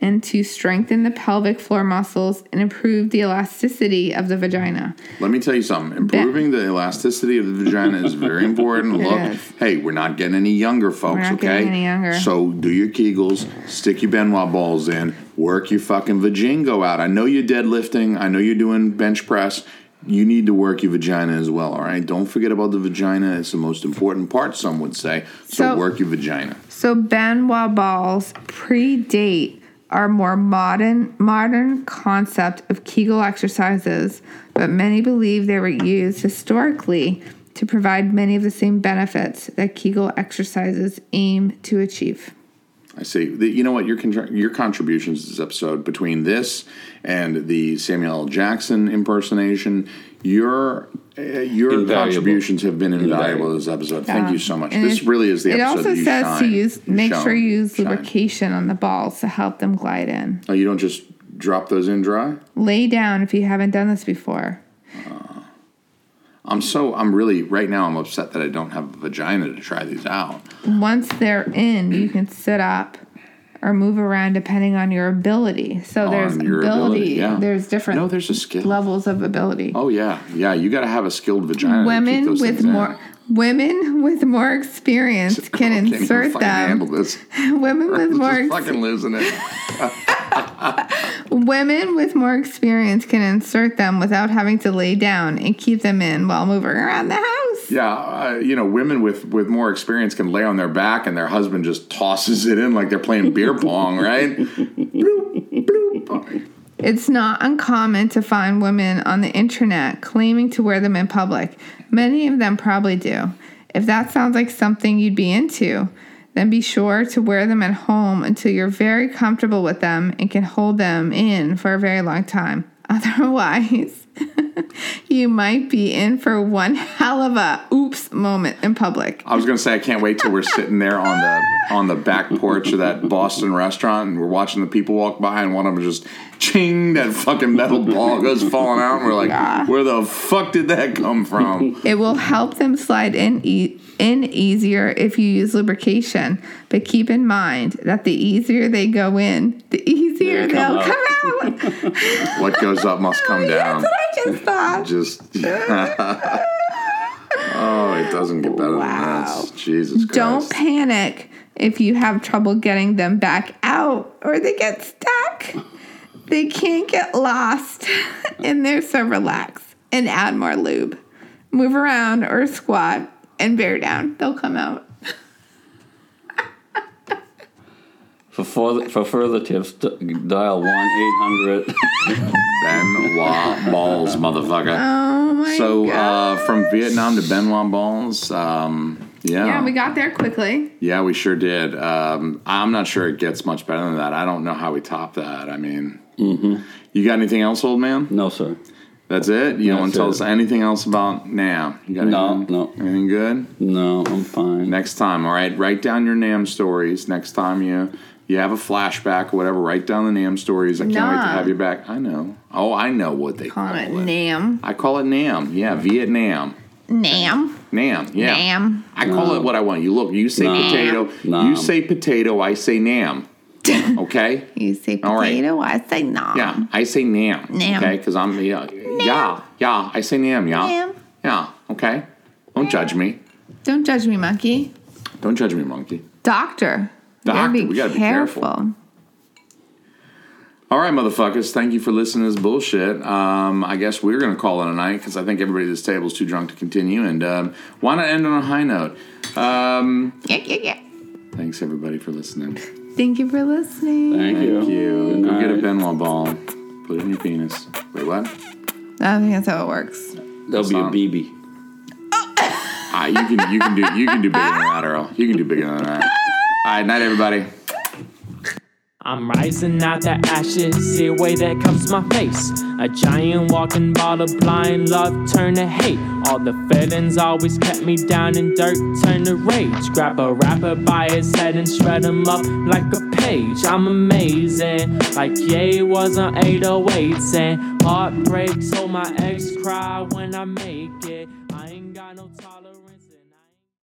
Speaker 3: and to strengthen the pelvic floor muscles and improve the elasticity of the vagina.
Speaker 2: Let me tell you something. Improving the elasticity of the vagina is very important.
Speaker 3: It
Speaker 2: Look,
Speaker 3: is.
Speaker 2: hey, we're not getting any younger, folks.
Speaker 3: not
Speaker 2: okay,
Speaker 3: getting any younger.
Speaker 2: So do your Kegels, stick your Benoit balls in, work your fucking vajingo out. I know you're deadlifting. I know you're doing bench press. You need to work your vagina as well. All right. Don't forget about the vagina. It's the most important part. Some would say. so
Speaker 3: So-
Speaker 2: work your vagina.
Speaker 3: So Benoit balls predate our more modern modern concept of Kegel exercises, but many believe they were used historically to provide many of the same benefits that Kegel exercises aim to achieve.
Speaker 2: I see. The, you know what? Your contr- your contributions to this episode between this and the Samuel L. Jackson impersonation, your uh, your
Speaker 4: Invaluable.
Speaker 2: contributions have been invaluable to this episode. Thank you so much. this really is the
Speaker 3: It
Speaker 2: episode.
Speaker 3: also
Speaker 2: that you
Speaker 3: says
Speaker 2: shine.
Speaker 3: to use make
Speaker 2: shine,
Speaker 3: sure you use
Speaker 2: shine.
Speaker 3: lubrication on the balls to help them glide in.
Speaker 2: Oh, you don't just drop those in dry.
Speaker 3: Lay down if you haven't done this before.
Speaker 2: I'm so I'm really right now. I'm upset that I don't have a vagina to try these out.
Speaker 3: Once they're in, you can sit up or move around depending on your ability. So there's
Speaker 2: On your
Speaker 3: ability,
Speaker 2: yeah.
Speaker 3: there's different
Speaker 2: No, there's a skill.
Speaker 3: levels of ability.
Speaker 2: Oh yeah, yeah. You got to have a skilled vagina. to keep
Speaker 3: women
Speaker 2: those
Speaker 3: with
Speaker 2: things in.
Speaker 3: more women with more experience
Speaker 2: I can't
Speaker 3: can
Speaker 2: even
Speaker 3: insert
Speaker 2: fucking Handle
Speaker 3: them.
Speaker 2: this.
Speaker 3: Women with
Speaker 2: I'm
Speaker 3: more
Speaker 2: just
Speaker 3: ex-
Speaker 2: fucking losing it.
Speaker 3: women with more experience can insert them without having to lay down and keep them in while moving around the house.
Speaker 2: Yeah, uh, you know, women with with more experience can lay on their back, and their husband just tosses it in like they're playing beer pong, right? bloop, bloop.
Speaker 3: It's not uncommon to find women on the internet claiming to wear them in public. Many of them probably do. If that sounds like something you'd be into, then be sure to wear them at home until you're very comfortable with them and can hold them in for a very long time. Otherwise, you might be in for one hell of a oops moment in public.
Speaker 2: I was gonna say I can't wait till we're sitting there on the on the back porch of that Boston restaurant and we're watching the people walk by and one of them just ching that fucking metal ball goes falling out and we're like, where the fuck did that come from?
Speaker 3: It will help them slide in, e- in easier if you use lubrication. But keep in mind that the easier they go in, the easier
Speaker 4: They
Speaker 3: they'll
Speaker 4: come
Speaker 3: come out.
Speaker 2: What goes up must come down.
Speaker 3: That's what I just thought.
Speaker 2: Just oh, it doesn't get better than this. Jesus Christ!
Speaker 3: Don't panic if you have trouble getting them back out or they get stuck. They can't get lost in there, so relax and add more lube. Move around or squat and bear down. They'll come out.
Speaker 4: For, for, for further tips, d- dial 1 800.
Speaker 2: Benoit Balls, motherfucker.
Speaker 3: Oh my
Speaker 2: so uh,
Speaker 3: god.
Speaker 2: from Vietnam to Benoit Balls, um, yeah,
Speaker 3: yeah, we got there quickly.
Speaker 2: Yeah, we sure did. Um, I'm not sure it gets much better than that. I don't know how we top that. I mean,
Speaker 4: Mm-hmm.
Speaker 2: you got anything else, old man?
Speaker 4: No, sir.
Speaker 2: That's it. You don't want
Speaker 4: That's
Speaker 2: to tell
Speaker 4: it.
Speaker 2: us anything else about now? You got
Speaker 4: No,
Speaker 2: anything,
Speaker 4: no.
Speaker 2: anything good?
Speaker 4: No, I'm fine.
Speaker 2: next time all right write down your nam stories next time you you have a flashback or whatever write down the nam stories i can't wait to
Speaker 3: Nah.
Speaker 2: have you back i know oh i know what they call,
Speaker 3: Call it
Speaker 2: it,
Speaker 3: Nam.
Speaker 2: i call it nam yeah vietnam
Speaker 3: Nam.
Speaker 2: nam yeah
Speaker 3: Nam.
Speaker 2: i call it what i want you look you say
Speaker 4: Nam.
Speaker 2: potato you
Speaker 4: Nam.
Speaker 2: say potato i say nam okay
Speaker 3: You say
Speaker 2: All right.
Speaker 3: potato, I say nom.
Speaker 2: yeah i say nam,
Speaker 3: Nam.
Speaker 2: okay because i'm yeah, yeah yeah i say nam yeah
Speaker 3: Nam.
Speaker 2: yeah okay don't judge me
Speaker 3: Don't judge me, monkey.
Speaker 2: don't judge me monkey
Speaker 3: Doctor. You
Speaker 2: Doctor, we gotta be careful. All right, motherfuckers. Thank you for listening to this bullshit. Um, I guess we're going to call it a night because I think everybody at this table is too drunk to continue. And um, why not end on a high note? Um,
Speaker 3: Yeah, yeah, yeah.
Speaker 2: thanks, everybody, for listening.
Speaker 3: Thank you for listening.
Speaker 4: Thank, you.
Speaker 2: Thank you. Go get a
Speaker 4: night.
Speaker 2: Benoit ball. Put it in your penis. Wait, what?
Speaker 3: I don't think that's how it works.
Speaker 4: That'll be a
Speaker 2: Song.
Speaker 4: BB.
Speaker 2: Ah, you can you can do you can do bigger than that, Earl. You can do bigger than that. All right, night, everybody.
Speaker 1: I'm rising out the ashes, see a way that comes my face. A giant walking ball of blind love turned to hate. All the feelings always kept me down and dirt turned to rage. Grab a rapper by his head and shred him up like a page. I'm amazing, like Ye was on 808s and heartbreak. So my ex cry when I make it. I ain't got no tolerance.